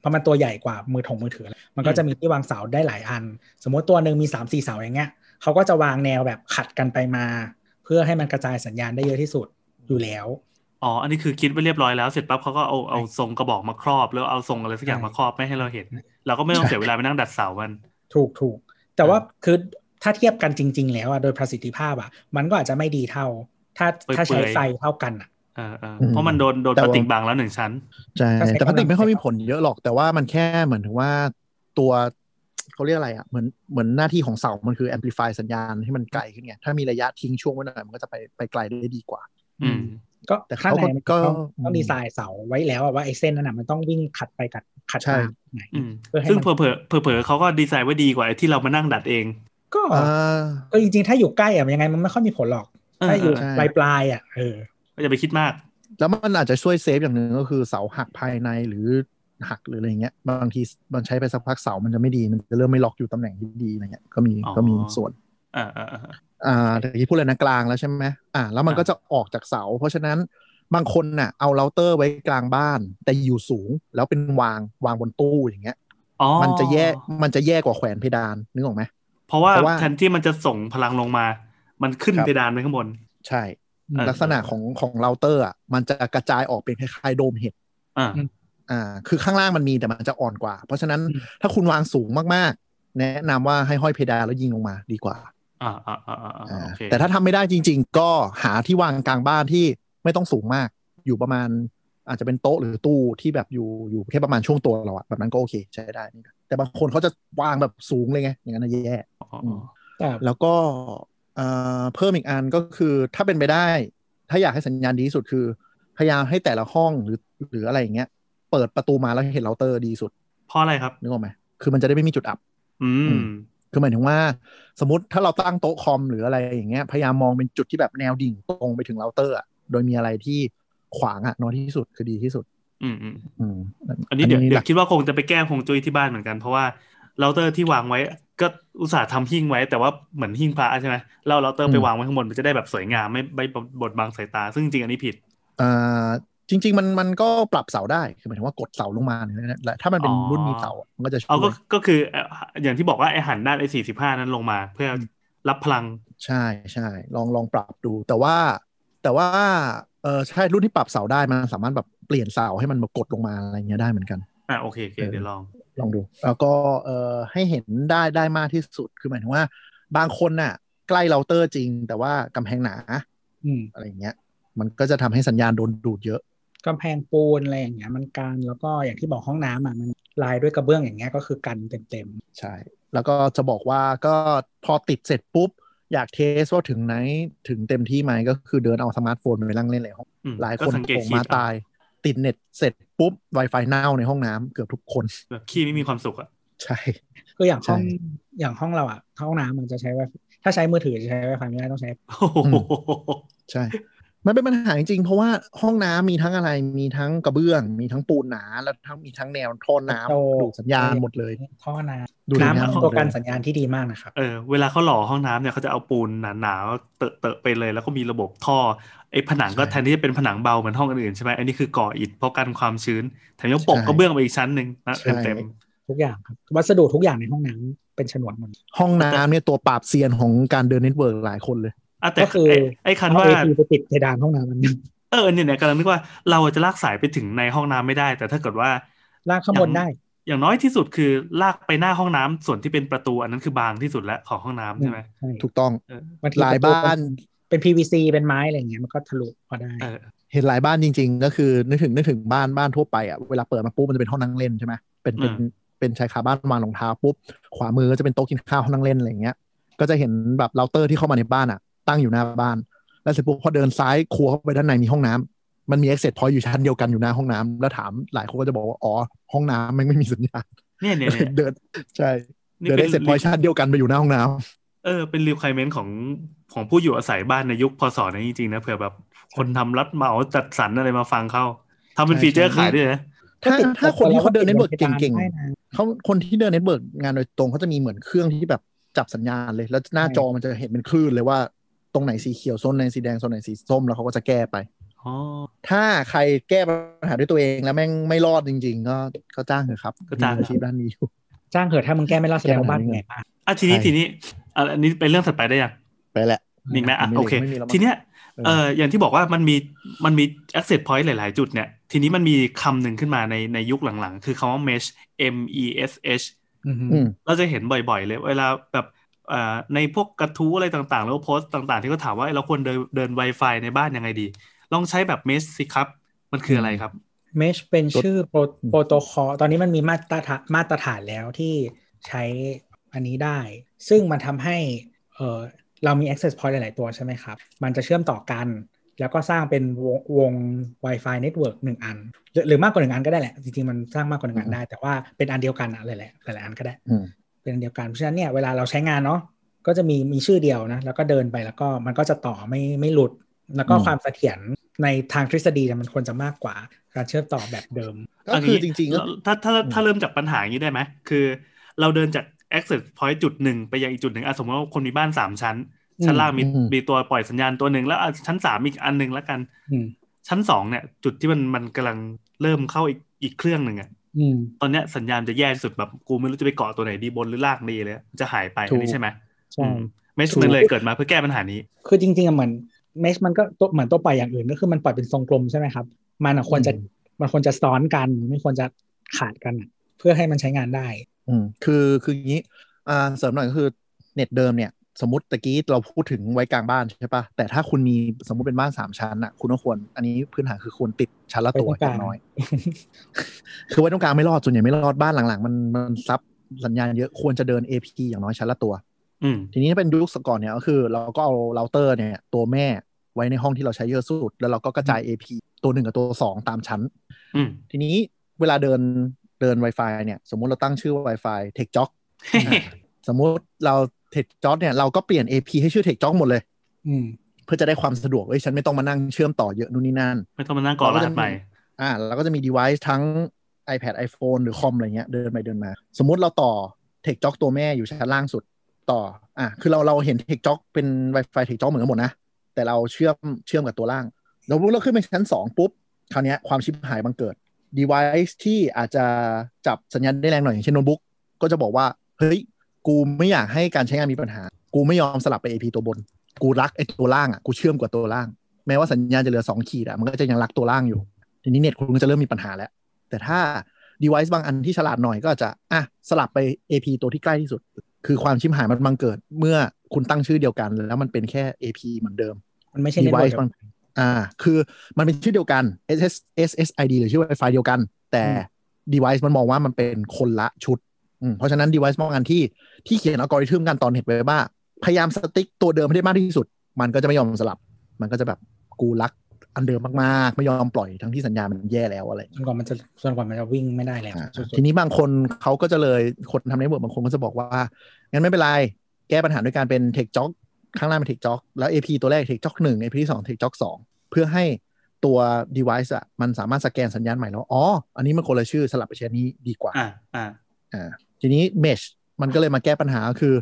Speaker 2: เพราะมันตัวใหญ่กว่ามือถงมือถือแล้วมันก็
Speaker 3: อืม
Speaker 2: จะมีที่วางเสาได้หลายอัน สมมติตัวหนึ่งมี 3 4 เสาอย่างเงี้ยเขาก็จะวางแนวแบบขัดกันไปมา เพื่อให้มันกระจายสัญญาณได้เยอะที่สุดอยู่แล้ว
Speaker 3: อ๋อ อันนี้คือคิดไว้เรียบร้อยแล้ว เสร็จปั๊บเขาก็เอาเอาทรงกระบอกมาครอบ แล้วเอาทรงอะไรสักอย่างมาครอบไม่ให้เราเห็น เราก็ไม่ต้องเสียเวลาไปนั่งดัดเสามัน
Speaker 2: ถูกถูกแต่ว่าคือถ้าเทียบกันจริง ๆ แล้วอะโดยประสิทธิภาพอะมันก็อาจจะไม่ดีเท่า ถ้าถ้าใช้
Speaker 3: เปื่อยๆ
Speaker 2: ไฟเท่ากันอะ
Speaker 3: เออเออ
Speaker 4: อืม
Speaker 3: เพราะมันโดนโดน
Speaker 4: แต่
Speaker 3: ป
Speaker 4: ว่า
Speaker 3: ฏิกบังแล้วหนึ่งชั้น
Speaker 4: ใช่
Speaker 2: ก็ใช้
Speaker 4: แต่พลาสติ
Speaker 2: กำลัง
Speaker 4: กไม่ค่อยมีผลเยอะหรอกแต่ว่ามันแค่เหมือนถึงว่าตัวเขาเรียกอะไรอ่ะเหมือนเหมือนหน้าที่ของเสา มันคือแอมพลิฟายสัญญาณให้มันไกลขึ้นไงถ้ามีระยะทิ้งช่วงไว้หน่อยมันก็จะไปไปไกลได้ดีกว่า
Speaker 3: อืม
Speaker 2: ก็
Speaker 4: แต่
Speaker 2: ข้าง
Speaker 4: เขา
Speaker 2: ในมั
Speaker 4: ก็
Speaker 2: น
Speaker 4: ก็
Speaker 2: ต้องต้อง
Speaker 4: อืม
Speaker 2: ดีไซน์เสาไว้แล้วอะว่าไอ้เส้นนั้นอะมันต้องวิ่งขัดไปกัดขัด
Speaker 4: ใช่
Speaker 2: มาไหน
Speaker 3: อืม
Speaker 2: เพื่อให้
Speaker 3: ซึ่ง
Speaker 2: มัน
Speaker 3: เผลอเผลอเผลอๆเขาก็ดีไซน์ไว้ดีกว่าไอ้ที่เรามานั่งดัดเอง
Speaker 2: ก็
Speaker 4: อ่า
Speaker 2: เออจริงๆ ถ้าอยู่ใกล้อะยังไงมันไม่ค่อยมีผลหรอก
Speaker 3: เออ
Speaker 2: ถ้าอยู่
Speaker 3: เออ
Speaker 4: ใช่
Speaker 2: ปลายปลายๆอะเออ
Speaker 3: ก็จะไปคิดมาก
Speaker 4: แล้วมันอาจจะช่วยเซฟอย่างหนึ่งก็คือเสาหักภายในหรือหักหรืออะไรเงี้ยบางทีมันใช้ไปสักพักเสามันจะไม่ดีมันจะเริ่มไม่ล็อกอยู่ตำแหน่งที่ดีอะไรเงี้ยก็มี
Speaker 3: อ๋อ
Speaker 4: ก็มีส่วน
Speaker 3: เออเออเออ
Speaker 4: อ่าตะกี้พูดเลยนะกลางแล้วใช่ไหมอ่าแล้วมัน
Speaker 3: อ่า
Speaker 4: ก็จะออกจากเสา เพราะฉะนั้นบางคนน่ะเอาเราเตอร์ไว้กลางบ้าน แต่อยู่สูงแล้วเป็นวางวางบนตู้อย่างเงี้ย
Speaker 3: อ๋อ
Speaker 4: มันจะแย่มันจะแย่กว่าแขวนเพดานนึกออกไหม
Speaker 3: เพราะว่า
Speaker 4: เพราะว่า
Speaker 3: แทนที่มันจะส่งพลังลงมา มันขึ้น
Speaker 4: ครับ
Speaker 3: เพดานไปข้างบน
Speaker 4: ใช่
Speaker 2: อืม
Speaker 4: ลักษณะของของเราเตอร์อ่ะมันจะกระจายออกเป็นคล้ายๆโดมเห็ด
Speaker 3: อ่า
Speaker 4: อ่าคือข้างล่างมันมีแต่มันจะอ่อนกว่า เพราะฉะนั้น
Speaker 2: อืม
Speaker 4: ถ้าคุณวางสูงมากๆ แนะนำว่าให้ห้อยเพดานแล้วยิงลงมาดีกว่า
Speaker 3: อ่าอ่าอ่าอ่าอ่า
Speaker 4: อ่า
Speaker 3: โอเค
Speaker 4: แต่ถ้าทำไม่ได้จริง ๆ ก็หาที่วางกลางบ้านที่ไม่ต้องสูงมาก อยู่ประมาณอาจจะเป็นโต๊ะหรือตู้ที่แบบอยู่อยู่แค่ประมาณช่วงตัวเราอะแบบนั้นก็โอเคใช้ได้นี่ก็แต่บางคนเขาจะวางแบบสูงเลยไงอย่างนั้นนะแย่
Speaker 3: อ๋อ
Speaker 4: อืม
Speaker 2: แต่
Speaker 4: แล้วก็เอ่อเพิ่มอีกอันก็คือถ้าเป็นไปได้ ถ้าอยากให้สัญญาณดีที่สุดคือ พยายามให้แต่ละห้องหรือหรืออะไรอย่างเงี้ยเปิดประตูมาแล้วเห็นเราเตอร์ดีสุด
Speaker 3: เพราะอะไรครับ
Speaker 4: นึกออกไหมคือมันจะได้ไม่มีจุดอับ
Speaker 3: อื
Speaker 4: อื
Speaker 3: ม
Speaker 4: ม คือหมายถึงว่าสมมติถ้าเราตั้งโต๊ะคอมหรืออะไรอย่างเงี้ยพยายามมองเป็นจุดที่แบบแนวดิ่งตรงไปถึงเราเตอร์อะโดยมีอะไรที่ขวางอะน้อยที่สุดคือดีที่สุด
Speaker 3: อืมอืม
Speaker 4: อืม
Speaker 3: อันนี้เดี๋ยว
Speaker 4: ห
Speaker 3: เดี๋ยว
Speaker 4: ลัก
Speaker 3: คิดว่าคงจะไปแก้คงจุ้ยที่บ้านเหมือนกัน เพราะว่าเราเตอร์ที่วางไว้ก็อุตส่าห์ทำหิ้งไว้ แต่ว่าเหมือนหิ้งพระใช่ไหมเราเราเตอร์ไปวางไว้ข้างบนมันจะได้แบบสวยงามไม่ไม่บดบังสายตา ซึ่งจริงๆอันนี้ผิด
Speaker 4: อ่าจริง ๆ มันมันก็ปรับเสาได้คือหมายถึงว่ากดเสาลงมาเนี่ยนะและถ้ามันเป็น
Speaker 3: อ๋อ
Speaker 4: รุ่นมีเสาอะมันก็จะช่ว
Speaker 3: เอาก็
Speaker 4: ย
Speaker 3: ก็คือเอ่ออย่างที่บอกว่าไอหันด้านไอสี่สิบห้านั้นลงมาเพื่อรับพลัง
Speaker 4: ใช่ใช่ลองลองปรับดู แต่ว่าแต่ว่าเออใช่รุ่นที่ปรับเสาได้มันสามารถแบบเปลี่ยนเสาให้มันมากดลงมาอะไรเงี้ยได้เหมือนกัน
Speaker 3: อ่ะโอเคโอเคเดี๋ยวลอง
Speaker 4: ลองดูแล้วก็เอ่อให้เห็นได้ได้มากที่สุดคือหมายถึงว่า บางคนน่ะ ใกล้เราเตอร์จริง แต่ว่ากำแพงหนา
Speaker 2: อืม
Speaker 4: อะไรอย่างเงี้ย มันก็จะทำให้สัญญาณโดนดูดเยอะ
Speaker 2: กำแพงปูนอะไรอย่างเงี้ยมันกันแล้วก็อย่างที่บอกห้องน้ำอะมันลายด้วยกระเบื้องอย่างเงี้ยก็คือกันเต็ม
Speaker 4: ใช่ แล้วก็จะบอกว่าก็พอติดเสร็จปุ๊บ อยากเทสว่าถึงไหนถึงเต็มที่ไหมก็คือเดินเอาสมาร์ทโฟนไปนั่งเล่นในห้อง
Speaker 3: อืม
Speaker 4: หลาย
Speaker 3: ก็
Speaker 4: คน
Speaker 3: สังเกต
Speaker 4: โผล่
Speaker 3: ขี้
Speaker 4: มาตาย ติดเน็ตเสร็จปุ๊บ Wi-Fi เน่าในห้องน้ำเกือบทุกคน
Speaker 3: แบบขี้ไม่มีความสุขอ่ะ
Speaker 4: ใช่
Speaker 2: ๆคืออย่างห้อง
Speaker 4: ใช่
Speaker 2: อย่างห้องเราอะห้องน้ำมันจะใช้ไวถ้าใช้มือถือจะใช้ไวไฟไม่ได้ต้องใช้
Speaker 3: โอ้โห
Speaker 4: ใช่ มันเป็นปัญหาจริงๆ เพราะว่าห้องน้ำมีทั้งอะไรมีทั้งกระเบื้อง มีทั้งปูนหนาแล้วทั้งมีทั้งแนวท่อน้ำ
Speaker 2: โต
Speaker 4: ดูดสัญญาณหมดเลย
Speaker 2: ท่อน้
Speaker 4: ดูด
Speaker 2: ำ
Speaker 4: สัญญาณ
Speaker 2: น้ำ
Speaker 4: หม
Speaker 2: เป็น
Speaker 4: ด
Speaker 2: ตัว
Speaker 4: เล
Speaker 2: กัน
Speaker 4: ย
Speaker 2: สัญญาณที่ดีมากนะครับ
Speaker 3: เออเวลาเขาหล่อห้องน้ำเนี่ยเขาจะเอาปูนหนาๆเตอะเตอะๆไปเลย แล้วก็มีระบบท่อไอ้ผนังก็
Speaker 4: ใช่
Speaker 3: แทนที่จะเป็นผนังเบาเหมือนห้องอื่นๆใช่ไหมอันนี้คือก่ออิฐเพราะกันความชื้นแถมยังปก
Speaker 4: ใช่
Speaker 3: กระเบื้องไปอีกชั้นหนึ่งนะ
Speaker 4: ใช่
Speaker 3: เต็ม
Speaker 2: ทุกอย่างครับวัสดุทุกอย่างในห้องน้ำเป็นฉนวนหมด
Speaker 4: ห้องน้ำเนี่ยตัวปราบเซียนของการเดินเน็ตเวิร์กหลายคนเลย
Speaker 3: ๆอ่ะแต่
Speaker 2: ก็คือ
Speaker 3: ไอ้ไอ้คันว่า
Speaker 2: เอทีไปติดเพดานห้องน้ำมัน นึง
Speaker 3: เออเนี่ยเนี่ยกำลังนึกว่าเราจะลากสายไปถึงในห้องน้ำไม่ได้ แต่ถ้าเกิดว่า
Speaker 2: ลากข้างบนได้
Speaker 3: อย่างน้อยที่สุดคือลากไปหน้าห้องน้ำส่วนที่เป็นประตูอันนั้นคือบางที่สุดแล้วของห้องน้ำใช่ไหม
Speaker 2: ใช่
Speaker 4: ถูกต้อง
Speaker 3: เออ
Speaker 2: บางที
Speaker 4: หลาย
Speaker 2: ประตู
Speaker 4: บ้าน
Speaker 2: เป็น PVC เป็นไม้อะไรอย่างเงี้ยมันก็ทะลุพอได้
Speaker 3: เออ
Speaker 4: เห็นหลายบ้านจริงๆ ก็คือนึกถึงนึกถึงบ้านบ้านทั่วไปอ่ะเวลาเปิดมาปุ๊บมันจะเป็นห้องนั่งเล่นใช่ไหมเป็นเป็นเป็นชายคาบ้านวางรองเท้าปุ๊บขวามือก็จะเป็นโต๊ะกินข้าวห้องนั่งเล่นอะไรอย่างเงี้ยก็จะเห็นแบบเราเตอร์ที่เข้ามาในบ้านอ่ะ ตั้งอยู่หน้าบ้าน แล้วเสร็จปุ๊บพอเดินซ้ายครัวเข้าไปด้านในมีห้องน้ำมันมีเอ็กเซสพอยอยู่ชั้นเดียวกันอยู่หน้าห้องน้ำแล้วถามหลายคนก็จะบอกว่าอ๋อห้องน้ำมันไม่มีสัญญาณ
Speaker 3: เนี่ยเนี่ยเนี่ย
Speaker 4: เดินใช่
Speaker 3: นี่
Speaker 4: เดิน
Speaker 3: เป็
Speaker 4: เอ็
Speaker 3: น
Speaker 4: กเซสพอยชั้นเดียวกันไปอยู่หน้าห้องน้ำ
Speaker 3: เออเป็นรีควอรเมนต์ของของผู้อยู่อาศัยบ้านในยุคพศนี้จริงๆนะเผื่อแบบคนทำรัดเหมาจัดสรรอะไรมาฟังเข้าทำเป็น
Speaker 4: ใช่
Speaker 3: ฟีเจอร์
Speaker 4: ใช่
Speaker 3: ขายด้วยนะ
Speaker 4: ถ้า
Speaker 2: ติด
Speaker 4: ถ้าคนที่เขาเดิน
Speaker 2: ติ
Speaker 4: เน็
Speaker 2: ด
Speaker 4: ต
Speaker 2: บ
Speaker 4: เวิร์
Speaker 2: น
Speaker 4: ก
Speaker 2: พดาน
Speaker 4: เก่ง
Speaker 2: ได้นะ
Speaker 4: ๆเขาคนที่เดินเน็ตเวิร์กงานโดยตรงเขาจะมีเหมือนเครื่องที่แบบจับสัญญาณเลย แล้วหน้าจอมันจะเห็นเป็นคลื่นเลยว่าตรงไหนสีเขียวโซนไหนสีแดงโซนไหนสีส้มแล้วเขาก็จะแก้ไป
Speaker 3: อ๋อ
Speaker 4: ถ้าใครแก้ปัญหาด้วยตัวเองแล้วแม่งไม่รอดจริง ๆ ก็ก็จ้างเถอะครับ
Speaker 3: ก็จ้าง
Speaker 4: มีอาชีพด้านนี้อยู่
Speaker 2: จ้างเหอะถ้ามึงแก้ไม่รอดแสดงว่าบ้านมึงใหญ่มาก
Speaker 3: อ่ะทีนี้
Speaker 4: ใช่
Speaker 3: ทีนี้อ่ะอันนี้เป็นเรื่องถัดไปได้ยัง
Speaker 4: ไปแหละ
Speaker 3: มีอีกไหมอ่ะ
Speaker 4: ไม่มี
Speaker 3: โอเค
Speaker 4: ไม่มีแล้วมั้ง
Speaker 3: ทีเนี้ย เอออย่างที่บอกว่ามันมีมันมี access point หลาย ๆ จุดเนี่ย ทีนี้มันมีคำหนึ่งขึ้นมาในในยุคหลัง ๆ คือคำว่า mesh M E S H
Speaker 4: อืม
Speaker 3: เราจะเห็นบ่อย ๆ เลย เวลาแบบเอ่อในพวกกระทู้อะไรต่าง ๆ แล้วก็โพสต์ต่าง ๆ ที่เขาถามว่าเอ้ยเราควรเดินเดิน Wi-Fi ในบ้านยังไงดี ลองใช้แบบ mesh สิครับ มันคืออะไรครับ
Speaker 2: เมชเป็นชื่อโปรโปรโตคอลตอนนี้มันมีมาตรฐานมาตรฐานแล้วที่ใช้อันนี้ได้ ซึ่งมันทำให้เออเรามี access point หลาย ๆ ตัวใช่ไหมครับ มันจะเชื่อมต่อกัน แล้วก็สร้างเป็นวงวง Wi-Fi network หนึ่งอันหรือหรือมากกว่าหนึ่งอันก็ได้แหละ จริง ๆ มันสร้างมากกว่าหนึ่งอันได้ แต่ว่าเป็นอันเดียวกันอะหลายๆหลายๆอันก็ได้
Speaker 4: อืม
Speaker 2: เป็นอันเดียวกันเพราะฉะนั้นเนี่ยเวลาเราใช้งานเนาะก็จะมีมีชื่อเดียวนะแล้วก็เดินไปแล้วก็มันก็จะต่อไม่ไม่หลุด แล้วก็
Speaker 4: อืม
Speaker 2: ความเสถียรในทางทฤษฎีเนี่ยมันควรจะมากกว่าการเชื่อมต่อแบบเดิม
Speaker 4: ก็คือจริงๆก็
Speaker 3: เาถ้าถ้าถ้าเริ่มจากปัญหาอย่างนี้ได้ไหมคือ เราเดินจาก access point จุดหนึ่งไปยังอีกจุดหนึ่งอ่ะสมมติว่าคนมีบ้านสามชั้น
Speaker 2: อืม
Speaker 3: ชั้นล่างมี
Speaker 4: อืม
Speaker 3: มีตัวปล่อยสัญญาณตัวหนึ่งแล้วอ่ะชั้นสามอีกอันหนึ่งแล้วกัน
Speaker 2: อืม
Speaker 3: ชั้นสองเนี่ย จุดที่มันมันกำลังเริ่มเข้าอีกอีกเครื่องหนึ่งอะ
Speaker 2: อืม
Speaker 3: ตอนเนี้ยสัญญาณจะแย่ที่สุดแบบกูไม่รู้จะไปเกาะตัวไหนดีบนหรือล่างดีเลยจะหายไปอันนี้ใช่ไหม
Speaker 2: ใช่
Speaker 3: เมช
Speaker 2: ถูก
Speaker 3: มันเลยเกิดมาเพื่อแก้ปัญหานี้
Speaker 2: คือจริงๆอะเหมือนเมชมันก็ตัวเหมือนตัวปล่อยอย่างอื่นก็คือมันปล่อยเป็นทรงกลมใช่ไหมครับ มันอะควรจะ
Speaker 4: อืม
Speaker 2: มันควรจะซ้อนกันไม่ควรจะขาดกันอะเพื่อให้มันใช้งานได้
Speaker 4: อืมคือคืออย่างนี้อ่าเสริมหน่อยก็คือเน็ตเดิมเนี่ยสมมติตะกี้เราพูดถึงไว้กลางบ้านใช่ปะแต่ถ้าคุณมีสมมติเป็นบ้านสามชั้นอ่ะคุณก็ควรอันนี้พื้นฐานคือควรติดชั้นละตัว
Speaker 2: ไว้ตรงกลา
Speaker 4: อ
Speaker 2: ง
Speaker 4: ย่างน้อย คือไว้ตรงกลางไม่รอดส่วนใหญ่ไม่รอดบ้านหลังๆ มันมันซับสัญญาณเยอะควรจะเดิน AP อย่างน้อยชั้นละตัว
Speaker 3: อืม
Speaker 4: ทีนี้ถ้าเป็นยุคก่อนเนี่ยก็คือเราก็เอาเราเตอร์เนี่ยตัวแม่ไว้ในห้องที่เราใช้เยอะสุด แล้วเราก็กระจาย AP ตัวหนึ่งกับตัวสองตามชั้น
Speaker 3: อืม
Speaker 4: ทีนี้เวลาเดินเดิน Wi-Fi เนี่ยสมมุติเราตั้งชื่อว่า Wi-Fi Tech Jock สมมุติเราเทคจ็อกเนี่ยเราก็เปลี่ยน AP ให้ชื่อเทคจ็อกหมดเลย
Speaker 2: อืม
Speaker 4: เพื่อจะได้ความสะดวกเอ้ยฉันไม่ต้องมานั่งเชื่อมต่อเยอะนู่นนี่นั่น
Speaker 3: ไม่ ต้องมานั่งก่อรหัสใหม่
Speaker 4: อ่าเราก็จะมี device ทั้ง iPad iPhone หรือคอมอะไรเงี้ยเดินไปเดินมา สมมุติเราต่อเทคจ็อกตัวแม่อยู่ชั้นล่างสุดต่ออ่ะคือเราเราเห็นเทคจ็อกเป็น Wi-Fi เทคจ็อกเหมือนกันหมดนะ แต่เราเชื่อมเชื่อมกับตัวล่าง เรารู้เราขึ้นไปชั้น 2 ปุ๊บ คราวเนี้ยความชิบหายบังเกิด device ที่อาจจะจับสัญญาณได้แรงหน่อยอย่างเช่นโน้ตบุ๊กก็จะบอกว่า เฮ้ย กูไม่อยากให้การใช้งานมีปัญหา กูไม่ยอมสลับไป AP ตัวบน กูรักไอ้ตัวล่างอ่ะกูเชื่อมกับตัวล่าง แม้ว่าสัญญาณจะเหลือสองขีดอ่ะมันก็จะยังรักตัวล่างอยู่ ทีนี้เน็ตคุณก็จะเริ่มมีปัญหาแล้ว แต่ถ้า device บางอันที่ฉลาดหน่อยก็อาจจะอ่ะสลับไป AP ตัวที่ใกล้ที่สุด คือความชิมหายมันบังเกิด เมื่อคุณตั้งชื่อเดียวกันแล้วมันเป็นแค่ AP เหมือนเดิม
Speaker 2: มันไม่ใช่
Speaker 4: device
Speaker 2: network
Speaker 4: บางอ่า คือมันเป็นชื่อเดียวกัน SS SSID หรือชื่อ Wi-Fi เดียวกัน แต่ device มันมองว่ามันเป็นคนละชุดอืมเพราะฉะนั้น device บางอันที่ที่เขียนอัลกอริทึมกันตอนเห็นไว้ว่า พยายามสติ๊กตัวเดิมให้ได้มากที่สุด มันก็จะไม่ยอมสลับ มันก็จะแบบกูรักอันเดิมมากๆ ไม่ยอมปล่อยทั้งที่สัญญาณมันแย่แล้วอะไรอย่างเงี้ย
Speaker 2: จนกว่ามันจะจนกว่ามันจะวิ่งไม่ได้แล้ว
Speaker 4: อ่า
Speaker 2: สุดๆ
Speaker 4: ทีนี้บางคนเขาก็จะเลยคนทำในเวิร์กบางคนก็จะบอกว่า งั้นไม่เป็นไร แก้ปัญหาด้วยการเป็นเทคจ็อกข้างล่างเป็นเทคจ็อกแล้ว AP ตัวแรกเทคจ็อกหนึ่ง AP ที่สองเทคจ็อกสอง เพื่อให้ตัว device อะมันสามารถสแกนสัญญาณใหม่แล้ว อ๋อ อันนี้มันคนละชื่อสลับไปใช้อันนี้ดีกว่า
Speaker 3: อ่าอ่า
Speaker 4: อ่าทีนี้ mesh มันก็เลยมาแก้ปัญหาคือ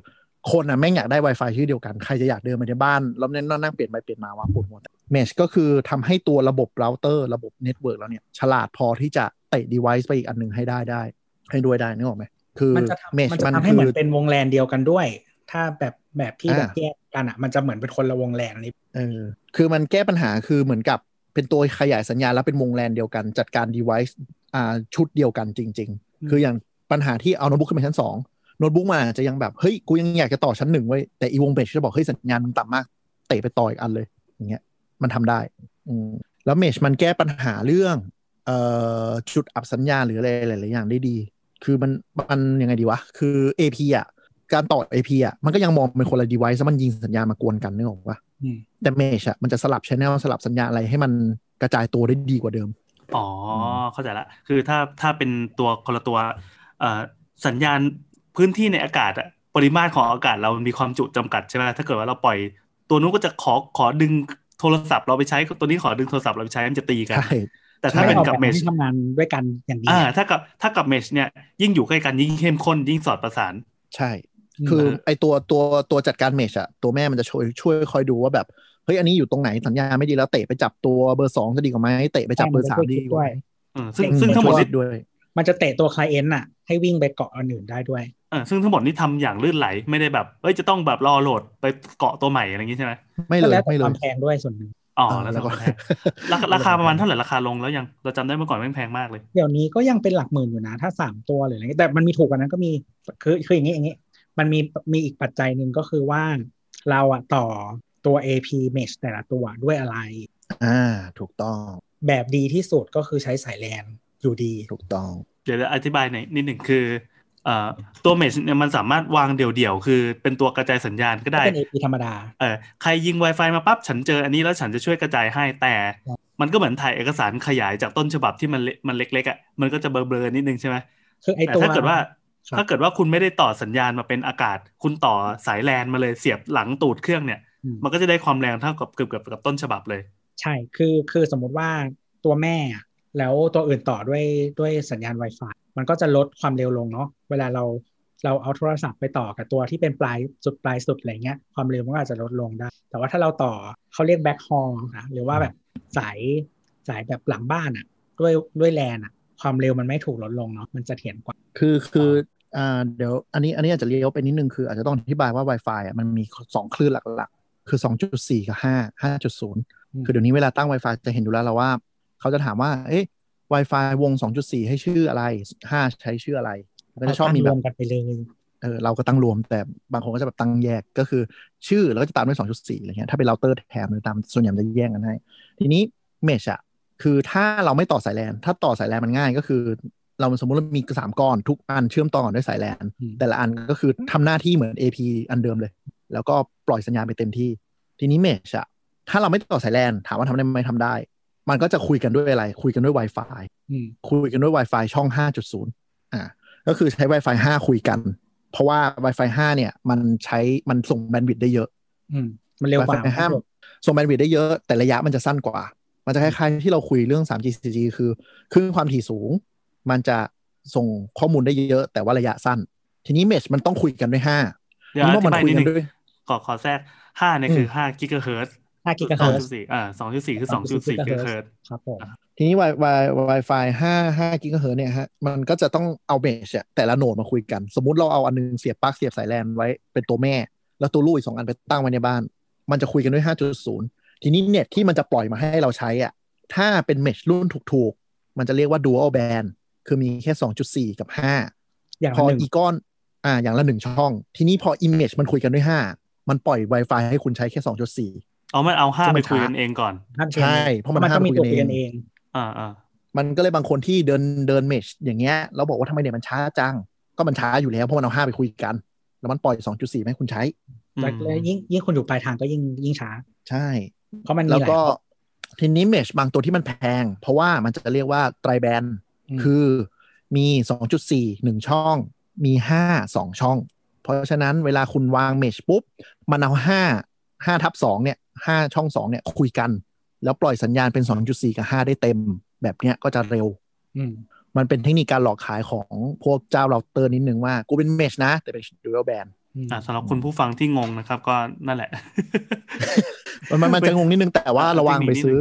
Speaker 4: คนอ่ะแม่งอยากได้ Wi-Fi ชื่อเดียวกัน ใครจะอยากเดินไปในบ้าน แล้วนั่งนั่งเปลี่ยนไปเปลี่ยนมาวะปวดหัว mesh ก็คือทำให้ตัวระบบเราเตอร์ระบบเน็ตเวิร์กแล้วเนี่ย ฉลาดพอที่จะเตะ device ไปอีกอันหนึ่งให้ได้ได้ ให้ด้วยได้นึกออกไหมคือ
Speaker 2: มันจะทำ
Speaker 4: mesh
Speaker 2: มันจะทำให้
Speaker 4: คื
Speaker 2: เหมื
Speaker 4: อ
Speaker 2: อนเป็นวงแลนเดียวกันด้วย ถ้าแบบแบบที่
Speaker 4: อ่า
Speaker 2: แบบแยกกันอ่ะ มันจะเหมือนเป็นคนละวงแลนอันนี้
Speaker 4: เออคือมันแก้ปัญหาคือเหมือนกับเป็นตัวขยายสัญญาณแล้วเป็นวงแลนเดียวกัน จัดการ device อ่าชุดเดียวกันจริง
Speaker 2: อืม
Speaker 4: ๆ คืออย่างปัญหาที่เอาโน้ตบุ๊กขึ้นไปชั้นสองโน้ตบุ๊กมันอาจจะยังแบบ เฮ้ย กูยังอยากจะต่อชั้นหนึ่งไว้ยแต่อีวงเบชจะบอก เฮ้ย สัญญาณมันต่ำมาก เตะไปต่ออีกอันเลย อย่างเงี้ยมันทำได้อืมแล้วเมชมันแก้ปัญหาเรื่องเอ่อจุดอับสัญญาณหรืออะไรหลายๆอย่างได้ดี คือมันมันยังไงดีวะ คือ AP อ่ะการต่อ AP อ่ะมันก็ยังมองเป็นคนละ device แล้วมันยิงสัญญาณมากวนกันนึกออกปะ
Speaker 3: อืม
Speaker 4: แต่เมชอะมันจะสลับชแนลสลับสัญญาอะไรให้มันกระจายตัวได้ดีกว่าเดิม
Speaker 3: อ๋อเข้าใจละ คือถ้าถ้าเป็นตัวคนละตัวเอ่อสัญญาณพื้นที่ในอากาศอะปริมาตรของอากาศเรามันมีความจุจำกัดใช่ไหมถ้าเกิดว่าเราปล่อย ตัวนู้นก็จะขอขอดึงโทรศัพท์เราไปใช้ตัวนี้ขอดึงโทรศัพท์เราไปใช้มันจะตีกัน
Speaker 4: ใช่
Speaker 3: แต่ถ้าเป็น
Speaker 2: ใช่ออ
Speaker 3: กับ
Speaker 2: แบบ
Speaker 3: เมช
Speaker 2: ให้ทำงานด้วยกันอย่างดี
Speaker 3: อ่าถ้ากับถ้ากับเมชเนี่ยยิ่งอยู่ใกล้กันยิ่งเข้มข้นยิ่งสอดประสาน
Speaker 4: ใช่ คือไอตัวตัวตัวจัดการเมชอะตัวแม่มันจะช่วยช่วยคอยดูว่าแบบ เฮ้ย อันนี้อยู่ตรงไหนสัญญาไม่ดีแล้วเตะไปจับตัวเบอร์สองจะดีกว่าไหมเตะไปจับเบอร์สามดีก
Speaker 2: ด้ว
Speaker 4: ว่า
Speaker 2: ย
Speaker 4: ไหม
Speaker 3: เออซึ่ง
Speaker 2: เก่ง
Speaker 3: ซึ่งทั้งหมด
Speaker 4: ช่วยคิ
Speaker 3: นี่
Speaker 4: ดด้วย
Speaker 2: มันจะเตะตัวคลเอนต์อ่ะ ให้วิ่งไปเกาะอันอื่นได้ด้วย
Speaker 3: เออซึ่งทั้งหมดนี่ทำอย่างลื่นไหลไม่ได้แบบเอ้ยจะต้องแบบรอโหลดไปเกาะตัวใหม่อะไรอย่างงี้ใช่ไหม
Speaker 4: ไม่เล
Speaker 2: ก็
Speaker 4: ย
Speaker 2: แล้วแต่
Speaker 4: ไม่เลยว
Speaker 2: คามแพงด้วยส่วนหนึ่ง
Speaker 3: อ๋อ
Speaker 4: เออ
Speaker 3: แล้วก็
Speaker 4: แล้วก็
Speaker 3: ราคาราคาประมาณเท่าไหร่ราคาลงแล้วยังเราจำได้เมื่อก่อนแม่งแพงมากเลย
Speaker 2: เดี๋ยวนี้ก็ยังเป็นหลักหมื่นอยู่นะ ถ้าสามตัวหรืออะไรเงี้ยแต่มันมีถูกกว่านั้นก็มีคือคืออย่างนี้อย่างนี้ มันมีมีอีกปัจจัยหนึ่งก็คือว่า เราอะต่อตัว AP mesh แต่ละตัวด้วยอะไร
Speaker 4: อ่า ถูกต้อง
Speaker 2: แบบดีที่สุดก็คือใช้สายแลนอยู่ดี
Speaker 4: ถูกต้อง
Speaker 3: เดี๋ยวจะอธิบายหน่อยนิดหนึ่งคือเอ่อตัวเมชเนี่ยมันสามารถวางเดี่ยวๆ คือเป็นตัวกระจายสัญญาณก็ได้
Speaker 2: เป็น AP ธรรมดา
Speaker 3: เออใครยิง Wi-Fi มาปั๊บฉันเจออันนี้แล้วฉันจะช่วยกระจายให้แต่ มันก็เหมือนถ่ายเอกสารขยายจากต้นฉบับที่มันเล็กมันเล็กๆอ่ะมันก็จะเบลอๆนิดนึงใช่ไหม
Speaker 2: คือไอ
Speaker 3: แต่
Speaker 2: ตัว
Speaker 3: ถ้าเกิดว่า
Speaker 2: ครับ
Speaker 3: ถ้าเกิดว่าคุณไม่ได้ต่อสัญญาณมาเป็นอากาศ คุณต่อสายแลนมาเลยเสียบหลังตูดเครื่องเนี่ย
Speaker 2: อืม
Speaker 3: มันก็จะได้ความแรงเท่ากับเกือบๆกับต้นฉบับเลย
Speaker 2: ใช่ คือ คือสมมุติว่าตัวแม่อะแล้วตัวอื่นต่อด้วย ด้วยสัญญาณ Wi-Fi มันก็จะลดความเร็วลงเนาะ เวลาเรา เราเอาโทรศัพท์ไปต่อกับตัวที่เป็นปลายสุดปลายสุดอะไรเงี้ย ความเร็วมันก็อาจจะลดลงได้ แต่ว่าถ้าเราต่อเขาเรียกแบ็คฮอลนะ หรือว่าแบบสาย สายแบบหลังบ้านอะด้วย ด้วยแลนอะความเร็วมันไม่ถูกลดลงเนาะ มันจะเถียนกว่า
Speaker 4: คือคืออ่าเดี๋ยวอันนี้อันนี้อาจจะเลี้ยวไปนิดนึงคืออาจจะต้องอธิบายว่า Wi-Fi อ่ะมันมี 2 คลื่นหลักๆ คือ 2.4 กับ 5
Speaker 2: อืม
Speaker 4: 5.0 คือเดี๋ยวนี้เวลาตั้ง Wi-Fi จะเห็นอยู่แล้วเราว่า เขาจะถามว่า เอ๊ะ Wi-Fi วง 2.4 ให้ชื่ออะไร 5 ใช้ชื่ออะไรแล้วก็จะชอบมีแบ
Speaker 2: ร
Speaker 4: บ
Speaker 2: วมกันไปเลย
Speaker 4: เออเราก็ตั้งรวมแต่บางคนก็จะแบบตั้งแยกก็คือชื่อแล้วก็จะตามด้วย 2.4อะไรเงี้ยถ้าเป็นเราเตอร์แถมหรือตามส่วนใหญ่มันจะแยกกันให้ ทีนี้เมชอะคือถ้าเราไม่ต่อสายแลน ถ้าต่อสายแลนมันง่ายก็คือ เราสมมุติเรามีสามก้อนทุกอันเชื่อมต่อกันด้วยสายแลน
Speaker 2: อืม
Speaker 4: แต่ละอันก็คือทำหน้าที่เหมือน AP อันเดิมเลย แล้วก็ปล่อยสัญญาณไปเต็มที่ ทีนี้เมชอะถ้าเราไม่ต่อสายแลน ถามว่าทำได้ไหมทำได้ มันก็จะคุยกันด้วยอะไร คุยกันด้วย Wi-Fi
Speaker 2: อืม
Speaker 4: คุยกันด้วย Wi-Fi ช่อง 5.0 อ่า ก็คือใช้ Wi-Fi 5 คุยกัน เพราะว่า Wi-Fi 5 เนี่ย มันใช้ มันส่งแบนด์วิดต์ได้เยอะ
Speaker 2: อืม มันเร็วกว่า
Speaker 4: Wi-Fi ห้าม ส่งแบนด์วิดต์ได้เยอะ แต่ระยะมันจะสั้นกว่า มันจะคล้ายๆที่เราคุยเรื่อง 3G 4G คือคลื่นความถี่สูง มันจะส่งข้อมูลได้เยอะ แต่ว่าระยะสั้น ทีนี้เมชมันต้องคุยกันด้วย5
Speaker 3: เดี๋ยว
Speaker 4: มั
Speaker 3: อ
Speaker 4: ว่า
Speaker 3: ธิ
Speaker 4: มัน
Speaker 3: บาย
Speaker 4: คุย
Speaker 3: นิด
Speaker 4: กั
Speaker 3: นึ
Speaker 4: น
Speaker 3: ง
Speaker 4: ด้วย
Speaker 3: ขอขอแทรกห้าเนี่ยคือห้ากิกะเฮิรตซ์
Speaker 2: ห้ากิกะ
Speaker 3: สอ
Speaker 2: เฮิร
Speaker 3: ง
Speaker 2: ต
Speaker 3: จุ
Speaker 2: ซ์
Speaker 3: ดสี่อ่าสองจุดสี่คือสองจุดสี่กิกะเฮิรตซ์
Speaker 2: ครับผม
Speaker 4: ทีนี้ Wi- Wi- Wi-Fi 5 5กิกะเฮิรตซ์เนี่ยฮะ มันก็จะต้องเอาเมชแต่ละโหนดมาคุยกัน สมมุติเราเอาอันหนึงเสียบปลั๊กเสียบสายแลนไว้เป็นตัวแม่ แล้วตัวลูกอีกสองอันไปตั้งไว้ในบ้าน มันจะคุยกันด้วย 5.0 ทีนี้เน็ตที่มันจะปล่อยมาให้เราใช้อ่ะ ถ้าเป็นเมชรุ่นถูกๆ มันจะเรียกว่า dual band คือมีแค่ 2.4 กับ
Speaker 2: อย่าง
Speaker 4: 5 พ
Speaker 2: ละ
Speaker 4: อ
Speaker 2: หนึ่ง
Speaker 4: อีกก้อนอ่าอย่างละหนึ่งช่อง ทีนี้พอ image มันคุยกันด้วย 5 มันปล่อย Wi-Fi ให้คุณใช้แค่ 2.4
Speaker 3: เอามันเอาห้า
Speaker 4: ซึ่ง
Speaker 3: ไป
Speaker 4: มัน
Speaker 3: คุย
Speaker 4: ช้ากั
Speaker 3: กันเองก่อน
Speaker 4: ใช่เพราะมัน
Speaker 2: มันก็มีตัว
Speaker 4: ห้าม
Speaker 2: คุ
Speaker 4: คุย
Speaker 2: ย
Speaker 4: กั
Speaker 2: กัน น
Speaker 4: เอ
Speaker 2: เอง ง
Speaker 3: อ่าอ่า
Speaker 4: มันก็เลยบางคนที่เดินเดินเมชอย่างเงี้ยเราบอกว่าทำไมเนี่ยมันช้าจัง ก็มันช้าอยู่แล้ว เพราะมันเอาห้าไปคุยกัน แล้วมันปล่อย 2.4ไม่ให้คุณใช้
Speaker 3: อืม
Speaker 2: แล้วแล้วยิ่งยิ่งคนอยู่ปลายทางก็ยิ่งยิ่งช้า
Speaker 4: ใช่
Speaker 2: เพราะมันมี
Speaker 4: แล้ว
Speaker 2: หลาย
Speaker 4: ก็
Speaker 2: ข้อ
Speaker 4: ทีนี้เมชบางตัวที่มันแพง เพราะว่ามันจะเรียกว่าไตรแบน
Speaker 2: อืม
Speaker 4: คือมี 2.4หนึ่งช่อง มี 5 2 ช่อง เพราะฉะนั้นเวลาคุณวางเมชปุ๊บ มันเอา 5 5ทับ2เนี่ย5ช่อง 2 เนี่ยคุยกัน แล้วปล่อยสัญญาณเป็น 2.4 กับ 5 ได้เต็ม แบบเนี้ยก็จะเร็ว
Speaker 2: อืม
Speaker 4: มันเป็นเทคนิคการหลอกขายของพวกเจ้าเราเตอร์นิดนึงว่า กูเป็นเมชนะ แต่เป็นดูเอลแบน
Speaker 3: อ่ะสำหรับคุณผู้ฟังที่งงนะครับ ก็นั่นแหละ
Speaker 4: มันมันมันจะงงนิดนึงแต่ว่า
Speaker 3: อ่ะ
Speaker 4: ระวังไปซื้อ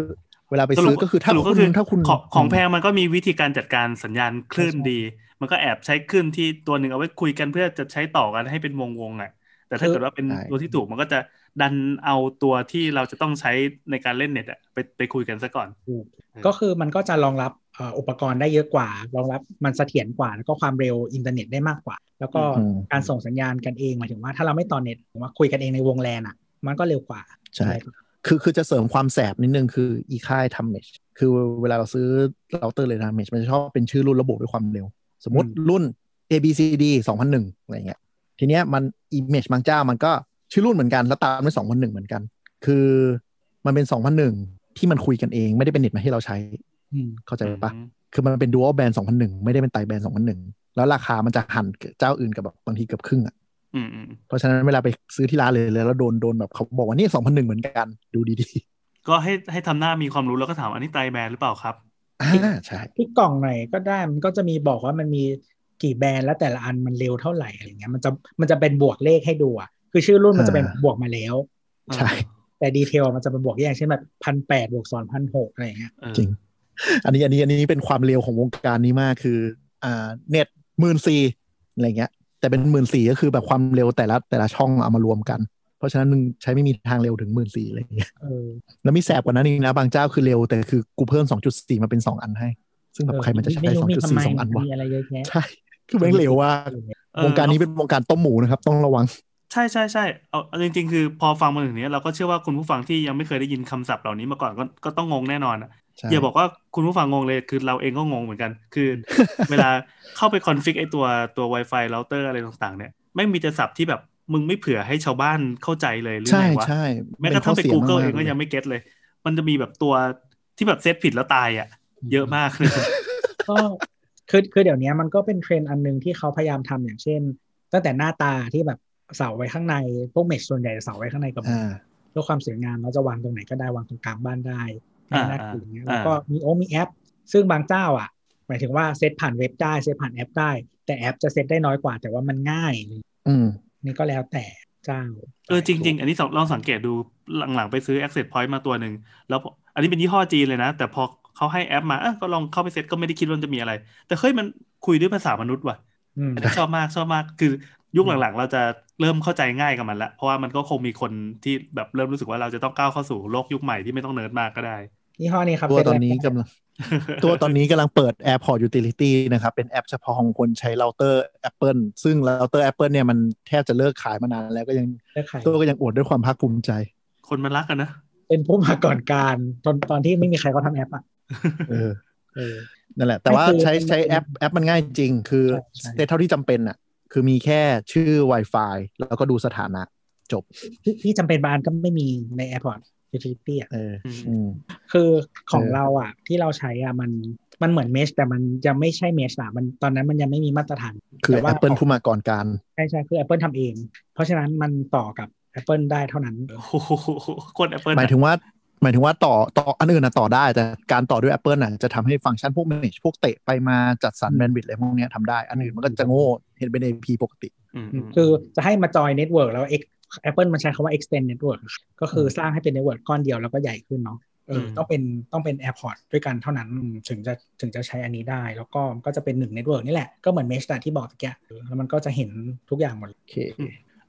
Speaker 4: เวลาไปซื้อก็คือถ้า
Speaker 3: สรุป
Speaker 4: คุณถ้าคุณ
Speaker 3: ของของแพงมันก็มีวิธีการจัดการสัญญาณคลื่นดี มันก็แอบใช้คลื่นที่ตัวหนึ่งเอาไว้คุยกันเพื่อจะใช้ต่อกันให้เป็นวงวงๆอ่ะ แต่ถ้า
Speaker 2: คือ
Speaker 3: เกิดว่าเป็นตัวที่ถูกมันก็จะดันเอาตัวที่เราจะต้องใช้ในการเล่นเน็ตอ่ะไปไปคุยกันซะก่อน
Speaker 2: ก็คือมันก็จะรองรับเอ่ออุปกรณ์ได้เยอะกว่า รองรับมันเสถียรกว่า แล้วก็ความเร็วอินเทอร์เน็ตได้มากกว่า แล้วก็
Speaker 4: อืม
Speaker 2: การส่งสัญญาณกันเองหมายถึงว่าถ้าเราไม่ต่อเน็ตหรือว่าคุยกันเองในวงแลนอ่ะ มันก็เร็วกว่า
Speaker 4: ใช่ คือคือจะเสริมความแสบนิดนึงคืออีค่ายทำเมชคือเวลาเราซื้อเราเตอร์เลยนะเมชมันจะชอบเป็นชื่อรุ่นระบุด้วยความเร็ว สมมติรุ่น A B C D 2001อะไรเงี้ยทีเนี้ยมันอีเมชบางเจ้ามันก็ชื่อรุ่นเหมือนกัน แล้วตามด้วย2001 เหมือนกัน คือมันเป็น 2001 ที่มันคุยกันเองไม่ได้เป็นเน็ตมาให้เราใช้
Speaker 2: อืม
Speaker 4: เข้าใจปะคือมันเป็นดูอัลแบน2001 ไม่ได้เป็นไตแบน2001 แล้วราคามันจะหันเจ้าอื่นกับแบบบางทีเกือบครึ่งอะ
Speaker 3: อืมอืม
Speaker 4: เพราะฉะนั้นเวลาไปซื้อที่ร้านเลยแล้วโดนโดนแบบเขาบอกว่านี่สองพันหนึ่งเหมือนกันดูดี
Speaker 3: ก็ให้ให้ทำหน้ามีความรู้แล้วก็ถามอันนี้ไตรแบนหรือเปล่าครับ
Speaker 4: ๆอ่าใช่
Speaker 2: ที่กล่องหน่อยก็ได้มันก็จะมีบอกว่ามันมีกี่แบรนด์แล้วแต่ละอันมันเร็วเท่าไหร่อะไรเงี้ยมันจะมันจะเป็นบวกเลขให้ดูอ่ะคือชื่อรุ่นมันจะเป็น
Speaker 4: อ่า
Speaker 2: บวกมาแล้ว
Speaker 4: ใช่
Speaker 2: แต่ดีเทลมันจะเป็นบวกแยกเช่นแบบพันแปดบวกสองพันหกอะไรเงี้ย
Speaker 3: เออ
Speaker 4: จริง อันนี้อันนี้อันนี้เป็นความเร็วของวงการนี้มากคืออ่าเน็ตหมื่นสี่อะไรเงี้ย แต่เป็นหมื่นสี่ก็คือแบบความเร็วแต่ละแต่ละช่องเอามารวมกัน เพราะฉะนั้นมึงใช้ไม่มีทางเร็วถึงหมื่นสี่อะไรเงี้ย
Speaker 2: เออ
Speaker 4: แล้วมีแสบกว่านั้นอีกนะบางเจ้าคือเร็วแต่คือกูเพิ่มสองจุดสี่มาเป็นสองอันให้ ซึ่งแบบใครมันจะใช้
Speaker 2: ไรู้
Speaker 4: สอง
Speaker 2: มี
Speaker 4: จุด
Speaker 2: ทำ
Speaker 4: สี่
Speaker 2: ไม
Speaker 4: สองอันวะ
Speaker 2: มีอะไรเยอะแยะ
Speaker 4: ใช่คือแม่งเร็วว่ากวงการนี้เป็นวงการต้มหมูนะครับต้องระวัง
Speaker 3: ใช่ใช่ใช่เอาเอาจริงๆ คือพอฟังมาถึงเนี้ยเราก็เชื่อว่าคุณผู้ฟังที่ยังไม่เคยได้ยินคำศัพท์เหล่านี้มาก่อนก็ก็ต้องงงแน่นอนอะ อย่าบอกว่าคุณผู้ฟังงงเลยคือเราเองก็งงเหมือนกัน คือ เวลาเข้าไปคอนฟิกไอตัวตัว Wi-Fi เราเตอร์อะไรต่างๆ เนี่ยไม่งมีแต่ศัพท์ที่แบบมึงไม่เผื่อให้ชาวบ้านเข้าใจเลยหรือ
Speaker 4: ใช่
Speaker 3: ไงวะ
Speaker 4: ใช่
Speaker 3: แม้กระทั่งไป
Speaker 4: นข้สีย
Speaker 3: Google
Speaker 4: มา
Speaker 3: เองก็ยังไม่เก็ตเลย มันจะมีแบบตัวที่แบบเซตผิดแล้วตายอ่ะ เยอะมากเลย
Speaker 2: ก็คือคือเดี๋ยวนี้มันก็เป็นเทรนด์อันหนึงที่เขาพยายามทำอย่างเช่น ตั้งแต่หน้าตาที่แบบเสาไว้ข้างในพวกเมชส่วนใหญ่เสาไว้ข้างในกับ
Speaker 4: อ่า
Speaker 2: เพื่อความสวยงามเราจะวางตรงไหนก็ได้วางตรงกลางบ้านได้ในหน้าต่างเนี้ยแล้ว
Speaker 3: อ่า
Speaker 2: ก็มีโอ้มีแอป ซึ่งบางเจ้าอ่ะ หมายถึงว่าเซตผ่านเว็บได้เซตผ่านแอปได้ แต่แอปจะเซตได้น้อยกว่า แต่ว่ามันง่าย
Speaker 4: อืม
Speaker 2: นี่ก็แล้วแต่เจ้า
Speaker 3: เออจริง ๆ อันนี้สองลองสังเกตดูหลังๆไปซื้อ Access Point มาตัวหนึ่งแล้วพออันนี้เป็นยี่ห้อจีนเลยนะ แต่พอเขาให้แอปมาเออก็ลองเข้าไปเซตก็ไม่ได้คิดว่ามันจะมีอะไร แต่เฮ้ยมันคุยด้วยภาษามนุษย์ว่ะ
Speaker 2: อืม
Speaker 3: อันนี้ชอบมากชอบมากคือยุคหลังๆ เราจะเริ่มเข้าใจง่ายกับมันละเพราะว่ามันก็คงมีคนที่แบบเริ่มรู้สึกว่าเราจะต้องก้าวเข้าสู่โลกยุคใหม่ที่ไม่ต้องเนิร์ดมากก็ได้
Speaker 2: ยี่ห้อนี้ครับ
Speaker 4: ตัวตอนนี้
Speaker 2: เซ็แร
Speaker 4: กำลัง ตัวตอนนี้กำลังเปิด AirPort Utility นะครับ เป็นแอปเฉพาะของคนใช้เราเตอร์ Apple ซึ่งเราเตอร์ Apple เนี่ยมันแทบจะเลิกขายมานานแล้วก็ยัง
Speaker 2: เลือกขาย
Speaker 4: ตัวก็ยังอวดด้วยความภาคภูมิใจ
Speaker 3: คนมันรักกันนะ
Speaker 2: เป็นผู้มาก่อนการตอนตอนที่ไม่มีใครเขาทำแอปอ่ะ
Speaker 4: เออ
Speaker 2: เออ
Speaker 4: นั่นแหละ แต่ว่าใช้ใช้แอปแอปมันง่ายจริง คือ
Speaker 2: ใช่
Speaker 4: เท่าที่จำเป็นอ่ะ คือมีแค่ชื่อ Wi-Fi แล้วก็ดูสถานะ
Speaker 2: ที่ที่จำเป็นบานก็ไม่มีใน AirPort Utility อ่ะ
Speaker 4: เอออ
Speaker 3: ม
Speaker 4: อืม
Speaker 2: คือของ
Speaker 4: เออ
Speaker 2: เราอ่ะ ที่เราใช้อ่ะมันมันเหมือนเมชแต่มันยังไม่ใช่เมชอ่ะมันตอนนั้นมันยังไม่มีมาตรฐาน
Speaker 4: คือ
Speaker 2: แต่ว่า
Speaker 4: Apple ผู้มาก่อนการ
Speaker 2: ใช่ใช่คือ Apple ทำเอง เพราะฉะนั้นมันต่อกับ Apple ได้เท่านั้น
Speaker 3: โอ้โหโคนแอปเปิล
Speaker 4: หมายถึงว่าหมายถึงว่าต่อต่ออันอื่นนะต่อได้ แต่การต่อด้วย Apple น่ะจะทำให้ฟังก์ชันพวก manage พวกเตะไปมาจัดสรรแบนด์วิดต์อะไรพวกเนี้ยทำได้ อันอื่นมันก็จะโง่เห็นเป็น AP ปกติ
Speaker 2: คือจะให้มาจอยเน็ตเวิร์กแล้ว X- Apple มันใช้คำว่า extend network ก็คือสร้างให้เป็นเน็ตเวิร์กก้อนเดียวแล้วก็ใหญ่ขึ้นเนาะเออต้องเป็นต้องเป็น AirPort ด้วยกันเท่านั้นอืมถึงจะถึงจะใช้อันนี้ได้ แล้วก็ก็จะเป็นหนึ่งเน็ตเวิร์กนี่แหละ ก็เหมือนเมชที่บอกตะกี้แล้วมันก็จะเห็นทุกอย่างหมด
Speaker 4: โอเค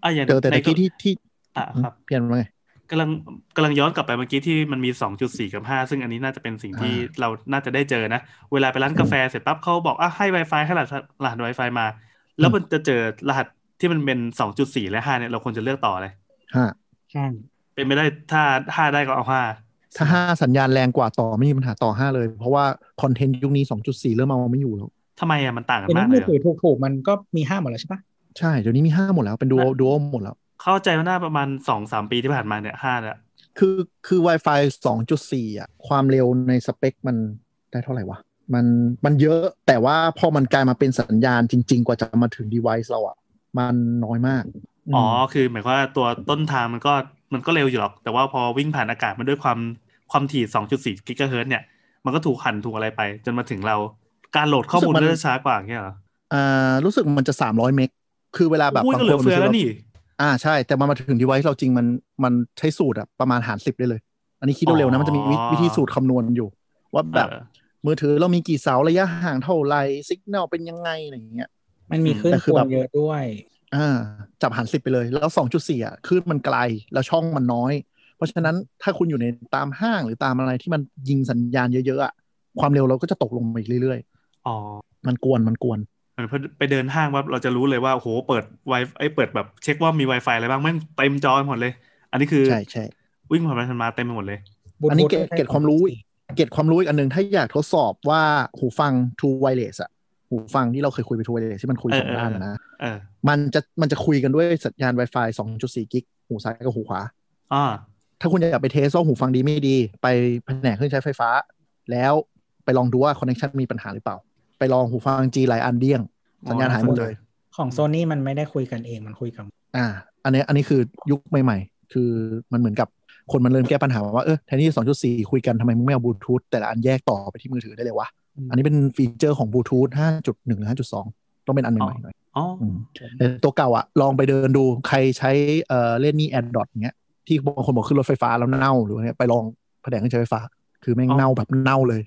Speaker 3: อ่ะอย่าง
Speaker 4: เจอแต่ตะกี้ที่ที่
Speaker 3: อ่ะครับ
Speaker 4: เพี้ยนว่าไง
Speaker 3: กำลังกำลังย้อนกลับไปเมื่อกี้ที่มันมี 2.4 กับ 5 ซึ่งอันนี้น่าจะเป็นสิ่งที่
Speaker 4: อ่า
Speaker 3: เราน่าจะได้เจอนะ เวลาไปร้านกาแฟเสร็จปั๊บเขาบอกอ่ะให้ Wi-Fi ให้รหัสรหัส Wi-Fi มา แล้วมันจะเจอรหัสที่มันเป็น 2.4 และ 5 เนี่ยเราควรจะเลือกต่อเลย
Speaker 4: ห้า
Speaker 2: ใช่
Speaker 3: เป็นไม่ได้ถ้าถ้าได้ก็เอาห้า
Speaker 4: ถ้าห้าสัญญาณแรงกว่าต่อไม่มีปัญหาต่อห้าเลย เพราะว่าคอนเทนต์ยุคนี้ 2.4 เริ่มเอาไม่อยู่แล้ว
Speaker 3: ทำไมอ่ะมันต่างกัน
Speaker 2: เดี๋ยว
Speaker 3: มา
Speaker 2: นี้
Speaker 3: กเล
Speaker 2: มือ
Speaker 3: ยเหร
Speaker 2: ถื
Speaker 3: อ
Speaker 2: อถูกๆมันก็มีห้าหมดแล้วใช่ปะ
Speaker 4: ใช่ เดี๋ยวนี้มีห้าหมดแล้วเป็นดูดูหมดแล้ว
Speaker 3: เข้าใจว่าหน้าประมาณสองสามปีที่ผ่านมาเนี่ยห้าละ
Speaker 4: คือคือ Wi-Fi 2.4 อ่ะ ความเร็วในสเปคมันได้เท่าไหร่วะ มันมันเยอะแต่ว่าพอมันกลายมาเป็นสัญญาณจริง ๆ กว่าจะมาถึง device เราอ่ะ มันน้อยมาก
Speaker 3: อ๋อ
Speaker 4: ม
Speaker 3: คือหมายความว่าตัวต้นทางมันก็มันก็เร็วอยู่หรอก แต่ว่าพอวิ่งผ่านอากาศมันด้วยความ ความถี่ 2.4 กิกะเฮิรตซ์เนี่ย มันก็ถูกหั่นถูกอะไรไป จนมาถึงเรา การโหลดข้อมูลก็จะช้ากว่าอย่างเงี้ยเหรอ
Speaker 4: อ่ารู้สึกมันจะสามร้อยเมกคือเวลาแบบ
Speaker 3: อุ้ย
Speaker 4: บา
Speaker 3: ก็
Speaker 4: ง
Speaker 3: เห
Speaker 4: ค
Speaker 3: ลือนเฟือแล้ว
Speaker 4: เรา
Speaker 3: นี่
Speaker 4: อ่าใช่ แต่มันมาถึงดีไวซ์เราจริงมันมันใช้สูตรอะประมาณหารสิบได้เลย อันนี้คิดเร็วๆนะมันจะมีวิ
Speaker 3: อ๋อ
Speaker 4: วิธีสูตรคำนวณอยู่ ว่าแบบ
Speaker 3: เออ
Speaker 4: มือถือเรามีกี่เสาระยะห่างเท่าไหร่สัญญาณเป็นยังไงอะไรอย่างเงี้ย
Speaker 2: มันมีขึ้น
Speaker 4: แต่คือ
Speaker 2: คว
Speaker 4: แบ
Speaker 2: ม
Speaker 4: บ
Speaker 2: เยอะด้วย
Speaker 4: อ่าจับหารสิบไปเลย แล้วสองจุดสี่อ่ะคลื่นมันไกลแล้วช่องมันน้อย เพราะฉะนั้นถ้าคุณอยู่ในตามห้างหรือตามอะไรที่มันยิงสัญญาณเยอะๆอะความเร็วเราก็จะตกลงไปอีกเรื่อย
Speaker 3: อ๋อ
Speaker 4: ๆ มันกวนมันกวน
Speaker 3: เหมือนพอไปเดินห้างแบบเราจะรู้เลยว่าโหเปิดไวไอยเปิดแบบเช็คว่ามี Wi-Fi อะไรบ้างแม่งเต็มจอไปหมดเลย อันนี้คือ
Speaker 4: ใช่ใช่
Speaker 3: วิ่งผ่านไปผ่านมาเต็มไปหมดเลย
Speaker 4: อันนี้เกร็ด
Speaker 2: Bluetooth
Speaker 4: เกร็ดความรู้อีกเกร็ดความรู้อีกอันหนึ่งถ้าอยากทดสอบว่าหูฟัง True Wireless อะหูฟังที่เราเคยคุยไป True Wireless ที่มันคุย
Speaker 3: เออ
Speaker 4: สองด้านอะนะ
Speaker 3: เออ
Speaker 4: มันจะมันจะคุยกันด้วยสัญญาณ Wi-Fi 2.4 กิกหูซ้ายกับหูขวา
Speaker 3: อ่า
Speaker 4: ถ้าคุณอยากไปเทสว่าหูฟังดีไม่ดี ไปแผนกเครื่องใช้ไฟฟ้า แล้วไปลองดูว่าคอนเน c ชันมีปัญหาหรือเปล่า ไปลองหูฟังจีหลายอันเดี้ยง สัญญาณหายหมดเลย
Speaker 2: ของโซนี่มันไม่ได้คุยกันเองมันคุยกับ
Speaker 4: อ่า อันนี้อันนี้คือยุคใหม่ๆ คือมันเหมือนกับคนมันเริ่มแก้ปัญหาว่า เออแทนที่ 2.4 คุยกันทำไมมึงไม่เอาบลูทูธแต่ละอันแยกต่อไปที่มือถือได้เลยวะ
Speaker 2: อืม
Speaker 4: อันนี้เป็นฟีเจอร์ของบลูทูธ5.1หรือ5.2 ต้องเป็นอันใหม่ๆหน่อย
Speaker 3: อ๋อ
Speaker 4: อืมแต่ตัวเก่าอะลองไปเดินดูใครใช้เอ่อเล่นนี่แอดดอทเงี้ยที่บางคนบอกขึ้นรถไฟฟ้าแล้วเน่าหรืออะไรไปลองแผนกเครื่องใช้ไฟฟ้า คือแม่งเน่าแบบเน่าเลย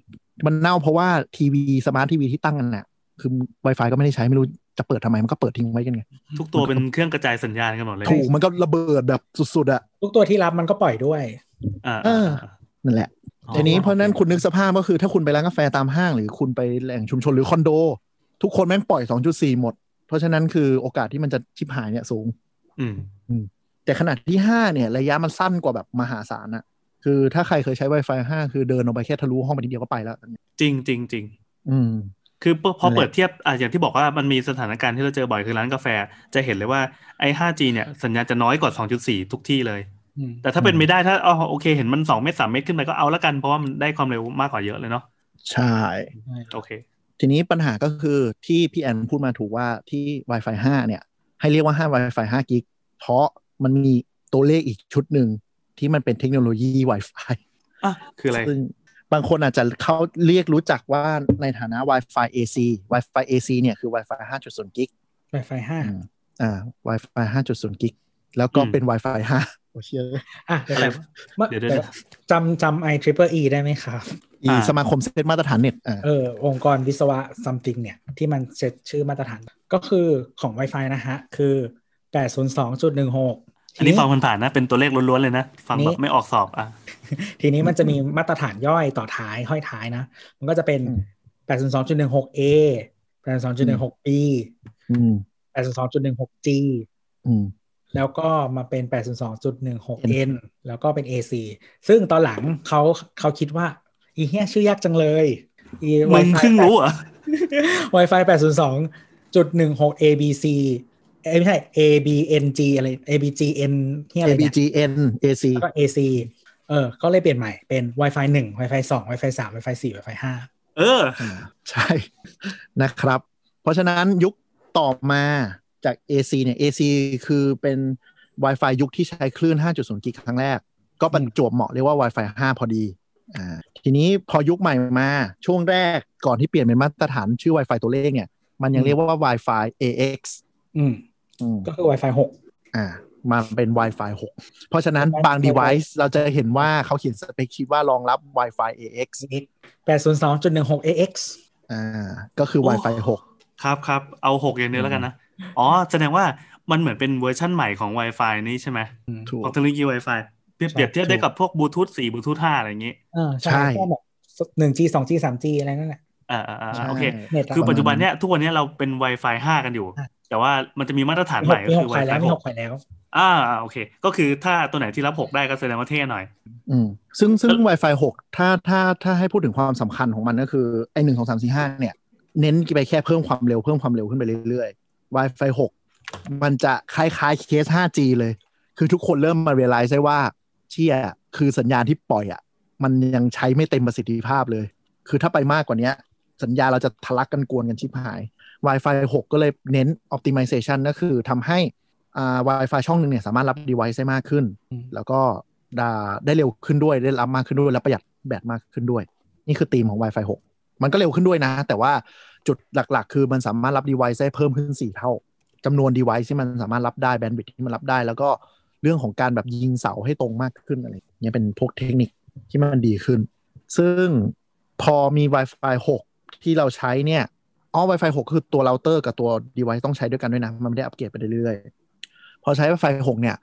Speaker 4: มันเน่าเพราะว่าทีวีสมาร์ททีวีที่ตั้งกันน่ะคือ Wi-Fi ก็ไม่ได้ใช้ไม่รู้จะเปิดทำไมมันก็เปิดทิ้งไว้กันไง
Speaker 3: ทุกตัวเป็นเครื่องกระจายสัญญาณกันหมดเลย
Speaker 4: ถูกมันก็ระเบิดแบบสุดๆอะ
Speaker 2: ทุกตัวที่รับมันก็ปล่อยด้วย
Speaker 3: อ่า
Speaker 4: เออ นั่นแหละ
Speaker 3: อ๋อ
Speaker 4: ทีนี้เพราะฉะนั้นคุณนึกสภาพก็คือถ้าคุณไปร้านกาแฟตามห้าง หรือคุณไปแหล่งชุมชนหรือคอนโด ทุกคนแม่งปล่อย 2.4 หมด เพราะฉะนั้นคือโอกาสที่มันจะชิบหายเนี่ยสูง
Speaker 3: อืม
Speaker 4: แต่ขนาดที่ 5 เนี่ย ระยะมันสั้นกว่าแบบมหาศาลอะคือถ้าใครเคยใช้ Wi-Fi 5 คือเดินออกไปแค่ทะลุห้องไปนิดเดียวก็ไปแล้ว
Speaker 3: จริงจริงจริง
Speaker 4: อืม
Speaker 3: คือพอพอ
Speaker 4: นั่นแหละ
Speaker 3: เปิดเทียบอ่ะอย่างที่บอกว่ามันมีสถานการณ์ที่เราเจอบ่อยคือร้านกาแฟ จะเห็นเลยว่าไอ้ 5G เนี่ยสัญญาณจะน้อยกว่า 2.4 ทุกที่เลย แต่ถ้าเป็นไม่ได้ถ้าอ๋อโอเคเห็นมัน 2 เมตร 3 เมตรขึ้นไปก็เอาละกัน เพราะว่ามันได้ความเร็วมากกว่าเยอะเลยเนาะ
Speaker 4: ใช่
Speaker 3: โอเค
Speaker 4: ทีนี้ปัญหาก็คือที่พี่แอนพูดมาถูกว่าที่ Wi-Fi 5 เนี่ย ให้เรียกว่า 5 Wi-Fi 5 กิกเพราะมันมีตัวเลขอีกชุดหนึ่งที่มันเป็นเทคโนโลยี Wi-Fi
Speaker 3: อ่ะ คืออะไร
Speaker 4: ซึ่งบางคนอาจจะเขาเรียกรู้จักว่าในฐานะ Wi-Fi AC Wi-Fi AC เนี่ยคือ Wi-Fi 5.0 กิก
Speaker 2: Wi-Fi ห้า
Speaker 4: อืม อ่า Wi-Fi 5.0 กิก แล้วก็เป็น Wi-Fi 5โอเชีย
Speaker 2: อ่ะเดี๋ยวก่อนเมื่อ
Speaker 3: เดี๋ยวเดี๋ยว
Speaker 2: จำจำไอทริปเปอร์อีได้ไหมครับ
Speaker 4: อี
Speaker 3: อ่า
Speaker 4: สมาคมเซตมาตรฐานเน็ตอ่า
Speaker 2: เออองค์กรวิศวะ something เนี่ย ที่มันเซตชื่อมาตรฐาน ก็คือของ Wi-Fi นะฮะ คือ 802.16
Speaker 3: อันนี้ฟังผ่านๆนะ เป็นตัวเลขล้วนๆเลยนะ ฟังแบบไม่ออกสอบอ่ะ
Speaker 2: ทีนี้มันจะมีมาตรฐานย่อยต่อท้ายห้อยท้ายนะ มันก็จะเป็น 802.16a 802.16b
Speaker 4: อืม
Speaker 2: 802.16g
Speaker 4: อืม
Speaker 2: แล้วก็มาเป็น 802.16n แล้วก็เป็น ac ซึ่งตอนหลังเขาเขาคิดว่า อีเฮียชื่อยากจังเลยอี
Speaker 3: มึง
Speaker 2: Wi-Fi
Speaker 3: เพิ่งรู้เหรอ
Speaker 2: Wi-Fi 802.16 abc เอ้ยไม่ใช่ abng อะไร abgn เฮียอะไรเนี่ย
Speaker 4: ABGN AC
Speaker 2: แล้วก็ AC เออ ก็เลยเปลี่ยนใหม่เป็น Wi-Fi 1 Wi-Fi 2 Wi-Fi 3 Wi-Fi 4 Wi-Fi 5
Speaker 3: เออ
Speaker 4: อ่าใช่ นะครับ เพราะฉะนั้นยุคต่อมาจาก AC เนี่ย AC คือเป็น Wi-Fi ยุคที่ใช้คลื่น 5.0 กิกะครั้งแรก ก็บรรจวบเหมาะเรียกว่า Wi-Fi 5 พอดีอ่าทีนี้พอยุคใหม่มาช่วงแรกก่อนที่เปลี่ยนเป็นมาตรฐานชื่อ Wi-Fi ตัวเลขเนี่ย มันยังเรียกว่า Wi-Fi AX
Speaker 2: อืม
Speaker 4: อืม
Speaker 2: ก็คือ Wi-Fi 6
Speaker 4: อ่ามันเป็น Wi-Fi 6 เพราะฉะนั้นบาง
Speaker 2: Wi-Fi
Speaker 4: device เราจะเห็นว่าเขาเขียนสเปคคิดว่ารองรับ Wi-Fi AX
Speaker 2: 802.16 AX
Speaker 4: อ่าก็คือ
Speaker 3: โอ้
Speaker 4: Wi-Fi 6
Speaker 3: ครับครับเอาหกอย่างเดียวแล้วกันนะ อ๋อ แสดงว่ามันเหมือนเป็นเวอร์ชั่นใหม่ของ Wi-Fi นี้ใช่ไหม
Speaker 4: ถูก
Speaker 3: ของเทคโนโลยี Wi-Fi เปรียบเปรียบเทียบได้กับพวกบลูทูธ4บลูทูธ5อะไรอย่างงี้
Speaker 2: อ่าใช่
Speaker 4: ใช่
Speaker 2: ก็แบบ 1G 2G 3G อะไรนั่นแหละ
Speaker 3: อ่าอ่าอ่าโอเค
Speaker 4: ใช่
Speaker 2: เน็ตะ
Speaker 3: คือปัจจุบันเนี้ยทุกวันเนี้ยเราเป็น Wi-Fi 5 กันอยู่
Speaker 2: อ่ะ
Speaker 3: แต่ว่ามันจะมีมาตรฐาน
Speaker 2: มี
Speaker 3: ให
Speaker 2: ห
Speaker 3: ม่
Speaker 2: ก
Speaker 3: ก็
Speaker 2: มีห
Speaker 3: คื
Speaker 2: ก
Speaker 3: อ
Speaker 2: ไปแล้ว
Speaker 3: Wi-Fi
Speaker 2: มีหก
Speaker 3: 6
Speaker 2: ไปแล้ว
Speaker 3: อ่าอ่าโอเค ก็คือถ้าตัวไหนที่รับ 6 ได้ก็แสดงว่าเท่หน่อย
Speaker 4: อืมซึ่งซึ่ง Wi-Fi 6 ถ้าถ้าถ้าให้พูดถึงความสำคัญของมันก็คือ ไอหนึ่งสองสามสี่ห้าเนี่ย เน้นไปแค่เพิ่มความเร็วเพิ่มความเร็วขึ้นไปเรื่อยๆ Wi-Fi 6 มันจะคล้ายๆเคส 5G เลย คือทุกคนเริ่มมาเรียลไลซ์ได้ว่า เชี่ยคือสัญญาณที่ปล่อยอะ่ะ มันยังใช้ไม่เต็มประสิทธิภาพเลย คือถ้าไปมากกว่าเนี้ย สัญญาเราจะทะลักกันกวนกันชิบหาย Wi-Fi 6 ก็เลยเน้น optimization ก็คือทำให้อ่า Wi-Fi ช่องหนึ่งเนี่ยสามารถรับ device ได้มากขึ้น
Speaker 2: อืม
Speaker 4: แล้วก็ ได้ได้เร็วขึ้นด้วยได้รับมากขึ้นด้วยและประหยัดแบตมากขึ้นด้วย นี่คือธีมของ Wi-Fi 6 มันก็เร็วขึ้นด้วยนะ แต่ว่าจุดหลักๆ คือมันสามารถรับ device ได้เพิ่มขึ้น 4 เท่าจำนวน device ที่มันสามารถรับได้แบนด์วิดที่มันรับได้ แล้วก็เรื่องของการแบบยิงเสาให้ตรงมากขึ้นอะไรอย่างเนี่ยเป็นพวกเทคนิคที่มันดีขึ้น ซึ่งพอมี Wi-Fi 6 ที่เราใช้เนี่ยอ๋อ Wi-Fi 6 คือตัวเราเตอร์กับตัว device ต้องใช้ด้วยกันด้วยนะ มันไม่ได้อัปเกรดไปเรื่อยๆ พอใช้ Wi-Fi 6 เนี่ย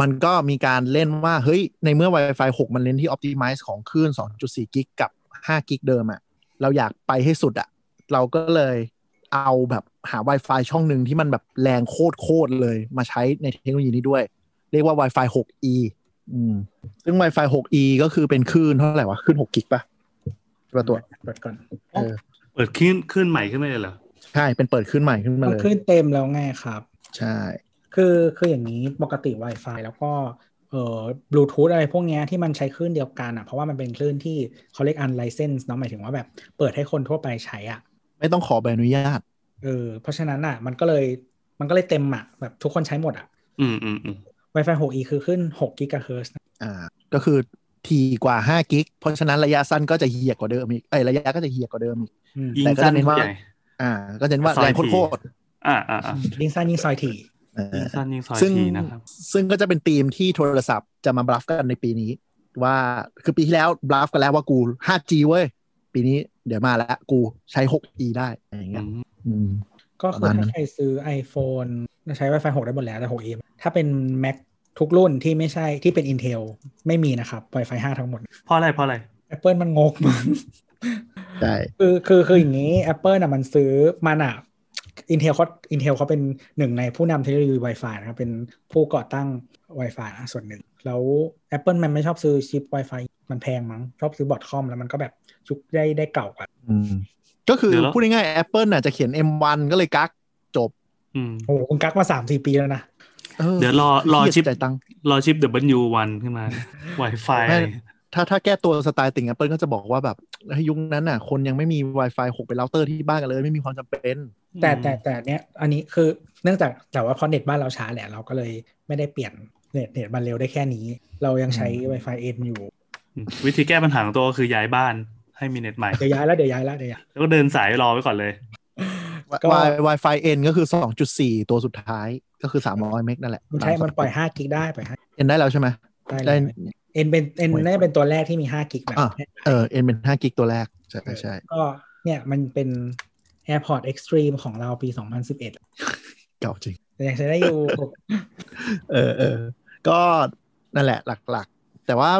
Speaker 4: มันก็มีการเล่นว่า เฮ้ย ในเมื่อ Wi-Fi 6 มันเล่นที่ optimize ของคลื่น 2.4 กิกกับ 5 กิกเดิมอะเราอยากไปให้สุดอะเราก็เลยเอาแบบหา Wi-Fi ช่องหนึ่งที่มันแบบแรงโคตรๆเลยมาใช้ในเทคโนโลยีนี้ด้วย เรียกว่า Wi-Fi 6e อืมซึ่ง Wi-Fi 6e ก็คือเป็นคลื่นเท่าไหร่วะคลื่น 6 กิกปะประตัว
Speaker 2: เปิดก่อน
Speaker 4: เออ
Speaker 3: เปิดขึ้นขึ้นใหม่ขึ้นมาเลยเหรอ
Speaker 4: ใช่ เป็นเปิดขึ้นใหม่ขึ้นมา
Speaker 2: มัน
Speaker 4: เลย
Speaker 2: ขึ้นเต็มแล้วไงครับ
Speaker 4: ใช่
Speaker 2: คือคืออย่างนี้ปกติ Wi-Fi แล้วก็เอ่อบลูทูธอะไรพวกเนี้ยที่มันใช้คลื่นเดียวกันอ่ะเพราะว่ามันเป็นคลื่นที่เขาเรียก unlicensed เนาะหมายถึงว่าแบบเปิดให้คนทั่วไปใช้อ่ะ
Speaker 4: ไม่ต้องขอใบอนุญาต
Speaker 2: เออเพราะฉะนั้นอ่ะมันก็เลยมันก็เลยเต็มอ่ะแบบทุกคนใช้หมดอ่ะ
Speaker 3: อืมอืมอืม
Speaker 2: Wi-Fi 6e คือขึ้น6กิกะเฮิร์ตซ์
Speaker 4: อ่า ก็คือทีกว่า 5 กิก เพราะฉะนั้นระยะสั้นก็จะเหี่ยกว่าเดิมอีก เอ้ย ระยะก็จะเหี่ยกว่าเดิมอีก
Speaker 2: อืม
Speaker 3: ยิง
Speaker 4: แต่ก็
Speaker 3: สั้น
Speaker 4: จะเน้นว่า
Speaker 3: ใหญ่
Speaker 4: อ่า ก็จะเห็นว่าแรงโคตร
Speaker 3: อ่าอ่าอ่า
Speaker 2: ยิ่งสั้นยิ่งซอยถี่
Speaker 4: ๆเอ
Speaker 3: ยิ
Speaker 4: อง
Speaker 3: สั้นยิงซอย
Speaker 4: ซึ่ง
Speaker 3: ทีนะครับ
Speaker 4: ซึ่งก็จะเป็นธีมที่โทรศัพท์จะมาบลัฟกันในปีนี้ ว่า คือปีที่แล้วบลัฟกันแล้วว่ากู 5G เว้ย ปีนี้เดี๋ยวมาแล้วกูใช้ 6E ได้อะไรอย่างเงี้ย อืม
Speaker 2: ก็คือถ้าใครซื้อ iPhone ใช้ Wi-Fi 6 ได้หมดแล้วแต่ 6e ถ้าเป็น Mac ทุกรุ่นที่ไม่ใช่ที่เป็น Intel ไม่มีนะครับ Wi-Fi 5 ทั้งหมด
Speaker 3: เพราะอะไรเพราะอะไร
Speaker 2: Apple มันงก มัน
Speaker 4: ใช่
Speaker 2: คือคือคืออย่างนี้ Apple น่ะมันซื้อมันอ่ะ Intel เขา Intel เขาเป็นหนึ่งในผู้นำเทคโนโลยี Wi-Fi นะครับ เป็นผู้ก่อตั้ง Wi-Fi นะส่วนหนึ่ง แล้ว Apple มันไม่ชอบซื้อชิป Wi-Fi มันแพงมั้ง ชอบซื้อบอดคอมแล้วมันก็แบบชุกได้ได้เก่ากว่า
Speaker 4: อืม ก็คือ
Speaker 3: เดี๋ยวนะ
Speaker 4: พูดง่ายๆ Apple น่ะจะเขียน M1 ก็เลยกักจบ
Speaker 3: อืม
Speaker 2: โอ้โหคุณกักมา3 4 ปีแล้วนะ
Speaker 4: ออ
Speaker 3: เดี๋ยวรอรอ
Speaker 4: เคยด
Speaker 3: ชิป
Speaker 4: จ่ายตังค์
Speaker 3: รอชิป W1 ขึ้นมา Wi-Fi
Speaker 4: ไม่ ถ้าถ้าแก้ตัวสไตล์ติ่ง Apple ก็จะบอกว่าแบบเฮ้ยยุคนั้นน่ะ คนยังไม่มี Wi-Fi 6 เป็นเราเตอร์ที่บ้านกันเลย ไม่มีความจำเป็น
Speaker 2: แต่แต่แต่เนี้ยอันนี้คือเนื่องจากแต่ว่าเพราะเน็ตบ้านเราช้าแหละเราก็เลยไม่ได้เปลี่ยนเน็ตเน็ตมันเร็วได้แค่นี้ เรายังใช้ Wi-Fi 8อยู่
Speaker 3: อืมวิธีแก้ปัญหาของตัวก็คือย้ายบ้านให้มีเน็ตใหม่
Speaker 2: เดี๋ยวย้ายแล้วเดี๋ยวย้ายแล้วเดี๋ยวย้าย
Speaker 3: แล้วก็เดินสายรอไว้ก่อนเลย
Speaker 2: ก็
Speaker 4: Wi- Wi-Fi N ก็คือ 2.4 ตัวสุดท้ายก็คือ 300 เมกนั่นแหละ
Speaker 2: มันใช้มันปล่อย 5 กิกได้ปล่อย5
Speaker 4: N ได้แล้วใช่ไหม
Speaker 2: ได้เล
Speaker 4: ได้
Speaker 2: ยเอ็นเป็นเอ็นน่าจะเป็นตัวแรกที่มี 5 กิกแบบ
Speaker 4: อ่ะ เออ N เป็น 5 กิกตัวแรก ใช่ใช่
Speaker 2: ก็เนี่ยมันเป็น AirPod Extreme ของเราปี 2011
Speaker 4: เก่าจริง
Speaker 2: แต่ยังใช้ได้อยู่
Speaker 4: เออเออก็นั่นแหละหลักๆ แต่ว่า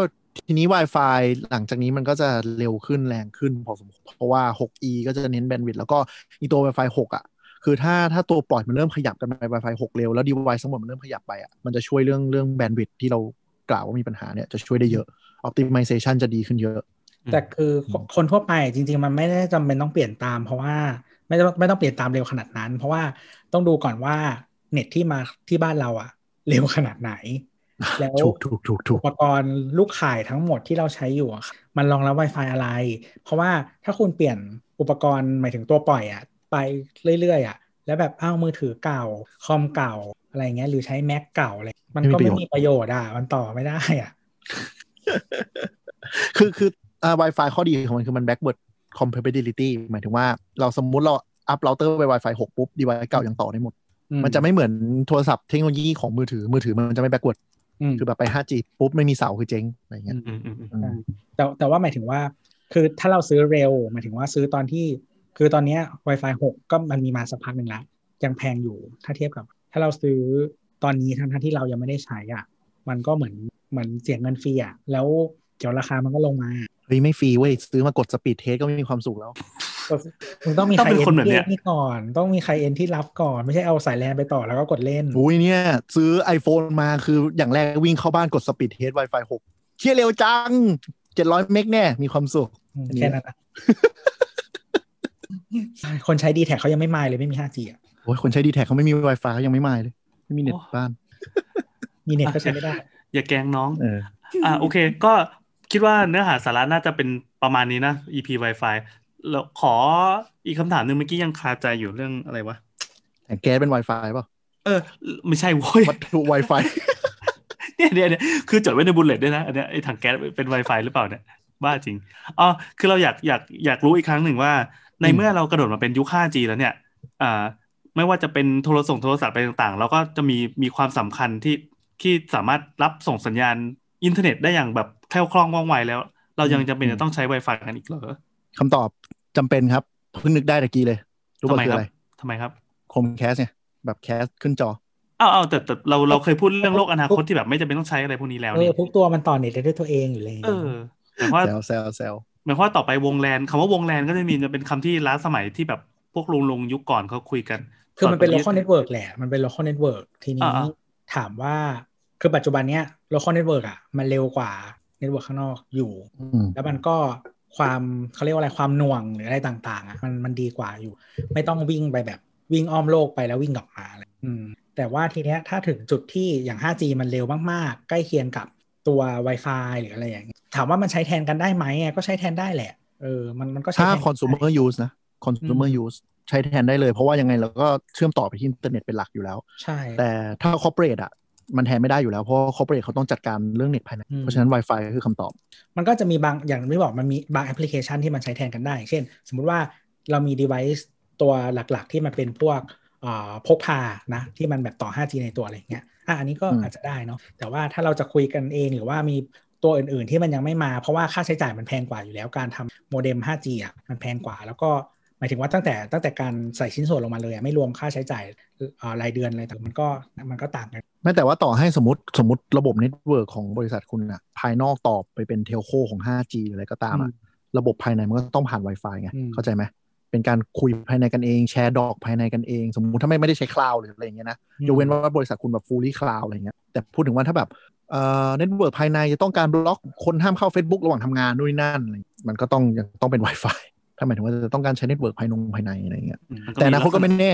Speaker 4: ทีนี้ Wi-Fi หลังจากนี้มันก็จะเร็วขึ้นแรงขึ้นพอสมควรเพราะว่า 6e ก็จะเน้นแบนด์วิดต์แล้วก็อีตัว Wi-Fi 6 อ่ะ คือถ้าถ้าตัวปล่อยมันเริ่มขยับกันไป Wi-Fi 6 เร็ว แล้วดีไวซ์ทั้งหมดมันเริ่มขยับไปอ่ะมันจะช่วยเรื่องเรื่องแบนด์วิดต์ที่เรากล่าวว่ามีปัญหาเนี่ยจะช่วยได้เยอะ optimization จะดีขึ้นเยอะ
Speaker 2: แต่คือคนคนทั่วไปจริง ๆ มันไม่ได้จำเป็นต้องเปลี่ยนตาม เพราะว่าไม่ต้องไม่ต้องเปลี่ยนตามเร็วขนาดนั้น เพราะว่าต้องดูก่อนว่าเน็ตที่มาที่บ้านเราอะเร็วขนาด ไหน แล้ว
Speaker 4: ถูกถูกถูกถู
Speaker 2: อุ
Speaker 4: ก
Speaker 2: ปกรณ์ลูกข่ายทั้งหมดที่เราใช้อยู่อะมันรองรับ Wi-Fi อะไร เพราะว่าถ้าคุณเปลี่ยนอุปกรณ์หมายถึงตัวปล่อยอะไปเรื่อยๆอะแล้วแบบอ้าวมือถือเก่าคอมเก่าอะไรอย่างเงี้ยหรือใช้แม็กเก่าอะไรมันก็ไม่มีประโยชน์อะมันต่อไม่ได้อะ
Speaker 4: คือคืออ่า Wi-Fi ข้อดีของมันคือมัน backward compatibility หมายถึงว่าเราสมมุติเราอัพเราเตอร์ไป Wi-Fi 6 ปุ๊บดีไวซ์เก่ายังต่อได้หมด มันจะไม่เหมือนโทรศัพท์เทคโนโลยีของมือถือ มือถือมันจะไม่แบกวด
Speaker 2: อืม
Speaker 4: คือแบบไป 5G ปุ๊บ ไม่มีเสาคือเจ๊งอะไร
Speaker 3: อื
Speaker 4: เงี้ย
Speaker 3: มอืมอืมอืม
Speaker 4: อืม
Speaker 2: แต่แต่ว่าหมายถึงว่าคือถ้าเราซื้อเร็ว หมายถึงว่าซื้อตอนที่คือตอนเนี้ย Wi-Fi 6 ก็มันมีมาสักพักหนึ่งแล้วยังแพงอยู่ถ้าเทียบกับ ถ้าเราซื้อตอนนี้ทั้งทที่เรายังไม่ได้ใช้อ่ะมันก็เหมือนเหมือนเสียเงินฟรีอ่ะแล้วเดี๋ยวราคามันก็ลงมา
Speaker 4: เฮ้ย ไม่ฟรีเว้ย ซื้อมากดสปีดเทสก็ไม่มีความสุขแล้ว
Speaker 2: คุณต้องมี
Speaker 3: ถ้า
Speaker 2: ใคร
Speaker 3: เป็น
Speaker 2: เอ็
Speaker 3: คน
Speaker 2: น
Speaker 3: แบบ
Speaker 2: ที่
Speaker 3: เนี้ย
Speaker 2: นี่ก่อน ต้องมีใครเอ็นที่รับก่อน ไม่ใช่เอาสายแลนไปต่อแล้วก็กดเล่น
Speaker 4: อุ้ยเนี่ย ซื้อ iPhone มาคืออย่างแรกวิ่งเข้าบ้านกดสปีดเทส Wi-Fi 6เชี่ยเร็วจัง 700 เมกแน่ มีความสุข
Speaker 2: อืมแค่ นั้นอะคนใช้ดีแท็เขายังไม่มาเลยไม่มี 5G อ่ะ
Speaker 4: โอ้ยคนใช้ดีแท็เขาไม่มี Wi-Fi เขายังไม่มาเลย ไม่มีเน็ตบ้าน
Speaker 2: มีเน็ตก็ใช้ไม่ได้
Speaker 3: อย่าแกล้งน้อง
Speaker 4: เออ
Speaker 3: อ่าโอเค ก็คิดว่าเนื้อหาสาระน่าจะเป็นประมาณนี้นะ EP Wi-Fi แล้วขออีกคำถามหนึ่งเมื่อกี้ยังคาใจอยู่เรื่องอะไรวะ
Speaker 4: แต่แก๊สเป็น Wi-Fi เปล่า
Speaker 3: เออ ไม่ใช่โว้ย
Speaker 4: วัตถุ Wi-Fi
Speaker 3: เนี่ยเนี่ยเนี่ยคือจดไว้ในบุลเลตด้วยนะอันเนี้ยไอ้ถังแก๊สเป็น Wi-Fi หรือเปล่าเนี่ยบ้าจริงอ๋อคือเราอยากอยากอยากรู้อีกครั้งหนึ่งว่า ในเมื่อเรากระโดดมาเป็นยุค 5G แล้วเนี่ยอ่าไม่ว่าจะเป็นโทรส่งโทรศัพท์อะไรต่างๆ เราก็จะมีมีความสำคัญที่ที่สามารถรับส่งสัญญาณอินเทอร์เน็ตได้อย่างแบบแคล่วคล่องว่องไวแล้ว เรายังจำเป็นจะต้องใช้ Wi-Fi กันอีกเหรอ
Speaker 4: คำตอบจำเป็นครับเพิ่งนึกได้ตะกี้เลย รู้
Speaker 3: ทำ
Speaker 4: ป่ะ
Speaker 3: ไมค
Speaker 4: คือ
Speaker 3: รั
Speaker 4: อะ
Speaker 3: บ
Speaker 4: ไร
Speaker 3: ทำไมครับ
Speaker 4: โคมแคสเนี่ยแบบแคสขึ้นจอ
Speaker 3: อ้าวอ้าวแต่แต่เราเราเคยพูดเรื่องโลกอนาคตที่แบบไม่จำเป็นต้องใช้อะไรพวกนี้แล้ว
Speaker 2: เอ
Speaker 3: นี่
Speaker 2: อทุกตัวมันต่อเน็ตได้ด้วยตัวเองอยู่เลย
Speaker 3: เออหมายความว่า
Speaker 4: แซวแซวแซว
Speaker 3: หมายความว่าต่อไปวงแลนคำว่าวงแลนก็จะมีจะเป็นคำที่ล้าสมัยที่แบบพวกลุงลุงยุคก่อนเขาคุยกัน
Speaker 2: คือมันเป็น
Speaker 3: ตอนนี้
Speaker 2: local network แหละ มันเป็น local network ทีนี้
Speaker 3: อ่า
Speaker 2: ถามว่าคือปัจจุบันเนี้ย local network อ่ะมันเร็วกว่า network ข้างนอกอยู่
Speaker 4: อืม
Speaker 2: แล้วมันก็ความเขาเรียกว่าอะไรความหน่วงหรืออะไรต่างๆอ่ะมันมันดีกว่าอยู่ ไม่ต้องวิ่งไปแบบวิ่งอ้อมโลกไปแล้ววิ่งกลับมาอะไรอืมแต่ว่าทีเนี้ยถ้าถึงจุดที่อย่าง 5G มันเร็วมากๆ ใกล้เคียงกับตัว Wi-Fi หรืออะไรอย่างเงี้ยถามว่ามันใช้แทนกันได้ไหมอ่ะก็ใช้แทนได้แหละเออมันมันก็ใช้
Speaker 4: ถ้า
Speaker 2: แทน
Speaker 4: consumer use นะ consumer
Speaker 2: อืม
Speaker 4: use ใช้แทนได้เลย เพราะว่ายังไงเราก็เชื่อมต่อไปที่อินเทอร์เน็ตเป็นหลักอยู่แล้ว
Speaker 2: ใช่
Speaker 4: แต่ถ้า corporate อ่ะ มันแทนไม่ได้อยู่แล้ว เพราะ corporate เขาต้องจัดการเรื่องเน็ตภายใน
Speaker 2: อืม
Speaker 4: เพราะฉะนั้น Wi-Fi ก็คือคำตอบ
Speaker 2: มันก็จะมีบางอย่างที่บอกมันมีบางแอปพลิเคชันที่มันใช้แทนกันได้ เช่น สมมุติว่าเรามี device ตัวหลักๆ ที่มันเป็นพวกเอ่อพกพานะที่มันแบบต่อ 5G ในตัวอะไรอย่างเงี้ยอ่ะอันนี้ก็
Speaker 4: อืม
Speaker 2: อาจจะได้เนาะแต่ว่าถ้าเราจะคุยกันเองหรือว่ามีตัวอื่นๆที่มันยังไม่มาเพราะว่าค่าใช้จ่ายมันแพงกว่าอยู่แล้วการทำโมเด็ม 5G อ่ะมันแพงกว่า แล้วก็หมายถึงว่าตั้งแต่ตั้งแต่การใส่ชิ้นส่วนลงมาเลยอะไม่รวมค่าใช้จ่ายเอ่อรายเดือนอะไรแต่างมันก็มันก็ต่างกัน
Speaker 4: แม้แต่ว่าต่อให้สมมติสมมติระบบเน็ตเวิร์กของบริษัทคุณอะภายนอกต่อไปเป็นเทลโคของ 5G หรืออะไรก็ตามอะระบบภายในมันก็ต้องผ่าน Wi-Fi ไง
Speaker 2: อืม
Speaker 4: เข้าใจไหมเป็นการคุยภายในกันเองแชร์ดอกภายในกันเอง สมมุติถ้าไม่ไม่ได้ใช้คลาวหรืออะไรอย่างเงี้ยนะยกเว้นว่าบริษัทคุณแบบ fully cloud อะไรเงี้ยแต่พูดถึงว่าถ้าแบบเอ่อเน็ตเวิร์กภายในจะต้องการบล็อกคนห้ามเข้า Facebook ระหว่างทำงานนู่นนนั่นอะไรมันก็ต้องยังต้องเป็น Wi-Fi ถ้าหมายถึงว่าจะต้องการใช้เน็ตเวิร์กภายนงภายในอะไรอย่างเงี้ย
Speaker 3: อืมมั
Speaker 4: แต่อนาคตก็
Speaker 3: ลั
Speaker 4: ไม่
Speaker 3: ษณะ
Speaker 4: แน่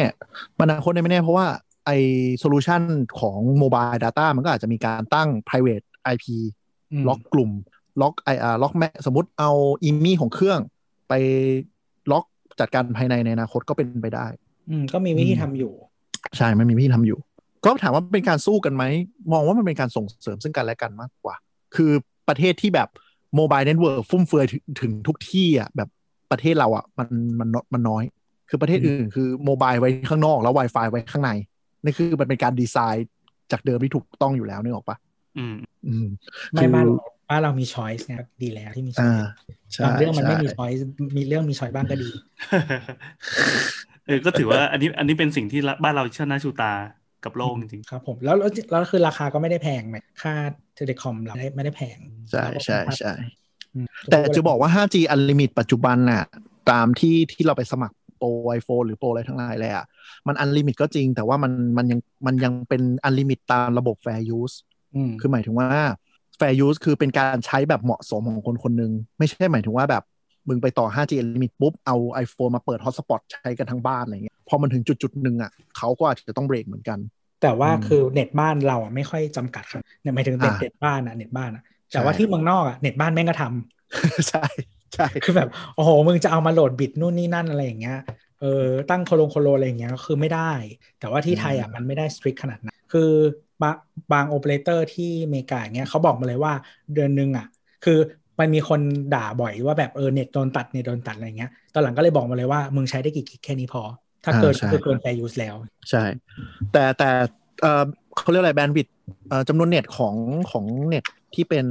Speaker 4: มันอนาคตเนี่ยไม่แน่ เพราะว่าไอโซลูชันของโมบาย Data มันก็อาจจะมีการตั้ง private IP
Speaker 2: ม
Speaker 4: ล็อกกลุ่ม ล็อกไออาล็อกแมสมมติเอาอีมี่ของเครื่องไปล็อกจัดการภายในในอนาคตก็เป็นไปได้
Speaker 2: อืมก็มีวิธีทำอยู่
Speaker 4: ใช่ มันมีพี่ทำอยู่ ก็ถามว่าเป็นการสู้กันไหม มองว่ามันเป็นการส่งเสริมซึ่งกันและกันมากกว่า คือประเทศที่แบบโมบายเน็ตเวิร์ฟุ่มเฟือยถึงถึงทุกที่อ่ะแบบประเทศเราอ่ะมันมันมันน้อย คือประเทศอื่นคือโมบายไว้ข้างนอกแล้ว Wi-Fi ไว้ข้างในนี่คือมันเป็นการดีไซน์จากเดิมที่ถูกต้องอยู่แล้วนึกออกปะ
Speaker 3: อืม
Speaker 4: อืม
Speaker 2: ไม่
Speaker 4: คือ
Speaker 2: บ้านเราบ้านเรามีช้อยส์เนี่ยดีแล้วที่มีช้อย
Speaker 4: อ่า
Speaker 2: ส์
Speaker 4: ใช่
Speaker 2: บางเรื่องมันไม่มี
Speaker 4: ใช่
Speaker 2: ช้อยส์มีเรื่องมีช้อยส์บ้างก็ดี
Speaker 3: เออก็ถือว่าอันนี้อันนี้เป็นสิ่งที่ละบ้านเราเชื่อหน้าชูตากับโลกจริง
Speaker 2: ครับผมแล้วแล้วแล้วคือราคาก็ไม่ได้แพงไหมค่าเทเลคอมเราไม่ได้ไม่ได้แพง
Speaker 4: ใช่ใช่ใช่
Speaker 2: อืม
Speaker 4: แต่จะบอกว่า 5G Unlimit ปัจจุบันน่ะตามที่ที่เราไปสมัครโปรไอโฟนหรือโปรอะไรทั้งหลายแหละมัน Unlimit ก็จริง แต่ว่ามันมันยังมันยังเป็น Unlimit ตามระบบ Fair Use
Speaker 2: อืม
Speaker 4: คือหมายถึงว่า Fair Use คือเป็นการใช้แบบเหมาะสมของคนคนหนึ่งไม่ใช่หมายถึงว่าแบบ มึงไปต่อ 5G Unlimit ปุ๊บ เอา iPhone มาเปิด Hotspot ใช้กันทั้งบ้านอะไรเงี้ยพอมันถึงจุดจุดๆหนึ่งอ่ะเขาก็อาจจะต้องเบรกเหมือนกัน
Speaker 2: แต่ว่า
Speaker 4: อืม
Speaker 2: คือเน็ตบ้านเราอ่ะไม่ค่อยจำกัดครับเนี่ยหมายถึงเน็ต
Speaker 4: อ่า
Speaker 2: เน็ตบ้านอ่ะเน็ตบ้านอ่ะแต่
Speaker 4: ใช่
Speaker 2: ว่าที่เมืองนอกอ่ะเน็ตบ้านแม่งก็ทำ
Speaker 4: ใช่ใช่
Speaker 2: คือแบบโอ้โหมึงจะเอามาโหลดบิดนู่นนี่นั่นอะไรอย่างเงี้ยเออตั้งโคโลงโคโลอะไรอย่างเงี้ยก็คือไม่ได้ แต่ว่าที่ไทยอ่ะมันไม่ได้สตริกขนาดนั้นคือบางบางโอเปอเรเตอร์ที่อเมริกาอย่างเงี้ยเขาบอกมาเลยว่าเดือนหนึงอ่ะ คือมันมีคนด่าบ่อยว่าแบบเออเน็ตโดนตัดเน็ตโดนตัดอะไรเงี้ย ตอนหลังก็เลยบอกมาเลยว่ามึงใช้ได้กี่กิกแค่นี้พอ ถ้าเกิน
Speaker 4: อ่าใช่
Speaker 2: ก็คือเกินแฟร์ยูสแล้ว
Speaker 4: ใช่ แต่แต่เอ่อเขาเรียกอะไรแบนด์วิดเอ่อจำนวนเน็ตของของเน็ตที่เป็น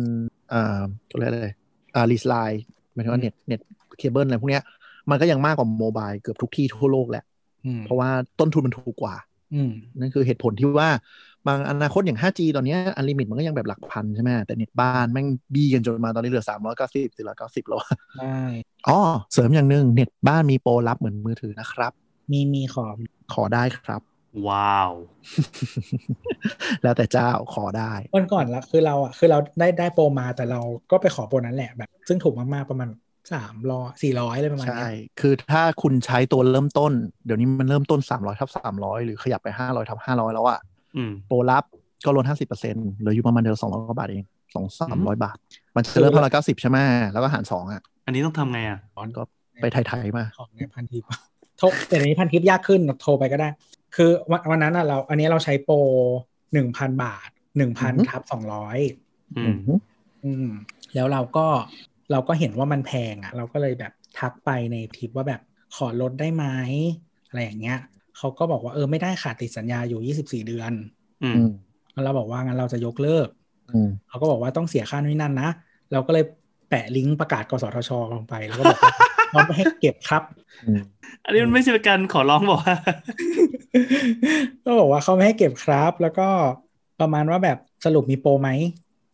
Speaker 4: เอ่อเขาเรียกอะไรอ่ารีสไลน์หมายถึงว่าเน็ตเน็ตเคเบิลอะไรพวกเนี้ยมันก็ยังมากกว่าโมบายเกือบทุกที่ทั่วโลกแหละ
Speaker 2: อืม
Speaker 4: เพราะว่าต้นทุนมันถูกกว่า
Speaker 2: อืม
Speaker 4: นั่นคือเหตุผลที่ว่าบางอนาคตอย่าง 5G ตอนเนี้อันลิมิตมันก็ยังแบบหลักพันใช่ไหมแต่เน็ตบ้านแม่งบีกันจนมาตอนนี้เหลือ 390 490แล้วอะ
Speaker 2: ได้
Speaker 4: อ๋อเสริมอย่างหนึ่งเน็ตบ้านมีโปรรับเหมือนมือถือนะครับ
Speaker 2: มีมีขอบ
Speaker 4: ขอได้ครับ
Speaker 3: ๆว้าว
Speaker 4: แล้วแต่เจ้าขอได้
Speaker 2: วันก่อนละคือเราอ่ะคือเราได้ได้โปรมาแต่เราก็ไปขอโปรนั้นแหละแบบ ซึ่งถูกมากๆประมาณสามร้อยสี่ร้อยอะไรประมาณ
Speaker 4: ใช่
Speaker 2: เนี้ย
Speaker 4: คือถ้าคุณใช้ตัวเริ่มต้น เดี๋ยวนี้มันเริ่มต้น 300ทับ300 หรือขยับไป 500ทับ500 แล้วอะ
Speaker 3: อืม
Speaker 4: โปรรับก็ลด 50%เหลืออยู่ประมาณเดือน200กว่าบาทเอง 2 300 บาท มันจะเริ่มเท่าละ90 ใช่ไหมแล้วก็หาร 2 อ่ะ
Speaker 3: อันนี้ต้องทำไงอ่ะ
Speaker 4: ก็ไปไทยๆมา
Speaker 2: ของในพันทิปโทรแต่ในนี้พันทิปยากขึ้นโทรไปก็ได้ คือวันวันนั้นอ่ะเรา อันนี้เราใช้โปรหนึ่งพันบาท หนึ่งพันทับสองร้อย
Speaker 3: อื
Speaker 4: อื
Speaker 3: ม
Speaker 4: อหือ
Speaker 2: อืมแล้วเราก็เราก็เห็นว่ามันแพงอ่ะ เราก็เลยแบบทักไปในทิปว่าแบบขอลดได้ไหมอะไรอย่างเงี้ยเขาก็บอกว่าเออไม่ได้ค่ะติดสัญญาอยู่ยี่สิบสี่เดือน
Speaker 3: อืม
Speaker 4: อืม
Speaker 2: แล้วเราบอกว่างั้นเราจะยกเลิก
Speaker 4: อืม
Speaker 2: เขาก็บอกว่าต้องเสียค่านู่นนนั่นนะ เราก็เลยแปะลิงก์ประกาศกสทชลงไป แล้วก็บอกว่า เขาไม่ให้เก็บครับ
Speaker 4: อืม
Speaker 3: อันนี้มันไม่ใช่เป็นการขอร้องบอกว่า
Speaker 2: ก็บอกว่าเขาไม่ให้เก็บครับ แล้วก็ประมาณว่าแบบสรุปมีโปรไหม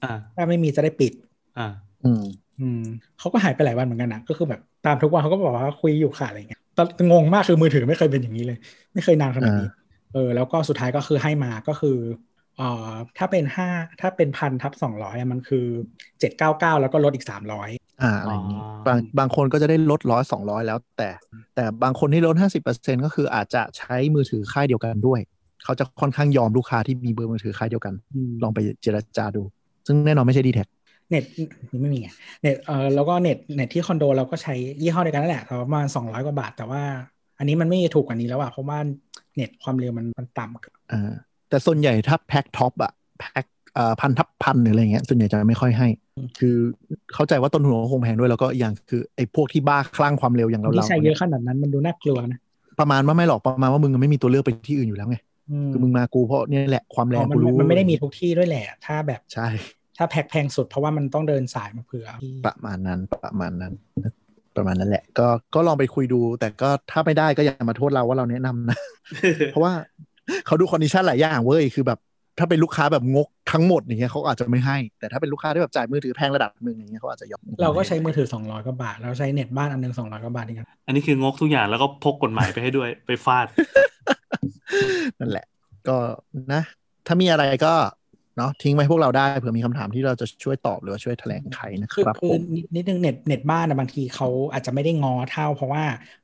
Speaker 3: อ่า
Speaker 2: ถ้าไม่มีจะได้ปิด
Speaker 3: อ่า
Speaker 4: อืม
Speaker 2: อืมเขาก็หายไปหลายวันเหมือนกันนะ ก็คือแบบตามทุกวันเขาก็บอกว่าคุยอยู่ค่ะอะไรเงี้ยตอนงงมากคือมือถือไม่เคยเป็นอย่างนี้เลย ไม่เคยนานขนาดนี้ เออ แล้วก็สุดท้ายก็คือให้มาก็คือเอ่อถ้าเป็นห้าถ้าเป็นพันทับสองร้อยมันคือเจ็ดเก้าเก้าแล้วก็ลดอีกสามร้อย
Speaker 4: อ่าอะไรอย่างนี้บางบางคนก็จะได้ลดร้อยสองร้อยแล้ว แต่ แต่บางคนที่ลดห้าสิบเปอร์เซ็นก็คืออาจจะใช้มือถือค่ายเดียวกันด้วย เขาจะค่อนข้างยอมลูกค้าที่มีเบอร์มือถือค่ายเดียวกัน ลองไปเจรจาดู ซึ่งแน่นอนไม่ใช่ดีแท็
Speaker 2: เน็ตนี่ไม่มีไงเน็ตเออแล้วก็เน็ตเน็ตที่คอนโดเราก็ใช้ยี่ห้อเดียวกันนั่นแหละประมาณสองร้อยกว่าบาท แต่ว่า อันนี้มันไม่ถูกกว่านี้แล้วอะเพราะว่าเน็ตความเร็วมันมันต่ำเกิน
Speaker 4: อ่าแต่ส่วนใหญ่ถ้าแพ็คท็อปอะแพ็คเอ่อพันทับพันหรืออะไรเงี้ยส่วนใหญ่จะไม่ค่อยให้ คือเข้าใจว่าต้นทุนของคงแพงด้วยแล้วก็อีกอย่างคือไอ้พวกที่บ้าคลั่งความเร็วอย่างเรา
Speaker 2: ที่
Speaker 4: เรา
Speaker 2: ใช้เยอะขนาดนั้นมันดูน่ากลัวนะ
Speaker 4: ประมาณว่าไม่หรอกประมาณว่ามึงไม่มีตัวเลือกไปที่อื่นอยู่แล้วไงคือมึงมากูเพราะเนี่ยแหละความแร
Speaker 2: อ๋
Speaker 4: ง
Speaker 2: อมั
Speaker 4: กู
Speaker 2: น
Speaker 4: รู้
Speaker 2: มันไม่ได้มีทุกที่ด้วยแหละ ถ้าแบบ
Speaker 4: ใช่
Speaker 2: ถ้าแพ็คแพงสุดเพราะว่ามันต้องเดินสายมาเผื่อที่
Speaker 4: ประมาณนั้นประมาณนั้น ประมาณนั้นแหละ ก็ก็ลองไปคุยดู แต่ก็ถ้าไม่ได้ก็อย่ามาโทษเราว่าเราแนะนำนะ เพราะว่าเขาดูคอนดิชันหลายอย่างเว้ยคือแบบ ถ้าเป็นลูกค้าแบบงกทั้งหมดอย่างเงี้ยเขาอาจจะไม่ให้ แต่ถ้าเป็นลูกค้าที่แบบจ่ายมือถือแพงระดับหนึ่งอย่างเงี้ยเขาอาจจะยอม
Speaker 2: เราก็ใช้มือถือสองร้อยกว่าบาทเราใช้เน็ตบ้านอันหนึงสองร้อยกว่าบาทเอง
Speaker 3: อันนี้คืองกทุกอย่างแล้วก็พกกฎหมายไปให้ด้วยไปฟาด
Speaker 4: นั่นแหละ ก็นะ ถ้ามีอะไรก็เนาะทิ้งไว้พวกเราได้เผื่อมีคำถามที่เราจะช่วยตอบหรือว่าช่วยแถลงไขนะค
Speaker 2: คือ
Speaker 4: รับ
Speaker 2: คื
Speaker 4: ผ
Speaker 2: อ
Speaker 4: ม
Speaker 2: นิดนิดนึงเน็ตเน็ตบ้านอะบางทีเขาอาจจะไม่ได้งอเท่า เพราะว่า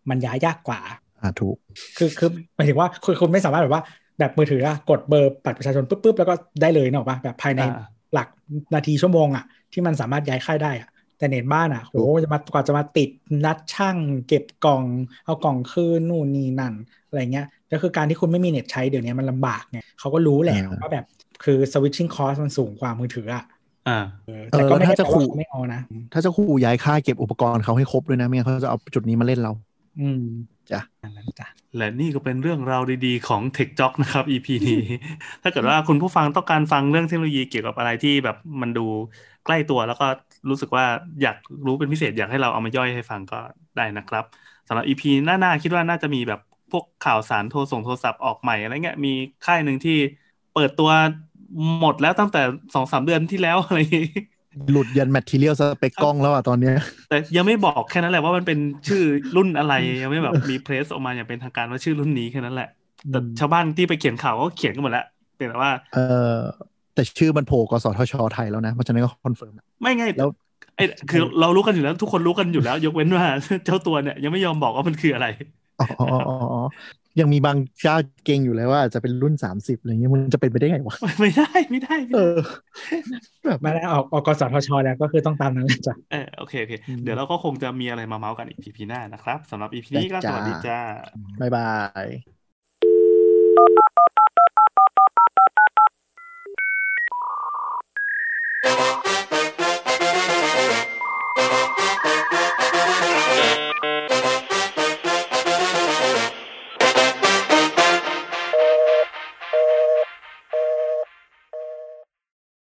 Speaker 2: มันย้ายยากกว่า
Speaker 4: อ่าถูก
Speaker 2: คือคือหมายถึงว่าคุณคุณไม่สามารถแบบว่าแบบมือถืออะกดเบอร์บัตรประชาชนปุ๊บปุ๊บแล้วก็ได้เลยเนอะป่ะแบบภายใน
Speaker 3: อ่า
Speaker 2: หลักนาทีชั่วโมงอะที่มันสามารถย้ายค่ายได้อะแต่เน็ตบ้านอะโหจะมากว่าจะมาติดนัดช่าง เก็บกล่อง เอากล่องคืนนู่นนี่นั่นอะไรเงี้ยก็คือการที่คุณไม่มีเน็ตใช้เดี๋ยวนี้มันลำบากไงเขาก็รู้แหละ
Speaker 4: อ่า
Speaker 2: ว่าแบบคือ switching cost มันสูงกว่ามือถืออะ
Speaker 3: อ่า
Speaker 4: เอ
Speaker 2: แต่
Speaker 4: อ
Speaker 2: ก็
Speaker 4: แล้ว
Speaker 2: ไม่
Speaker 4: ถ้า
Speaker 2: ได้
Speaker 4: จะ
Speaker 2: จะ
Speaker 4: ขู่
Speaker 2: ขู่าไม่เอานะ
Speaker 4: ถ้าจะขู่ย้ายค่ายเก็บอุปกรณ์เขาให้ครบด้วยนะไม่งั้นเขาจะเอาจุดนี้มาเล่นเรา
Speaker 2: อืม
Speaker 4: จ้ะ
Speaker 2: นั่นแหละจ้ะ
Speaker 3: และนี่ก็เป็นเรื่องราวดีๆของ Tech j o c นะครับ EP นี้ ถ้าเกิดว่าคุณผู้ฟังต้องการฟังเรื่องเทคโนโลยีเกี่ยวกับอะไรที่แบบมันดูใกล้ตัวแล้วก็รู้สึกว่าอยากรู้เป็นพิเศษอยากให้เราเอามาย่อยให้ฟังก็ได้นะครับสำหรับ EP หน้าๆคิดว่าน่าจะมีแบบพวกข่าวสารโทรส่งโทรศัพท์ออกใหม่อะไรเงี้ยมีค่ายหนึ่งที่เปิดตัวหมดแล้วตั้งแต่สองสามเดือนที่แล้วอะไรอย่างงี้
Speaker 4: หลุดยันแมทเทียลสเปกกล้องแล้วอ่ะตอนเนี้ย
Speaker 3: แต่ยังไม่บอกแค่นั้นแหละว่ามันเป็นชื่อรุ่นอะไร ยังไม่แบบมีเพรสออกมาอย่างเป็นทางการว่าชื่อรุ่นนี้แค่นั้นแหละ แต่ชาวบ้านที่ไปเขียนข่าวก็เขียนกันหมดแล้วเพียงแต่ว่า
Speaker 4: เออแต่ชื่อมันโผล่กสทชไทยแล้วนะเพราะฉะนั้นก็คอนเฟิร์ม
Speaker 3: ไม่ไง
Speaker 4: แล้ว
Speaker 3: ไอ้คือเรารู้กันอยู่แล้ว ทุกคนรู้กันอยู่แล้ว ยกเว้นว่า เจ้าตัวเนี่ยยังไม่ยอมบอกว่ามันคืออะไร
Speaker 4: อ๋ออ๋ออ๋ออ๋อยังมีบางเจ้าเก่งอยู่เลยว่าอาจจะเป็นรุ่น 30อะไรเงี้ยมันจะเป็นไปได้ไงวะ
Speaker 3: ไม่ได้ไม่ได้ไม่
Speaker 4: เอ
Speaker 3: ได้
Speaker 4: อแบบ
Speaker 2: มาแล้วออกออกกสทชแล้วก็คือต้องตามนั้นแหละจ้ะ
Speaker 3: เออโอเคโอเคเดี๋ยวเราก็คงจะมีอะไรมาเมาส์กันอีก EP หน้านะครับสำหรับ EP นี้ก็สวัสดีจ้า
Speaker 4: บายบาย